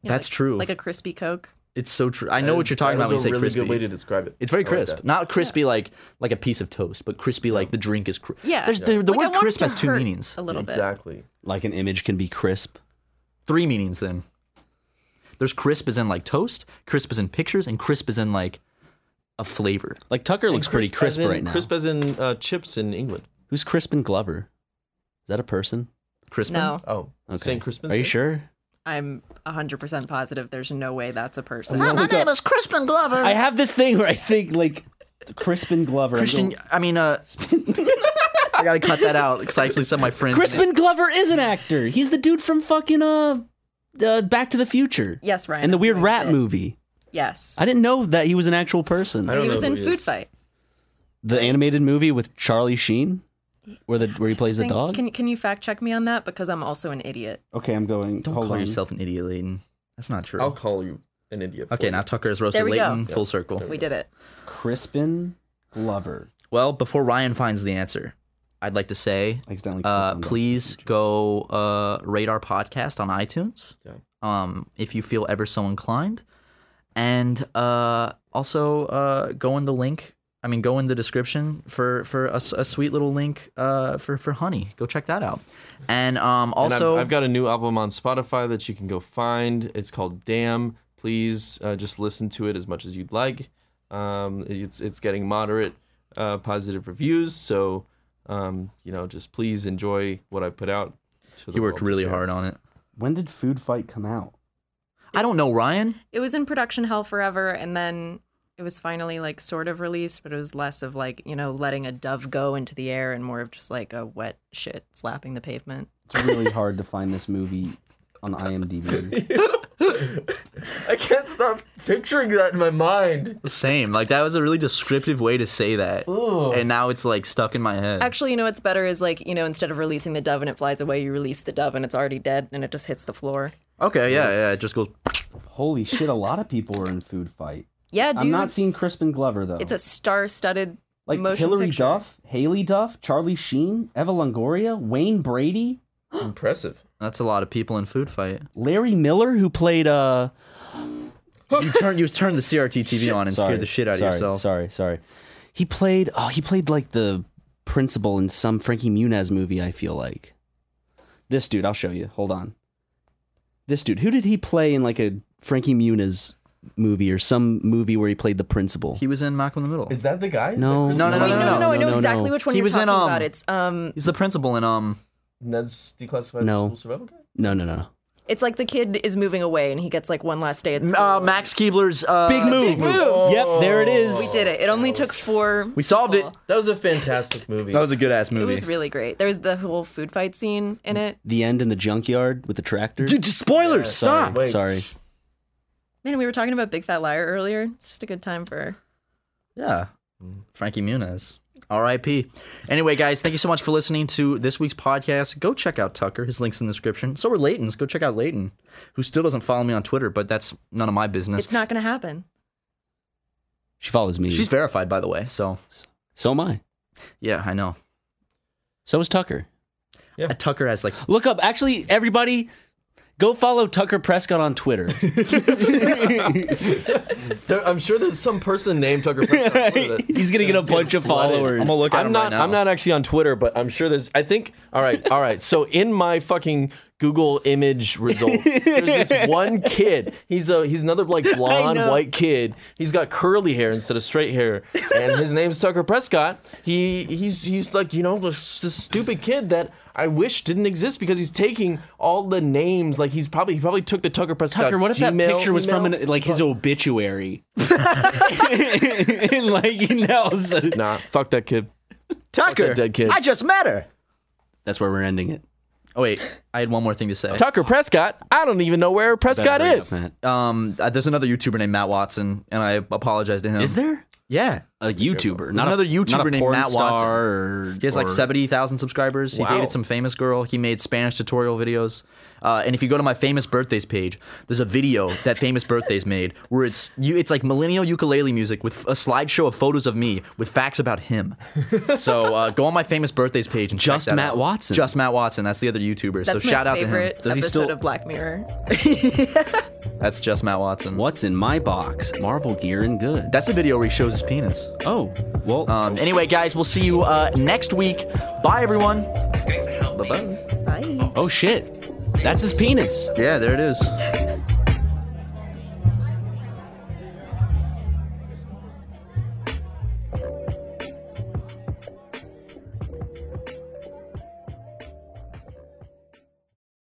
S6: You know,
S1: That's
S6: like-
S1: true.
S6: Like a crispy Coke.
S1: It's so true. I know what you're talking about when you say
S2: really
S1: crispy.
S2: good way to describe it.
S1: It's very
S2: I like
S1: crisp,
S2: that.
S1: not crispy like like a piece of toast, but crispy like the drink is. Cri-
S6: Yeah.
S1: There's, the the
S6: Like, I
S1: word
S6: want it
S1: crisp
S6: to
S1: has two
S6: hurt
S1: meanings,
S6: A little bit.
S2: Exactly.
S3: Like an image can be crisp.
S1: three meanings. Then there's crisp is in like toast, crisp is in pictures, and crisp is in like a flavor.
S3: Like Tucker looks pretty crisp
S2: as in,
S3: right now.
S2: Crisp as in uh, chips in England.
S3: Who's Crispin Glover? Is that a person?
S1: Crisp.
S6: No,
S2: Oh,
S3: Okay.
S2: St. Crispin's
S3: Are you
S2: Day?
S3: sure?
S6: I'm 100% positive there's no way that's a person.
S1: name is Crispin Glover.
S3: I have this thing where I think like Crispin Glover. I'm
S1: Christian.
S3: going-
S1: I mean, uh, I gotta cut that out because I actually said my friend.
S3: Crispin Glover is an actor. He's the dude from fucking uh, uh Back to the Future.
S6: Yes, Ryan,
S3: And the
S6: I'm
S3: weird
S6: doing
S3: rat
S6: it.
S3: movie.
S6: yes.
S3: I didn't know that he was an actual person.
S2: I don't
S6: he
S2: know
S6: was
S2: who
S6: in
S2: he
S6: Food
S2: is.
S6: Fight.
S3: The animated movie with Charlie Sheen, where the where he plays the
S6: Think-
S3: dog.
S6: Can, can you fact check me on that? Because I'm also an idiot.
S3: Okay, I'm going.
S1: Don't call yourself an idiot, Layton. That's not true.
S2: I'll call you an idiot. for
S1: okay,
S2: you.
S1: now Tucker has roasted
S6: There we go.
S1: Layton full circle.
S6: We did it.
S3: Crispin Glover.
S1: Well, before Ryan finds the answer, I'd like to say
S3: Accidentally.
S1: uh, please go uh, rate our podcast on iTunes um, if you feel ever so inclined. And uh, also uh, go in the link. I mean, go in the description for for a, s- a sweet little link uh, for for honey. Go check that out. And um,
S2: And I've-
S1: also,
S2: I've, got a new album on Spotify that you can go find. It's called Damn. Please uh, just listen to it as much as you'd like. Um, it's it's getting moderate uh, positive reviews, so um, you know just please enjoy what I put out. to the
S1: you worked
S2: world to
S1: really
S2: share.
S1: hard on it.
S3: When did Food Fight come out?
S1: I don't know, Ryan.
S6: It was in production hell forever, and then it was finally like sort of released, but it was less of like, you know, letting a dove go into the air and more of just like a wet shit slapping the pavement.
S8: It's really hard to find this movie on IMDb.
S2: I can't stop picturing that in my mind.
S1: Same. Like that was a really descriptive way to say that, and now it's like stuck in my head.
S6: Actually, you know what's better is like, you know, instead of releasing the dove and it flies away, you release the dove and it's already dead and it just hits the floor.
S1: okay, yeah, yeah. It just goes.
S8: Holy shit, a lot of people were in Food Fight.
S6: Yeah, dude.
S8: I'm not seeing Crispin Glover though.
S6: it's a star studded
S8: like
S6: motion
S8: Hilary
S6: picture.
S8: Duff, Haley Duff, Charlie Sheen, Eva Longoria, Wayne Brady,
S2: Impressive.
S1: That's a lot of people in food fight.
S3: Larry Miller, who played uh
S1: you turn you turned the CRT TV on and
S8: Sorry,
S1: scared the shit out
S8: sorry,
S1: of yourself.
S8: Sorry, sorry.
S3: He played oh he played like the principal in some Frankie Muniz movie, I feel like. This dude, I'll show you. Hold on. This dude, who did he play in like a Frankie Muniz movie or some movie where he played the principal?
S1: He was in Malcolm in the Middle.
S2: that the guy?
S3: no,
S1: No, no, no,
S6: Wait, no, no, no, I know
S3: no,
S6: exactly
S3: no.
S6: which one
S1: He
S6: you're
S1: was in,
S6: talking
S1: um,
S6: about. It's um,
S1: He's the principal in um.
S2: Ned's declassified
S3: No.
S2: school survival guy.
S3: No, no, no. no.
S6: it's like the kid is moving away and he gets like one last day at school.
S1: Uh, Max Keebler's uh,
S3: Big move. Oh. Yep, there it
S6: we
S3: is.
S6: did it. It only took four.
S1: We solved it.
S6: people.
S2: That was a fantastic movie.
S1: That was a good ass
S6: It
S1: movie.
S6: was really great. There was the whole food fight scene in it.
S3: The end in the junkyard with the tractor.
S1: Dude, just spoilers.
S3: sorry,
S1: stop.
S2: Wait.
S3: sorry.
S6: Man, we were talking about Big Fat Liar earlier. It's just a good time for.
S1: Yeah. Frankie Muniz. R.I.P. Anyway, guys, thank you so much for listening to this week's podcast. Go check out Tucker. His link's in the description. So are Layton's. Go check out Layton, who still doesn't follow me on Twitter, but that's none of my business.
S6: It's not going to happen.
S3: She follows me.
S1: She's verified, by the way. So,
S3: so am I.
S1: yeah, I know.
S3: So is Tucker.
S2: Yeah.
S1: Tucker has like
S3: Look up. Actually, everybody, go follow Tucker Prescott on Twitter.
S2: There- I'm sure there's some person named Tucker Prescott. on Twitter that-
S3: He's gonna get a bunch of followers.
S1: I'm gonna look at
S2: I'm
S1: him
S2: not.
S1: right now.
S2: I'm not actually on Twitter, but I'm sure there's. I think. All right. All right. So in my fucking Google image results. There's this one kid. He's a he's another like blonde white kid. He's got curly hair instead of straight hair, and his name's Tucker Prescott. He he's he's like you know this, this stupid kid that. I wish didn't exist because he's taking all the names. Like he's probably he probably took the Tucker Prescott.
S3: Tucker, what if that
S2: Gmail
S3: picture was from
S2: email.
S3: an, like his obituary? and like you know, so-
S2: Nah, fuck that kid.
S1: Tucker,
S2: that dead kid.
S1: I just met her.
S3: that's where we're ending it.
S1: Oh wait, I had one more thing to say.
S2: Tucker Prescott. I don't even know where Prescott
S3: Better bring
S2: is.
S3: up, Matt.
S1: Um, uh, there's another YouTuber named Matt Watson, and I apologize to him.
S3: Is there
S1: Yeah,
S3: a YouTuber? Not
S1: another
S3: a, not
S1: YouTuber
S3: a
S1: named
S3: porn
S1: Matt Watson.
S3: star Or,
S1: he has like
S3: or-
S1: seventy thousand subscribers. He dated some famous girl. He made Spanish tutorial videos. Uh, and if you go to my famous birthdays page, there's a video that famous birthdays made where it's you, it's like millennial ukulele music with a slideshow of photos of me with facts about him. So uh, go on my famous birthdays page and check
S3: Just
S1: that
S3: Matt
S1: out.
S3: Watson.
S1: Just Matt Watson. That's the other YouTuber.
S6: That's
S1: so
S6: my
S1: shout out to him.
S6: favorite
S3: Does he
S6: episode
S3: still-
S6: of Black Mirror.
S1: That's just Matt Watson.
S3: What's in my box? Marvel gear and goods.
S1: That's the video where he shows his penis.
S3: oh well.
S1: Um, anyway, guys, we'll see you uh, next week. Bye, everyone.
S6: Bye.
S3: oh shit. That's his penis.
S1: Yeah, there it is.